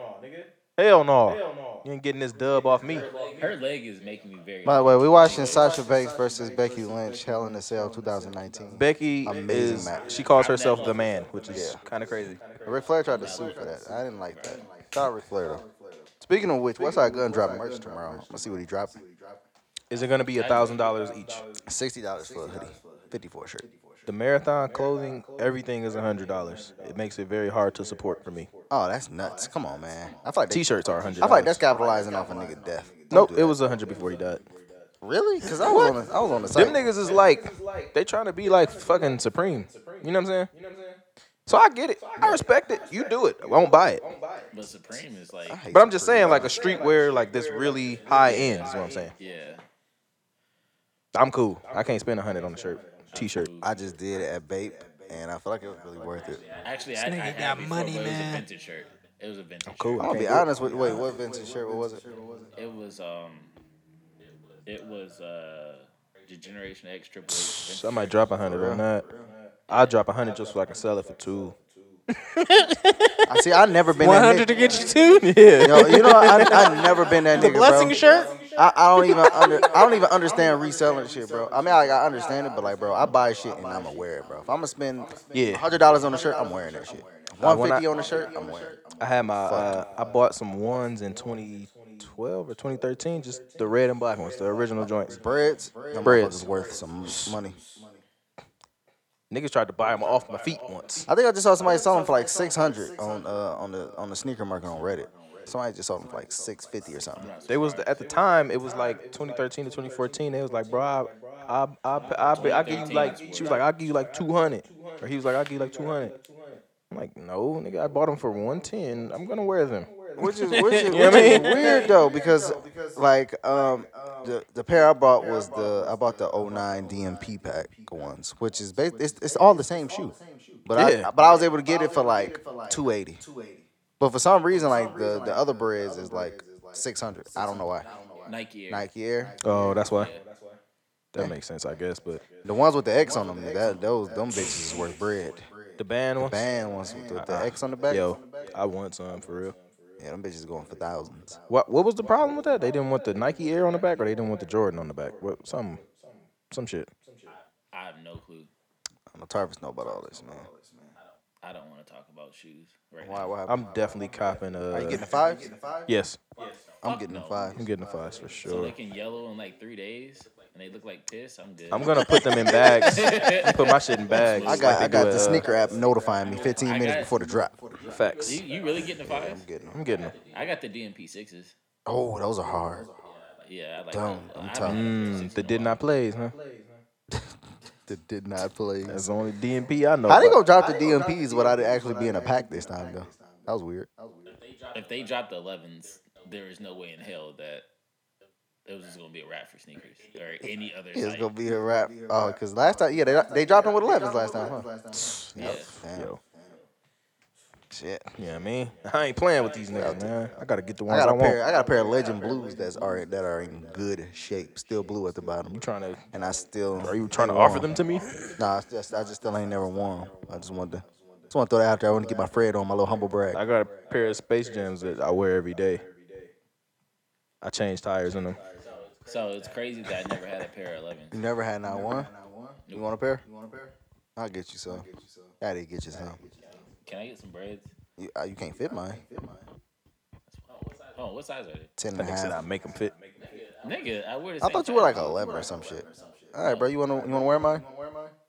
D: Hell no. You ain't getting this dub off me.
B: Her leg is making me very.
A: By the way, we watching Sasha Banks versus Becky Lynch, Hell in a Cell, 2019.
D: Becky
A: Amazing
D: is
A: match.
D: she calls herself the man, which is kind of crazy.
A: Ric Flair tried to sue for that. I didn't like that. Shout out Ric Flair though. Speaking of which, Westside Gun dropping merch tomorrow. Let's see what he dropped.
D: Is it gonna be a thousand dollars each?
A: Sixty dollars for a hoodie, fifty for a shirt.
D: The marathon clothing, everything is a hundred dollars. It makes it very hard to support for me.
A: Oh, that's nuts! Come on, man. I feel like they-
D: T-shirts are a hundred.
A: I feel like that's capitalizing off a nigga death.
D: nope. It was a hundred before he died.
A: Really? Because I was on the, I was on the site.
D: Them niggas is like they trying to be like fucking supreme. You know what I'm saying? So I get it. I respect it. You do it. I won't buy it.
B: But Supreme is like,
D: But I'm just saying, like a streetwear, like this really high end is what I'm saying.
B: yeah.
D: I'm cool. I can't spend a hundred on a shirt, t-shirt.
A: I just did it at Bape, and I feel like it was really worth it.
B: Actually, I, I
C: nigga
B: had
C: got
B: it before,
C: money,
B: but It was a
C: man.
B: vintage shirt. It was a vintage.
D: Cool.
A: I'm gonna be honest with. Wait, what vintage shirt? What was it?
B: Shirt. It was um, it was uh, the Generation X Triple H. vintage
D: I might drop a hundred on that. I'll drop a hundred just so I can sell it for two.
A: I see. I never been
C: One
A: that
C: hundred to
A: nigga.
C: get you two.
D: Yeah.
A: Yo, you know, I I never been that nigga,
C: Blessing
A: bro.
C: shirt.
A: I, I don't even under I don't even understand reselling shit, bro. I mean, like I understand it, but like, bro, I buy shit and I'ma wear it, bro. If I'ma spend
D: Yeah.
A: hundred dollars on a shirt, I'm wearing that shit.
D: Nah,
A: One
D: when I-
A: fifty on a shirt, I'm wearing. it.
D: I had my uh, I bought some ones in 2012 or 2013, just the red and black ones, the original joints.
A: Breads, them
D: Breads.
A: breads worth some money.
D: Niggas tried to buy them off my feet once.
A: I think I just saw somebody sell them for like six hundred on uh on the on the sneaker market on Reddit. Somebody just sold them for like six fifty or something.
D: They was at the time it was like 2013 to 2014. They was like, bro, I I I I, I, I give you like she was like I'll give you like 200, or he was like I'll give you like 200. I'm like, no, nigga, I bought them for 110. I'm gonna wear them.
A: which is which, is, which
D: what I
A: is
D: mean?
A: weird though because like um the the pair I bought was the I bought the 09 DMP pack ones, which is basically it's, it's all the same shoe, but
D: Yeah.
A: I but I was able to get it for like 280. But for some reason, like the the other breads is like 600. I don't know why.
B: Nike Air.
A: Nike Air,
D: Oh, that's why. That makes sense, I guess. But
A: the ones with the X on them, that those them bitches is worth bread.
D: the band ones,
A: Band ones with the, the X on the back,
D: yo, I want some for real.
A: yeah, them bitches going for thousands.
D: What what was the problem with that? They didn't want the Nike Air on the back, or they didn't want the Jordan on the back. What some some shit.
B: I have no clue.
A: I'm a Tarvis know about all this, man.
B: I don't want to talk about shoes right
A: Why?
B: now.
A: Why?
D: I'm definitely copping. Uh,
A: Are you getting five?
D: yes,
A: I'm getting
B: no.
A: five.
D: I'm getting the fives for
B: So
D: sure.
B: they can yellow in like three days, and they look like piss. I'm good.
D: I'm gonna put them in bags. I'm put my shit in bags.
A: I
D: like
A: got
D: they
A: I got
D: do at,
A: the
D: uh,
A: sneaker app notifying me 15
B: I
A: minutes
B: got-
A: before the drop.
D: Facts.
B: You, you really getting the fives?
D: I'm getting them.
B: I got the DMP sixes.
A: Oh, those are hard.
B: Yeah, I like
A: Dumb.
B: those.
A: I'm
B: I haven't
A: telling
B: had a
D: Mm,
B: 360
D: the
B: in a
D: did
B: while.
D: not plays, huh?
A: That did not play.
D: That's the only DMP I know.
A: How they gonna
D: about.
A: drop the DMPs without it actually being a pack this time though? That was weird.
B: Mm. If they dropped the 11s, there is no way in hell that it was just gonna be a wrap for sneakers or any other.
A: Yeah, it's
B: site.
A: gonna be a wrap. Oh, cause last time, yeah, they they dropped them with 11s last time, huh?
B: Yeah.
A: Damn.
D: Yo,
A: Shit.
D: yeah, I mean, I ain't playing with these niggas, man. I gotta get the
A: I
D: ones I,
A: got a
D: want.
A: pair. I got a pair of Legend Blues that's already that are in good shape, still blue at the bottom,
D: You trying to?
A: and I still.
D: Are you trying to offer them to me?
A: Nah, it's just I just still ain't never worn 'em. I just wanted to just want to throw that out there. I want to get my Fred on my little humble brag.
D: I got a pair of Space Jams that I wear every day. I change tires in them.
B: So it's crazy that I never had a pair of 11s.
A: You never had not one. You want a pair? You want a pair? I'll get you some. I did get you some.
B: Can I get some breads?
A: You, uh, you can't fit mine.
B: Oh, what size are they?
A: Ten and
D: That
A: a
D: nigga said I
A: half.
D: make them fit.
B: Nigga, I wear the
A: I
B: same
A: thought you were like
B: size.
A: a eleven or some shit. All right, bro. You wanna you wanna wear mine?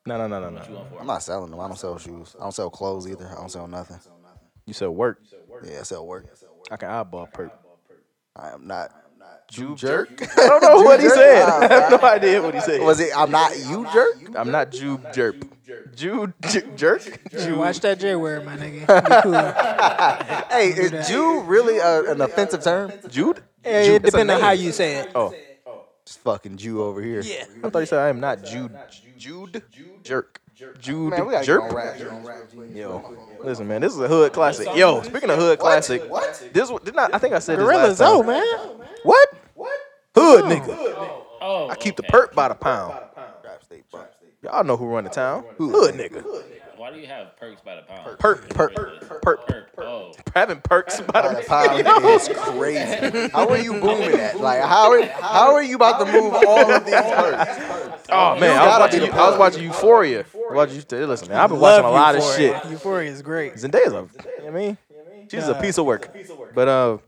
D: No, no, no, no, no.
B: Going for it.
A: I'm not selling them. I don't sell shoes. I don't sell clothes either. I don't sell nothing.
D: You said work.
A: Yeah, I sell work.
D: I can eyeball perk.
A: I am not.
D: You jerk? I don't know what he said. I have no idea what he said.
A: Was it? I'm not you jerk.
D: I'm not Jew jerk. Jew j- jerk? Jew.
C: Watch that J word, my nigga. Be cool.
A: Hey, is Jew really a, an offensive term?
D: Jude?
C: Yeah,
D: Jew-
C: it
D: it's a
C: depends on how
D: name.
C: you say it.
D: Oh,
A: Just fucking Jew over here.
C: Yeah.
D: I thought you said I am not Jude. Jude jerk. Jude
A: Man, we gotta get on
D: jerk.
A: rap.
D: Yo, listen, man, this is a hood classic. Yo, speaking of hood classic,
A: What?
D: this was- didn't I, I think I said this
C: Gorilla
D: last time.
C: Zoe, man.
D: What? What? Hood nigga.
B: Oh,
D: I keep the
B: okay.
D: perk by the pound.
A: Trap state, bro.
D: Y'all know who run the town. Hood nigga.
B: Why do you have perks by the pound?
D: Perk, perk, perk.
B: Perk. Oh,
D: Having perks by the
A: The pound is crazy. How are you booming that? Like, how are, how are you about to move all of these perks?
D: Oh man, I was,
A: gotta
D: watching,
A: be the
D: I was watching Euphoria. I was watching Euphoria. Listen, man, I've been watching
C: Love
D: a lot of
C: Euphoria.
D: shit.
C: Euphoria is great.
D: Zendaya's a, you know what I mean? She's a piece of work. But uh,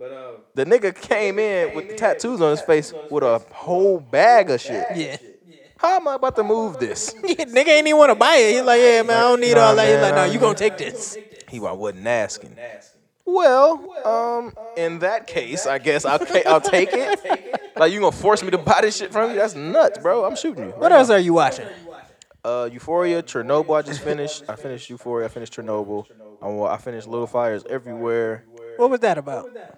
D: the nigga came in with the tattoos on his face with a whole bag of shit.
C: Yeah.
D: How am I about to move this?
C: Nigga ain't even want to buy it. He's like, yeah, man, I don't need
D: Nah,
C: all that. He's
D: man,
C: like, no,
D: I-
C: you gonna take this.
D: He wa- wasn't asking. Well, um, in that case, I guess I'll ca- I'll take it. Like you gonna force me to buy this shit from you? That's nuts, bro. I'm shooting you.
C: What else are you watching?
D: Uh, Euphoria, Chernobyl. I just finished. I finished Euphoria. I finished Chernobyl. I, wa- I finished Little Fires Everywhere.
C: What was that about?
B: Heard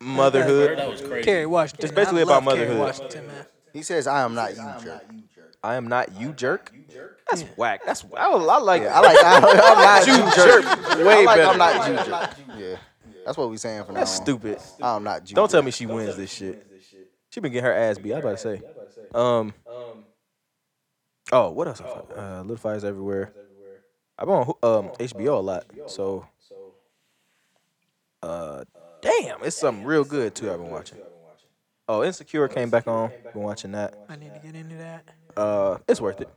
D: Motherhood.
B: that was crazy.
C: Kerry Washington.
D: It's basically
C: I love
D: about
C: Kerry
D: motherhood.
C: Washington, man.
G: He says, "I am not you, jerk."
D: I am not you jerk. That's whack. That's whack. I, I like.
G: I like I, I'm not you,
D: jerk. Way
G: I like
D: better.
G: I'm not you, jerk. Yeah, that's what we saying for now.
D: That's
G: on.
D: stupid.
G: I'm not you.
D: Don't tell
G: jerk.
D: me she wins this shit. She been getting her ass beat. I was about to say. Um. Oh, what else? I found? Uh, Little Fires Everywhere. I've been on Hoo- um HBO a lot, so. Uh, damn, it's something real good too. I've been watching. Oh, Insecure came back on. Been watching that.
C: I need to get into that.
D: Uh, it's worth it.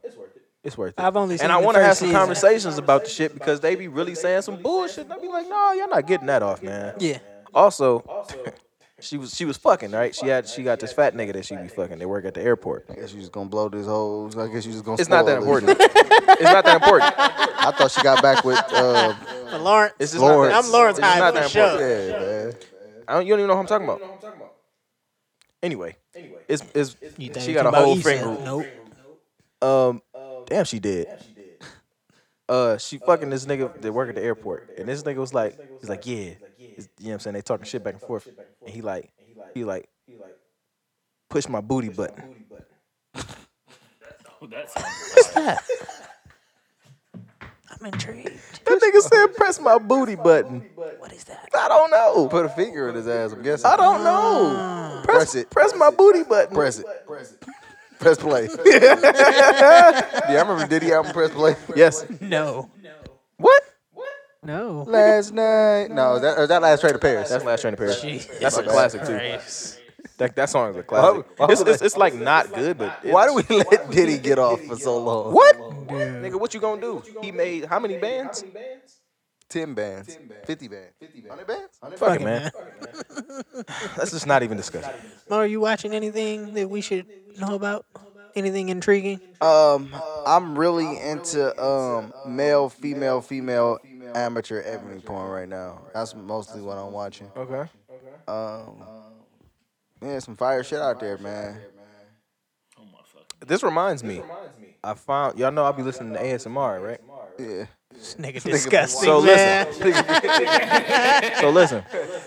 D: It's worth it.
C: I've only seen
D: and I
C: the
D: wanna
C: first
D: have some
C: season.
D: conversations about the shit because they be really saying some bullshit. And I be like, no, y'all not getting that off, man.
C: Yeah.
D: Also, she was she was fucking right. She had she got this fat nigga that she be fucking. They work at the airport.
G: I guess you just gonna blow this whole. I guess you just gonna.
D: It's not that
G: spoil it.
D: important. it's not that important.
G: I thought she got back with. Uh,
C: But Lawrence.
D: It's just
G: Lawrence.
D: Not that,
C: I'm Lawrence
D: it's just
C: Hyde
D: not
C: for
D: that
C: sure.
G: yeah,
D: important.
G: man.
D: I don't, you don't even know who I'm talking about. Anyway, it's it's
C: You think
D: she
C: you
D: got a
C: about
D: whole
C: Issa?
D: finger.
C: Nope.
D: Um, damn, she did. Uh, she fucking this nigga that work at the airport, and this nigga was like, he's like, yeah, It's- you know what I'm saying? They talking shit back and forth, and he like, he like, push my booty button.
B: That's
C: I'm intrigued.
D: That nigga said, press my booty button.
C: What is that?
D: I don't know.
G: Put a finger in his ass. I'm guessing.
D: I don't
C: Ah.
D: know. Press,
G: Press it.
D: Press my booty button.
G: Press it. Press it. Press play. yeah, I remember Diddy album. Press play.
D: Yes.
C: No.
D: What?
C: No.
G: Last night. No, that or that last trade of Paris.
D: That's Last Train to Paris.
C: Jesus
D: That's a classic too. That, that song is a classic.
G: why
D: it's,
G: would
D: it's, it's like not good, but it's-
G: why do we let Diddy get off for so long?
D: What? Nigga, what you gonna do? He made how many bands?
G: Ten bands. Fifty bands. Fifty bands. Hundred bands.
D: Fuck it, man. Let's just not even discuss it.
C: Mo, are you watching anything that we should know about? Anything intriguing?
G: Um, I'm really into um male, female, female amateur ebony porn right now. That's mostly what I'm watching.
D: Okay.
G: Um, man, some fire shit out there, man.
D: This reminds me. I found y'all know I'll be listening to ASMR, right?
G: Yeah.
C: This nigga disgusting,
D: So
C: man.
D: listen. so listen.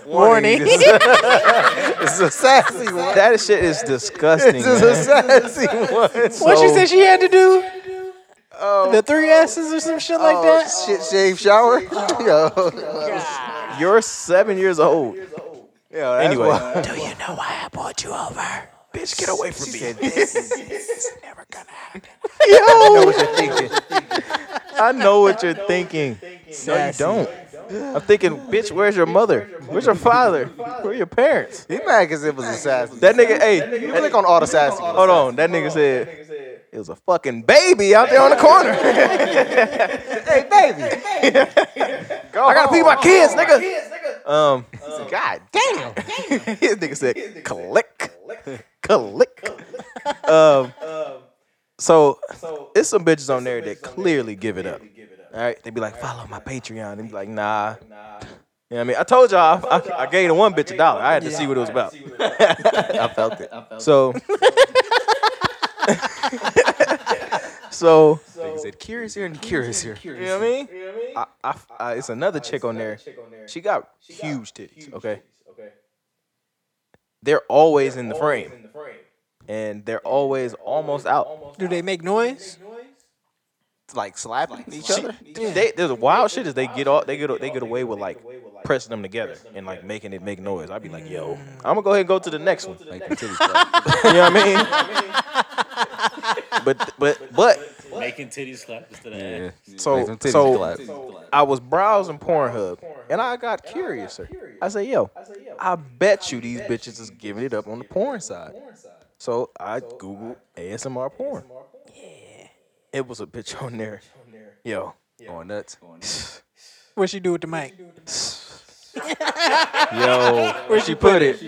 C: Warning.
D: It's a sassy one. That shit is disgusting.
G: This is a
D: man.
G: sassy one.
C: what she said she had to do? the three S's or some shit like that?
G: Oh, shit, shave, shower. Yo.
D: You're seven years old.
G: Yeah,
D: Anyway,
C: Do you know why I brought you over?
D: bitch, get away from me.
C: It's never gonna happen.
D: I know what you're thinking. No, you don't. I'm thinking, bitch, where's your mother? Where's your father? Where are your parents?
G: He mad because it was a sassy.
D: That nigga, hey,
G: You click on all the sassy. ones.
D: hold on. That nigga said it was a fucking baby out there on the corner. hey, baby. I gotta feed my kids, nigga. Um, God damn. His nigga said, click, click. Um, so it's some bitches on there that clearly give it up. All right, they be like, follow my Patreon. They be like, nah. You know what I mean? I told y'all, I, I, I gave the one bitch a dollar. I had to see what it was about. I felt it. So, so,
G: He said, curious here and curious here.
D: you know what I mean? I, I, I, it's another chick on there. She got huge titties. Okay. They're always in the frame, and they're always almost out.
C: Do they make noise?
G: Like slapping each
D: She,
G: other.
D: they, there's wild shit is they get all they get they get away with like pressing them together and like making it make noise. I'd be like, yo, I'm gonna go ahead and go to the next one. Like, them titties, bro. you know what I mean? But but but
B: making titties clap instead of ass.
D: So-
G: Make them titties
D: so-
G: clap.
D: I was browsing Pornhub and I got curious. sir. I said, yo, I bet you these bitches is giving it up on the porn side. So I Googled ASMR porn. It was a bitch on there. Yo.
G: going nuts.
C: What she do with the mic?
D: Yo, where she put it?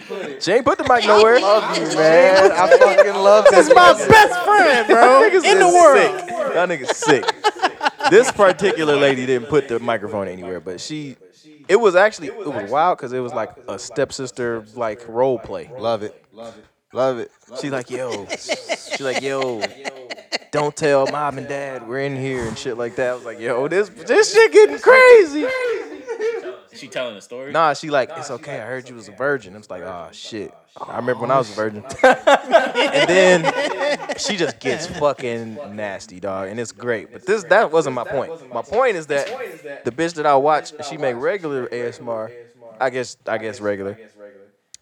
D: She ain't put the mic nowhere.
A: Man, I fucking love this.
C: It's my best friend, bro,
D: Niggas
C: in the
D: is
C: world.
D: Sick. Y'all niggas sick. this particular lady didn't put the microphone anywhere, but she. It was actually it was wild because it was like a stepsister like role play.
A: Love it. Love it. Love it.
D: She like yo, she like yo, don't tell mom and dad we're in here and shit like that. I was like yo, this this shit getting crazy.
B: She telling a story.
D: Nah, she like, it's okay. I heard you was a virgin. I was like, oh shit. I remember when I was a virgin. and then she just gets fucking nasty, dog, and it's great. But this that wasn't my point. My point is that the bitch that I watch, she make regular ASMR. I guess I guess regular.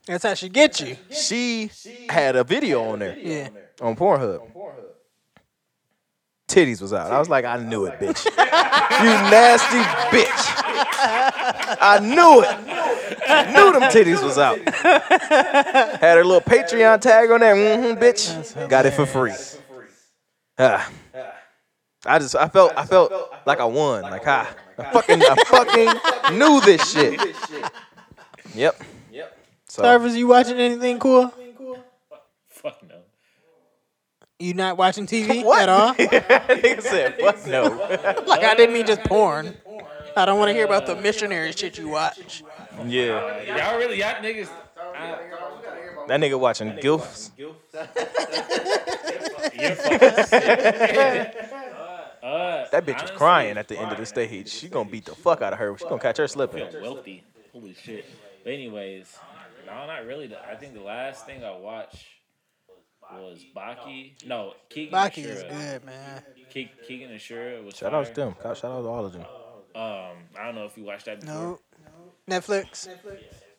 C: That's how she get you.
D: She had a video on there
C: Yeah.
D: on Pornhub. Titties was out. I was like, I knew it, bitch. you nasty bitch. I knew it. Knew them titties was out. Had her little Patreon tag on there. Mm-hmm, bitch. Got it for free. Ah. I just, I felt, I felt like I won. Like I, I fucking, I fucking knew this shit. Yep. So
C: Starvers, you watching anything cool?
B: Fuck no.
C: You not watching TV at all?
D: nigga said, fuck no.
C: Like I didn't mean just porn. I don't want to hear about the missionary shit you watch.
D: Yeah.
B: Y'all really, y'all niggas. I,
D: That nigga watching Goofs.
B: you're fucking
D: That bitch is crying at the end of this stage. She gonna beat the fuck out of her. She gonna catch her slipping.
B: wealthy. Holy shit. But anyways, no, not really. The- I think the last thing I watched was Baki. No, Keegan.
C: Baki
B: Ashura.
C: is good, man.
B: Ke- Keegan and Shura was.
D: Shout out to
B: fire.
D: them. Shout out to all of them.
B: Um, I don't know if you watched that before.
C: No. Netflix.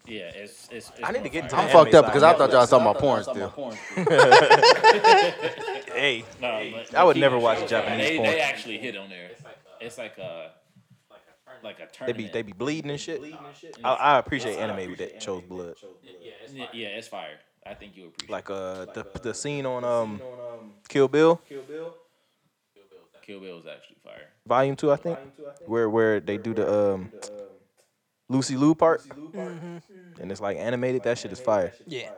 B: Yeah, it's it's. it's
D: I need to
B: on
D: get
B: fire.
D: into that.
A: I'm fucked up because I thought y'all was talking about porn still.
D: Hey,
B: No, but-
D: I would
B: but
D: never
B: Keegan
D: watch
B: Shura-
D: Japanese
B: they,
D: porn.
B: They actually hit on there. It's like a like a
D: they
B: tournament.
D: be they be bleeding and shit. I, I appreciate anime that shows blood.
B: Yeah, yeah, it's fire. I think you appreciate.
D: Like uh the the scene on um Kill Bill
B: it. Kill Bill was actually fire.
D: Volume Two, I think, where where they do the um Lucy Lou part, and it's like animated. That shit is fire.
C: Yeah.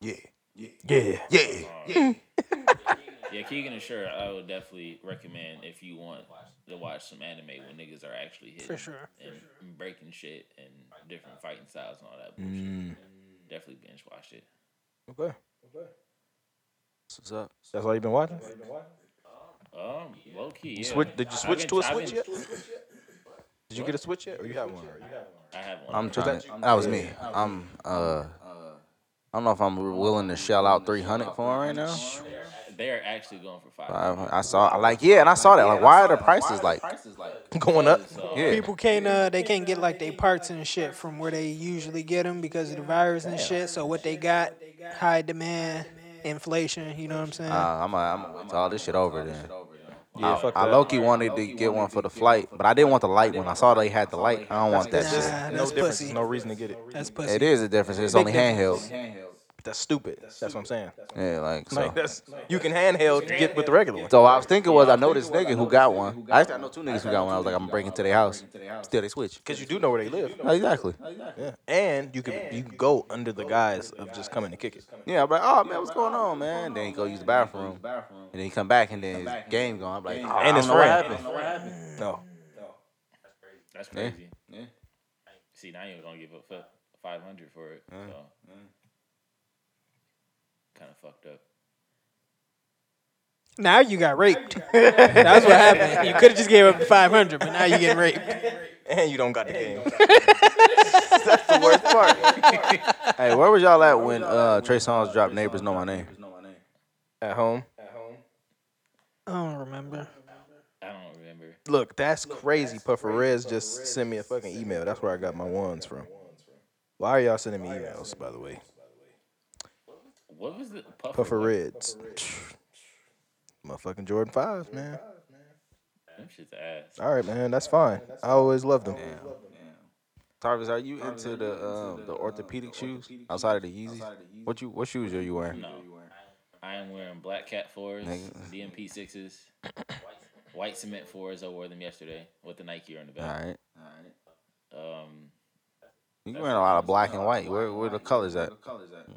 A: Yeah.
D: Yeah.
A: Yeah.
B: Yeah, Keegan and Shura, I would definitely recommend if you want to watch some anime when niggas are actually hitting
C: For sure.
B: and breaking shit and different fighting styles and all that bullshit.
D: Mm.
B: Definitely binge watch it.
D: Okay.
A: What's up?
D: That's all you've been watching.
B: Um, low key. Yeah.
D: Switch, did you
B: I've
D: switch
B: been-
D: to a
B: I've
D: switch
B: been-
D: yet? Did you get a switch yet, or you have one? already?
B: I have one.
A: I'm trying. To, that was me. I'm. Uh, I don't know if I'm willing to shell out 300 for it right now.
B: They're actually going for five.
A: I, I saw. I like. Yeah, and I saw that. Like, why are the prices like?
D: Going up.
A: Yeah.
C: People can't uh they can't get like they parts and shit from where they usually get them because of the virus and shit. So what they got, high demand, inflation. You know what I'm saying?
A: Uh, I'm. A, I'm. A wait till all this shit over then.
D: Yeah, fuck
A: I
D: that.
A: low key wanted to get one for the flight, but I didn't want the light one. I saw they had the light. I don't want that
C: That's
A: shit.
C: just-
D: no
C: that's
D: difference.
C: pussy.
D: No reason to get it.
C: That's
A: It
C: pussy.
A: is a difference. It's only handheld.
D: That's stupid. That's what I'm saying.
A: Yeah, like so.
D: Like that's you can handheld to get with the regular one.
A: So I was thinking was I know this nigga who got one. I actually I know two niggas who got one. I was like I'm breaking to their house. Still they switch.
D: Cause you do know where they live,
A: Exactly.
D: yeah. and you can you can go under the guise of just coming to kick it.
A: Yeah, I'm like, oh man, what's going on, man? Then he go use the bathroom, and then he come back, and then his game gone. I'm like, oh,
D: And
A: and
D: his
A: it's what
D: friend.
A: happened.
D: No,
B: That's crazy. See, now you're gonna give up five hundred for it. So. Kind of fucked up.
C: Now you got raped. That's what happened. You could have just gave up 500, but now you getting raped.
D: and you don't got the game.
A: The worst part. hey, where was y'all at when uh, Trey Songz dropped "Neighbors Know My Name"?
D: At home,
C: I don't remember.
B: I don't remember.
D: look, that's crazy. Puffer Rez just sent me a fucking email. That's where I got my ones from. Why are y'all sending me emails, by the way?
B: What was the Puffer?
D: Puffer Reds, motherfucking Jordan Fives, man.
B: Them shit's ass.
D: All right, man, that's fine. I always loved them.
A: Tarvis, are you into the um, the orthopedic shoes outside of the Yeezys? What you what shoes are you wearing?
B: No. I am wearing black cat fours,
A: Nigga.
B: DMP sixes, white cement fours. I wore them yesterday with the Nike on the
A: All
B: back.
A: right.
B: Um,
A: you wearing a lot of black and white. Where where the colors at?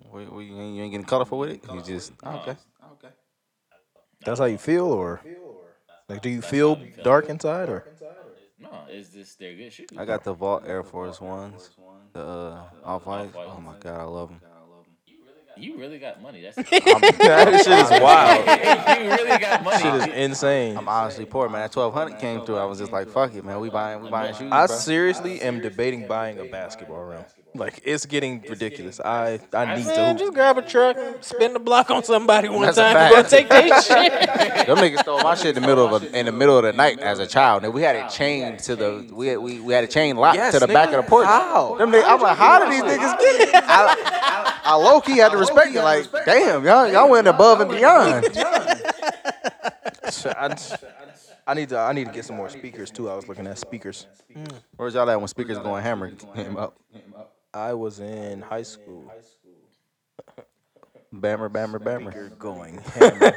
A: Where, where you, ain't, you ain't getting colorful with it. You just okay.
D: That's how you feel, or like, do you feel dark inside, or
B: No, it's just they're good shoes.
A: I got the Vault Air Force Ones, the uh, off white. Oh my god, I love them.
B: You really got money. That's
D: that shit is wild.
B: you really got money.
D: Shit is insane.
A: I'm honestly poor, man. That 1200 came through. I was just like, fuck it, man. We buying we buying shoes.
D: I
A: bro.
D: seriously am debating buying a basketball rim. Like it's getting ridiculous. I I need
C: Man,
D: to.
C: just grab a truck and spin the block on somebody one
A: That's a
C: time.
A: fact.
C: You gonna take that shit?
A: Them niggas stole my shit in the middle of a, in the middle of the night as a child, and we had it chained to the we had, we, we had it chained locked to the back of the porch.
D: How?
A: Them niggas, I'm like, how did these niggas get it? I, I low key had to respect it. Like, damn, y'all y'all went above and beyond.
D: I, I need to. I need to get some more speakers too. I was looking at speakers.
A: Where's y'all at when speakers going hammer him up?
D: I was in high school.
A: Bammer, bammer, bammer.
D: going hammer.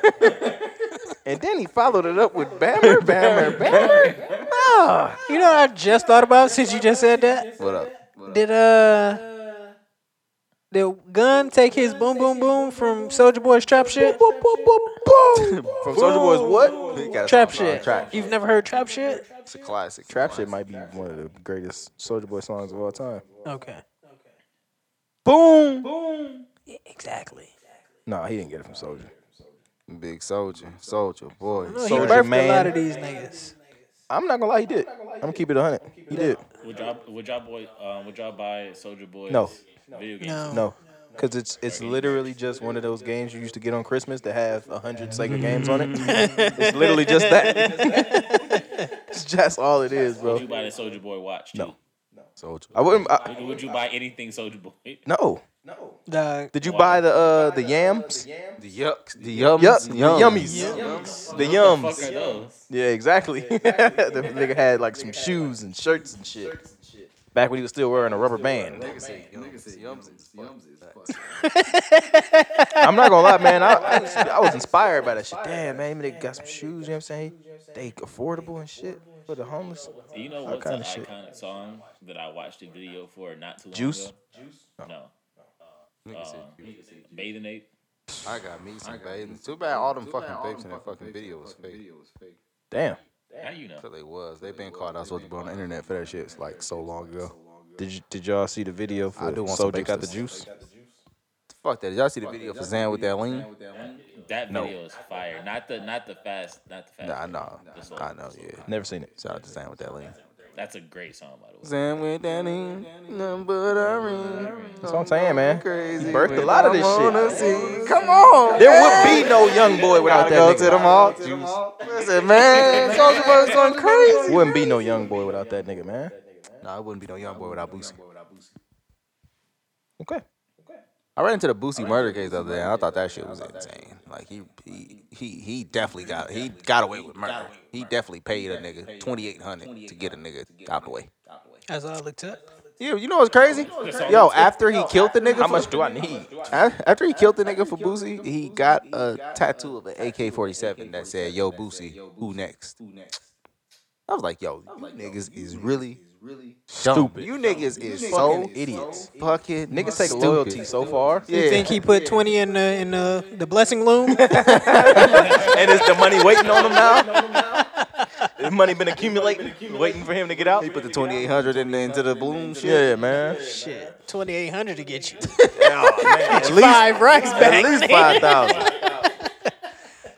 D: and then he followed it up with Bammer, Bammer, Bammer.
C: you know what I just thought about since you just said that?
A: What up?
C: Did uh did Gun take his boom boom boom from Soldier Boy's trap shit?
A: From
D: Soulja Boy's what?
A: He got a
C: Trap
A: song called
C: shit.
A: Trap.
C: You've never heard trap shit?
A: It's a classic.
D: Trap shit might be one of the greatest Soldier Boy songs of all time.
C: Okay.
D: Boom.
C: Exactly.
D: No, he didn't get it from Soldier.
A: Big soldier, soldier boy.
C: No, he
D: Soulja
C: birthed
D: Man.
C: a lot of these niggas.
D: I'm not gonna lie, he did. I'm gonna keep it 100. He did.
B: Would y'all would y'all boy um, would y'all buy Soldier Boy?
D: No.
B: Video game.
C: Oh. No.
D: No. Cause it's it's literally just one of those games you used to get on Christmas that have a hundred Sega games on it. It's literally just that. it's just all it is,
B: Would you
D: bro.
B: buy the Soldier Boy watch? Too?
D: No.
A: Soldier.
D: I wouldn't. I,
B: Would, would you buy anything Soldier Boy?
D: no.
C: Dog.
D: Did you buy the uh the yams?
A: The yucks, the yums,
D: Yup. The
A: yums.
D: yummies. The
B: Fuck
D: yums.
B: are those?
D: Yeah, exactly. the nigga had like some shoes and shirts and shit. Back when he was still wearing a rubber band. I'm not gonna lie, man. I, I, was- I was inspired by that shit. Damn, man, they got some shoes. You know what I'm saying? They affordable and shit for the homeless.
B: You know what's
D: kinda
B: an
D: shit.
B: iconic song that I watched a video for not too long
D: Juice?
B: ago? Juice? No. Uh, um, Bathing Ape.
A: I got me some bathing. Too bad all them fucking pics and that fucking video was fake.
D: Damn.
B: How you know?
A: But they was. They been called out Soldier Boy on the internet for that shit like so long ago.
D: Did you, did y'all see the video for
A: I do want some
D: Soldier Got the
A: baseless.
D: Juice?
A: Fuck that. Did y'all see the video for Zan with that lean?
B: That video is fire. Not the not the fast not the fast.
A: Nah, nah. I know, yeah.
D: Never seen it.
A: Shout out to Zan with that lean.
B: That's a great song by the way.
A: Zan with that lean. Number that
D: That's what I'm saying, man.
A: Crazy.
D: He birthed a lot of this shit.
A: ring. Come on.
D: There would be no young boy without
A: Gotta go
D: that
A: to the
D: nigga.
A: mall. Listen, man. Soldier Boy's going crazy.
D: Wouldn't be no young boy without that nigga, man.
A: Nah, it wouldn't be no young boy without Boosie.
D: Okay.
A: I ran into the Boosie murder case the other day, and I thought that shit was insane. Like he he he, he definitely got he got away with murder. He definitely paid a nigga twenty eight hundred to get a nigga out the way.
C: That's all it took.
A: Yeah, you know what's crazy? Yo, after he killed the nigga,
D: How
A: for-
D: much do I need?
A: af- After he killed the nigga for Boosie, he got a tattoo of an AK forty seven that said "Yo Boosie, who next?" I was like, "Yo, you niggas is really." Stupid. You niggas is so idiots. Fucking
D: Niggas take
A: stupid.
D: loyalty so far,
A: Yeah.
C: You think he put twenty in the in the the blessing loom?
D: and is the money waiting on him now? the money been accumulating, waiting for him to get out.
A: He put the 2800 in the, into the balloon shit.
D: Yeah, man.
C: Shit, twenty eight hundred to get you
D: At least,
C: five racks
D: at
C: back.
D: least five thousand.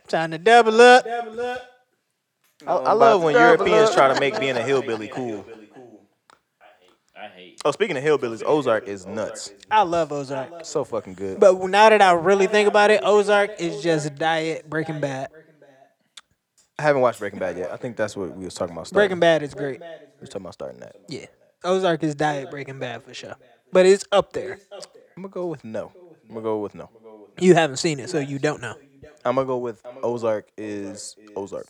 C: Trying to double up.
D: I, I love when Europeans
A: up.
D: try to make being a hillbilly cool.
B: I hate
D: Oh, speaking of hillbillies, Ozark is nuts.
C: I love Ozark,
D: So fucking good.
C: but now that I really think about it, Ozark is just diet Breaking Bad.
D: I haven't watched Breaking Bad yet. I think that's what we was talking about. Starting.
C: Breaking Bad is great.
D: We was talking about starting that.
C: Yeah, Ozark is diet Breaking Bad for sure, but it's up there.
D: I'm gonna go with no. I'm gonna go with no.
C: You haven't seen it, so you don't know.
D: I'm gonna go with Ozark is Ozark,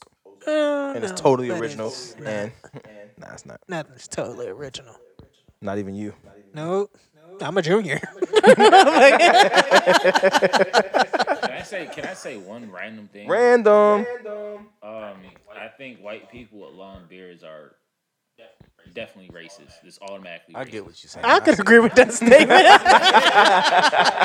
C: Uh,
D: and it's
C: no,
D: totally
C: but
D: original.
C: it's not-
D: And nah, it's not.
C: nothing's totally original.
D: Not even you.
C: No, I'm a junior.
B: Can I say can I say one random thing?
D: Random.
B: Um I think white people with long beards are definitely racist. It's automatically. Racist.
A: I get what you're saying.
C: I could agree with that statement.
B: I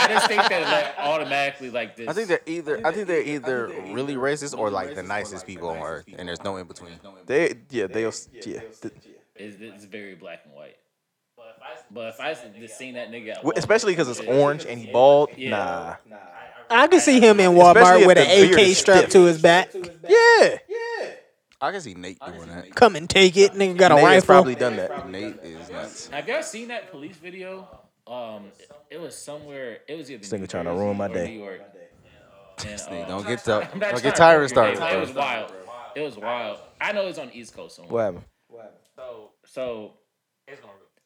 B: just think that like automatically like this.
A: I think they're either I think they're either really racist or like the nicest people on earth, and there's no in between.
D: They yeah they'll yeah. th-
B: it's, it's very black and white. But if I just seen that nigga, at
D: w-
B: Walmart,
D: Especially because it's orange and he bald.
B: Yeah.
D: Nah.
C: I could see him in
D: Especially
C: Walmart
D: if
C: with
D: the
C: an
D: beard
C: AK
D: is
C: strapped
D: stiff.
C: to his back.
D: Yeah.
A: I can see Nate doing that.
C: Come and take it. Nigga got a
D: Nate has
C: rifle.
D: probably done that.
A: Nate is nuts.
B: Have y'all seen that police video? Um, it, it was somewhere. It was either
D: This nigga
B: New
D: tryna
B: Jersey
D: ruin my
B: or
D: day.
B: New York. And, uh,
A: Nate, don't get up.
B: I'm not
A: Don't get
B: tryna
A: tired and
B: ruin your
A: started.
B: day, but It was
A: bro.
B: wild. It was wild. I know it's on the East Coast somewhere.
D: What happened?
B: So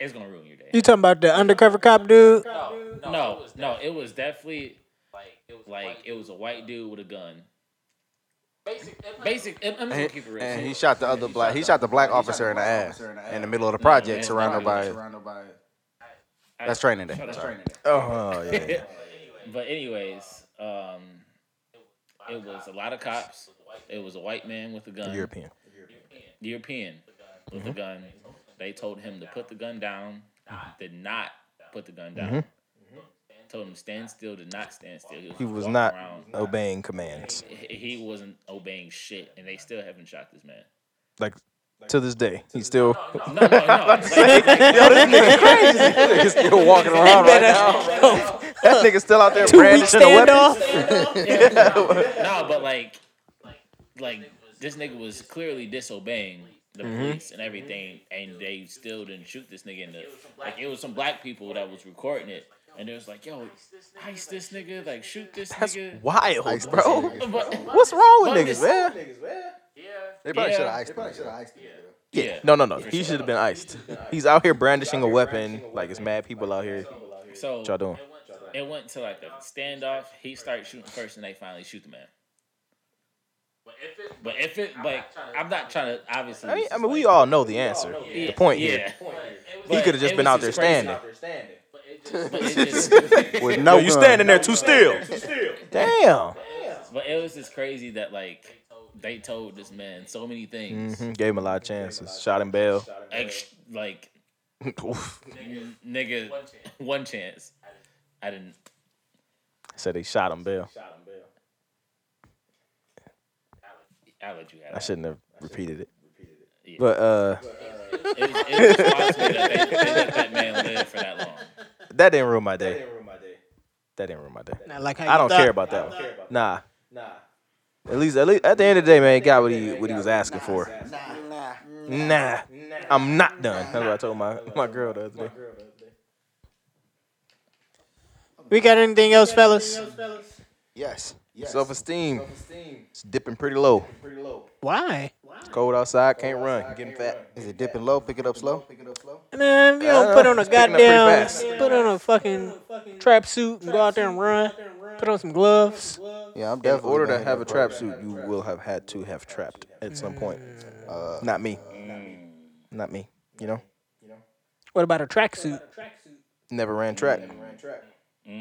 B: it's gonna ruin your day.
C: You talking about the undercover cop dude?
B: No, no, it was definitely like it was a white dude with a gun. Basic. I'm I'm just gonna
A: And,
B: keep it real.
A: and he shot the other black. He shot the black officer in the ass in the middle of the
B: man,
A: project,
B: no.
A: surrounded by. That's training day.
B: Shut up.
A: Sorry.
D: Oh yeah.
B: But anyways, um, it was a lot of cops. It was a white man with a gun.
D: European. Mm-hmm.
B: European with a gun. They told him to put the gun down. Did not put the gun down. Told him to stand still. Did not stand still.
D: Mm-hmm. He was
B: walking
D: not
B: around.
D: obeying commands.
B: He he wasn't obeying shit, and they still haven't shot this man.
D: Like to this day, he's still
B: No, no, no. like-
D: he's still walking around right now. That nigga's still out there
C: Two week
D: brandishing a weapon.
C: standoff.
B: no, but like, like this nigga was clearly disobeying the police and everything, and they still didn't shoot this nigga in the. Like it was some black people that was recording it, and it was like, "Yo, ice this nigga, like shoot this
D: That's
B: nigga."
D: wild, bro.
B: But
D: What's wrong
B: But
D: with
B: it's-
D: niggas, man?
A: They probably
B: Yeah.
A: should have asked. him.
B: yeah,
D: No, no, no. He should have been iced. He's out here brandishing a weapon. Like it's mad people out here.
B: So
D: What y'all doing?
B: it went to like a standoff. He started shooting first, and they finally shoot the man. But if it, like, I'm not trying to obviously.
D: I mean, I mean, we all know the answer. The point
B: yeah.
D: here. He could have just been out there standing.
B: standing.
A: With
D: No,
A: no,
D: you
A: gun.
D: standing there too still. Damn.
B: But it was just crazy that like they told this man so many things.
D: Mhm, Gave him a lot of chances. Shot him bail.
B: Ex- like
D: Oof.
B: nigga, one chance. I didn't.
D: Said they shot him bail.
B: I let you
D: I
B: have. it.
D: shouldn't have repeated it.
B: Yeah.
D: But uh,
B: It was, it was possible that they, they let that man live for that long.
D: that didn't ruin my day. That didn't ruin my day.
C: Not like how
D: I
C: you
D: don't
C: thought.
D: care about that one. Nah. Nah. At least, at least, at the end of the day, man, he got what he what he was asking for. Nah, I'm not done. That's what I told my my girl the other day.
C: We got anything else, fellas?
A: Yes. Yes.
D: Self esteem, it's dipping pretty low.
C: Why?
D: It's cold outside, can't run, getting fat.
A: Is it dipping low? Pick it up slow.
C: Man, if you don't
D: Uh,
C: put on a
D: it's picking up pretty
C: goddamn,
D: fast.
C: put on a fucking trap suit and go out there and run. Put on some gloves.
A: Yeah, I'm
D: In
A: definitely.
D: order to
A: gonna
D: have a Mm.
A: go.
D: trap suit, you will have had to have trapped at some point. Not me. Not me. You know,
C: What about a tracksuit?
D: never ran track.
C: You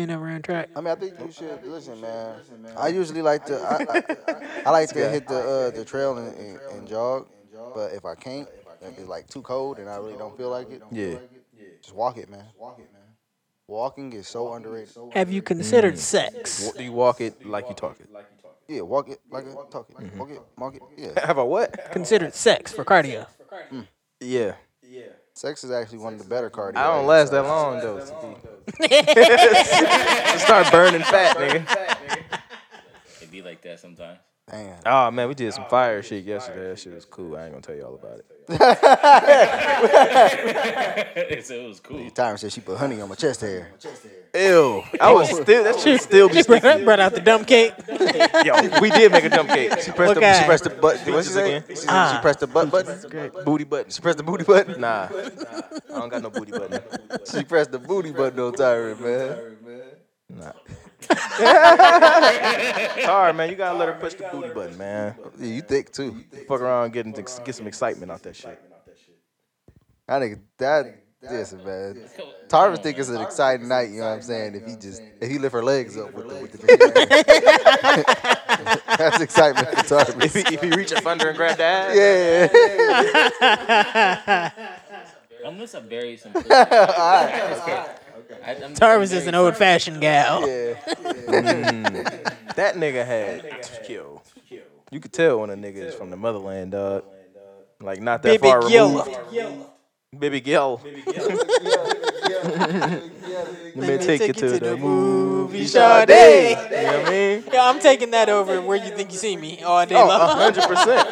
C: ain't never ran track.
G: I mean, I think you should listen, man. I usually like to, I, I, I like to hit the uh, the trail and, and, and jog, but if I can't, if it's like too cold and I really don't feel like it,
D: Yeah.
G: just walk it, man. Walk it, man. Walking is so underrated.
C: Have you considered sex?
D: Wa- Do you walk it like you talk it?
G: Yeah, walk it like a talk it,
A: Mm-hmm.
G: walk it, walk it. Yeah,
D: Have I what?
C: Considered sex for cardio.
D: Yeah.
G: sex is actually one of the better cardio.
D: I don't last that long though. Just Start burning fat, nigga.
B: It be like that sometimes.
G: Damn.
D: Oh man, we did some fire shit yesterday. That shit was cool. I ain't gonna tell y'all about it.
B: so it was cool.
G: Tyron said she put honey on my chest hair.
D: Ew. I was still that shit still be
C: She brought, brought out the dumb cake.
D: yo. We did make a dump cake. She pressed the
C: Okay.
D: she pressed the butt
A: What'd she
D: bitches
A: say?
D: again.
A: She, said
C: Ah.
A: she pressed the butt button.
D: Booty button.
A: She pressed the booty button.
D: Nah. I don't got no booty button.
A: She pressed the booty button on Tyron, man.
D: Nah. Sorry, man. You gotta let her push the booty button, man.
A: Yeah, you thick too.
D: Fuck around, getting get some excitement out that shit.
A: I think that
G: this, man.
B: Come on.
G: Tarver think it's an exciting night. You know what I'm saying? If he just if he lift her legs up with the with the big that's excitement for Tarver.
D: If he, if he reach up under and grab that, ass,
G: yeah, yeah.
B: I'm just a very simplistic. I- I'm just a
C: Tarvis is
B: very-
C: an old fashioned gal.
D: that nigga had skill. You could tell when a nigga is from the motherland, dog. Like not that
C: Baby
D: far removed.
C: Gilla.
D: Baby Gill. Let me take you to the movie, Sade. You know
C: Sade.
D: what I mean?
C: Yeah, I'm taking that over where you think you see me all day
D: Oh,
C: long.
D: hundred percent.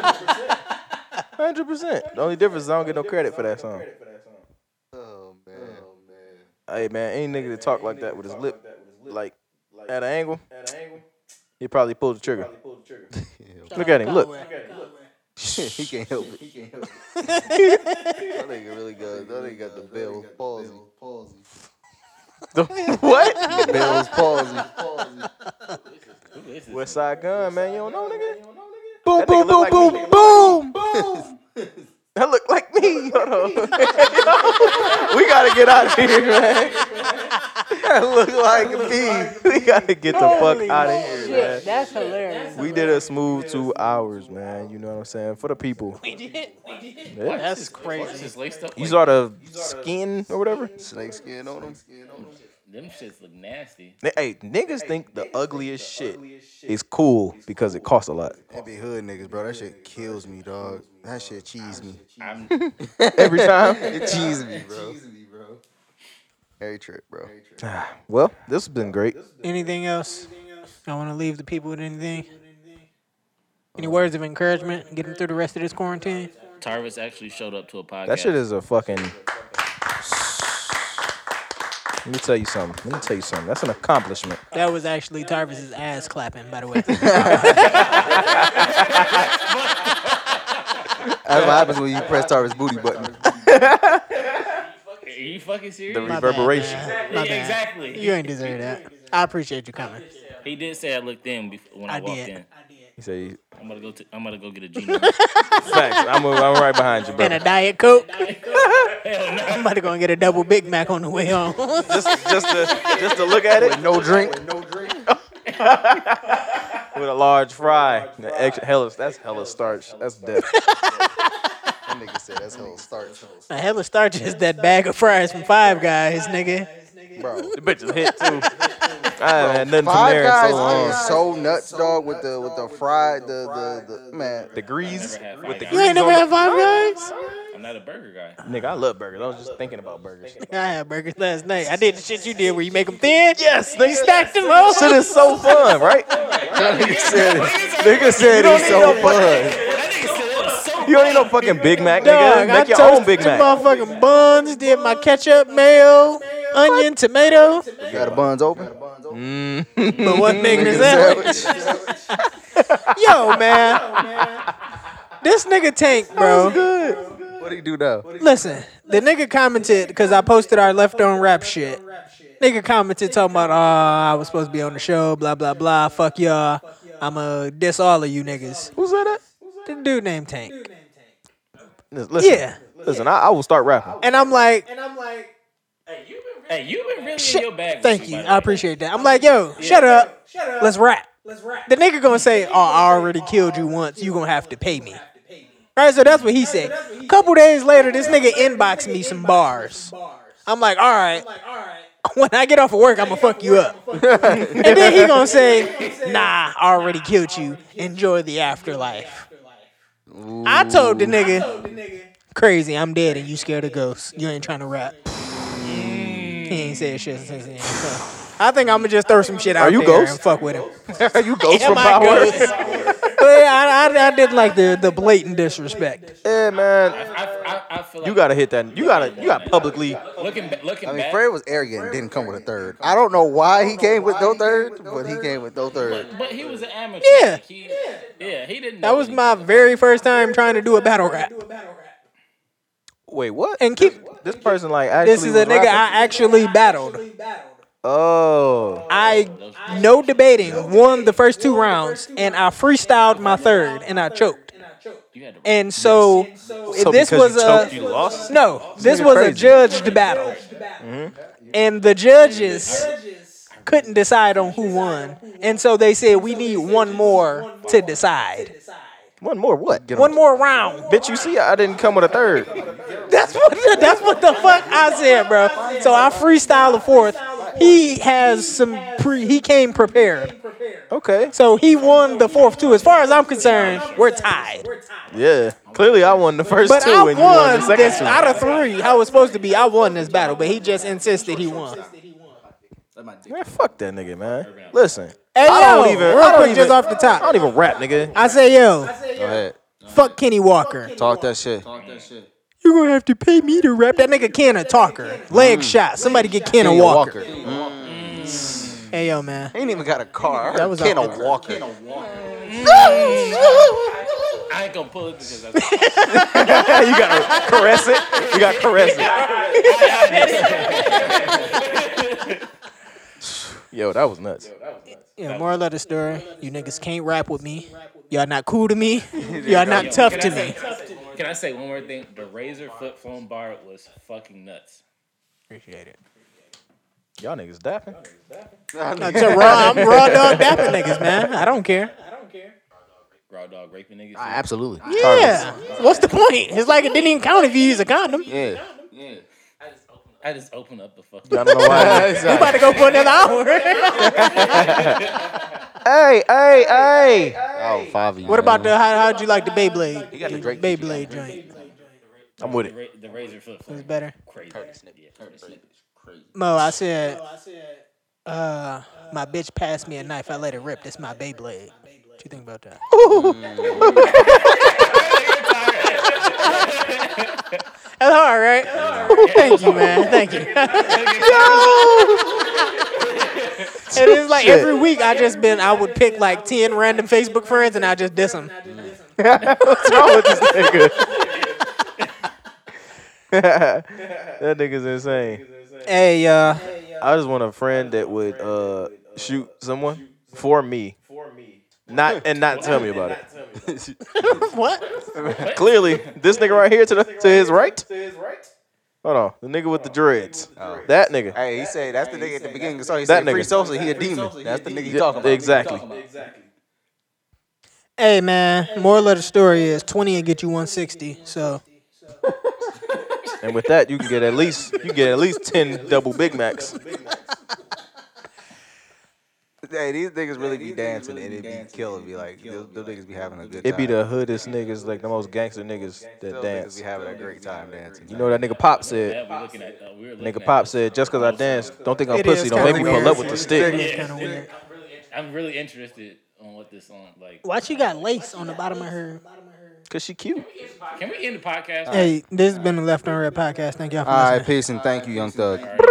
D: Hundred percent. The only difference is I don't get no credit for that song. Hey Oh, man, any nigga that talk like that with his lip, like at an angle, he probably pulled the trigger. Look at him. Look.
G: he can't help it. He can't help it. that nigga really good. That nigga got the Bell's palsy.
D: What?
G: Bell's palsy.
B: This is-
D: West Side Gun, man. You don't know, nigga.
C: Boom,
D: That nigga
C: boom,
D: look
C: boom,
D: like
C: boom,
D: me.
C: boom.
D: That look like me. Hold on. we gotta get out of here, man. That look like me. We gotta get the fuck out of here, man.
C: that's hilarious.
D: We did a smooth two hours, man. You know what I'm saying? For the people. Yeah.
C: That's
B: This
C: crazy.
B: is laced up.
D: You
B: like-
D: saw the skin or whatever?
G: Snake skin on him.
B: them shits look nasty.
D: N- Hey, niggas think the ugliest shit is cool because it costs a lot.
G: That be hood niggas, bro. That shit kills me, dog. That shit cheese me.
B: I'm
D: Every time.
G: It cheese me, bro. Every trip, bro.
D: Well, this has been great.
C: Anything else? I want to leave the people with anything. Any words of encouragement? Get them through the rest of this quarantine.
B: Tarvis actually showed up to a podcast.
D: That shit is a fucking. Let me tell you something. Let me tell you something. That's an accomplishment.
C: That was actually Tarvis's ass clapping, by the way.
G: That's what happens when you press Tarvis booty button.
B: Are you fucking serious?
D: The
C: My bad,
D: reverberation.
C: man.
B: Yeah,
C: My bad.
B: exactly.
C: You ain't deserve that. I appreciate you coming.
B: He did say I looked in before, when I,
C: I
B: walked
C: did.
B: in.
D: He said,
B: I'm gonna go. To, I'm gonna go get a Gino.
D: "Facts. I'm, I'm right behind you,
C: And a
D: bro.
C: Diet Coke. I'm about to go and get a double Big Mac on the way home.
D: Just, just to, just to look at it
G: No drink.
D: with a large fry. The extra, hella, that's hella starch. That's death.
G: That nigga said that's how it starts.
C: A hella starch is that bag of fries from Five Guys, nigga.
G: Bro.
D: The bitch is hit too. I haven't had nothing from
G: Five
D: there in
G: guys
D: so long.
G: is so nuts, dog, with the with the fried the the, the man.
D: The grease
B: Never had
D: with the
B: Five Guys.
C: You
D: grease
C: ain't never
D: on
C: had Five Guys?
B: I'm not a burger guy.
D: the- Nigga, I love burgers. I was just thinking about burgers.
C: I had burgers last night. I did the shit you did where you make them thin. Yes,
D: nigga.
C: You stacked them all.
D: Shit is so fun, right?
G: Nigga said Nigga said it's so fun.
D: You don't need no fucking Big Mac, nigga.
C: Dog, I
D: Make your
C: toasted
D: own Big
C: them
D: Mac.
C: motherfucking buns, did my ketchup, mayo, onion, tomato.
G: Got the buns open.
C: But what nigga is that? Yo, man. This nigga Tank, bro.
G: What do you do now?
C: Listen, the nigga commented because I posted our left on rap shit. Nigga commented talking about, oh, I was supposed to be on the show, blah, blah, blah. Fuck y'all. I'ma diss all of you niggas.
D: Who said that?
C: The dude named Tank.
D: Listen,
C: Yeah.
D: listen. I, I will start rapping.
C: And I'm like,
B: Hey, you've been really in your bag. with
C: thank you.
B: somebody.
C: I appreciate that. I'm like, yo, shut up. Let's rap. The nigga gonna say, oh, I already killed you once. You gonna have to pay me. Right, so that's what he said. Couple days later, this nigga inboxed me some bars. I'm like, all right. When I get off of work, I'ma fuck you up. and then he gonna say, nah, I already killed you. Enjoy the afterlife. I told the nigga, crazy, I'm dead and you scared of ghosts. You ain't trying to rap.
D: Mm.
C: He ain't said shit since then. So I think I'ma just throw some shit out
D: Are you
C: there
D: ghost?
C: and fuck with him.
D: you ghost
C: Am
D: from
C: I
D: power.
C: ghost? But yeah, I, I, I did like the, the blatant disrespect.
D: Yeah, man.
B: I, I, I feel like
D: You gotta hit that. You gotta. You gotta publicly.
B: looking ba- looking
G: I mean,
B: back.
G: Fred was arrogant. Didn't come with a third. I don't know why he came with no third, but he came with no third.
B: but he was an amateur.
C: Yeah.
B: Like, he, yeah. He didn't.
C: That
B: know
C: was
B: anything.
C: my very first time trying to do a battle rap.
D: Wait, what?
C: And keep
D: This person like actually.
C: this is
D: was
C: a nigga
D: rapping?
C: I actually battled.
D: Oh.
C: I no debating won the first two rounds and I freestyled my third and I choked.
B: You had to.
C: And so,
D: So
C: this was
D: because you
C: a
D: choked, you lost.
C: no. This was a
D: crazy. Mm-hmm.
C: judged battle, and the judges couldn't decide on who won, and so they said we need one more to decide.
D: One more what? Get
C: One
D: on-
C: more round.
D: Bitch, you see, I didn't come with a third.
C: That's what that's what the fuck I said, bro. So I freestyle the fourth. He has some pre. He came prepared,
D: Okay.
C: so he won the fourth too. As far as I'm concerned, we're tied.
D: Yeah. Clearly, I won the first
C: But
D: two,
C: I
D: and you won the
C: won
D: second
C: this
D: two.
C: out of three. How it's supposed to be, I won this battle, but he just insisted he won.
D: Man, fuck that nigga, man. Listen,
C: Hey,
D: I don't
C: yo,
D: even.
C: real
D: I don't
C: quick,
D: even.
C: just off the top.
D: I don't even rap, nigga.
C: I say, yo,
G: Go ahead.
C: fuck Kenny Walker.
G: Talk that shit.
C: You're gonna have to pay me to rap. That nigga Ken a talker.
D: Mm.
C: Leg shot. Somebody get Ken a Walker.
G: He
C: Hey, yo, man.
G: ain't even got a car. That
C: was
G: was
C: a-
G: Ken a Walker.
B: I ain't gonna pull it because that's
D: you gotta caress it. You gotta caress it. Yo, that was nuts.
C: Yeah, moral of the story. You niggas can't rap with me. Y'all not cool to me. Y'all not tough
B: Can
C: to
B: I say-
C: me.
B: Can I say one more thing? The razor flip phone bar was fucking nuts.
C: Appreciate it.
D: Y'all niggas dapping.
C: It's a raw, I'm raw dog dapping niggas, man. I don't care.
B: Raw dog raping niggas.
G: Ah, Absolutely.
C: Yeah. What's the point? It's like it didn't even count if you use a condom. You
G: Yeah.
B: yeah. I just opened up the fucking.
D: I don't know why.
C: about to go for another hour.
D: hey, hey, hey!
G: Oh, five of you.
C: what about the
G: man.
C: how how'd you like the Beyblade?
G: got the Drake
C: Beyblade joint.
D: I'm with
B: The,
D: it.
B: ra- the razor flip
C: It's
B: phone.
C: better.
B: Crazy. Yeah, Curtis Snippet.
C: Mo, I said, uh, my bitch passed me a knife. I let it rip. That's my Beyblade. What you think about that? That's all right. Thank you, man. Thank you. And it's like every week I just been I would pick like ten random Facebook friends and I just diss them.
D: What's wrong with this nigga? that nigga's insane.
C: Hey, uh,
D: I just want a friend that would uh, shoot someone for me. Not and not tell me about it.
C: what?
D: Clearly, this nigga right here to the to his right. Hold on, the nigga with the dreads. That nigga.
G: Hey, he said that's the nigga at the beginning. So he
D: That
G: said free
D: nigga.
G: Sosa, he a demon. That's the nigga he talking about.
D: Exactly.
C: Hey, man. Moral of the story is twenty and get you one sixty. So
D: And with that, you can get at least you get at least ten double Big Macs.
G: Hey, these niggas really be dancing and it be killing. Be like, those those niggas be having a good time.
D: It be the hoodest niggas, like the most gangster niggas that
G: Those niggas
D: dance.
G: be having a great time dancing.
D: You know what that nigga Pop said?
B: Yeah, we looking at. Uh, we were looking
D: Nigga
B: at
D: Pop
B: this.
D: said, just 'cause I dance, don't think I'm
C: It
D: pussy.
C: is
D: Don't
C: kinda
D: make me pull up
C: weird.
D: with the stick.
C: It's kind of weird.
B: I'm really interested on what this song like.
C: Why she got lace on the bottom of her?
D: Cause she cute.
B: Can we end the podcast?
C: Hey, this has been the Left on Red podcast. Thank y'all for
G: All
C: listening.
G: right, peace and thank you, Young Thug.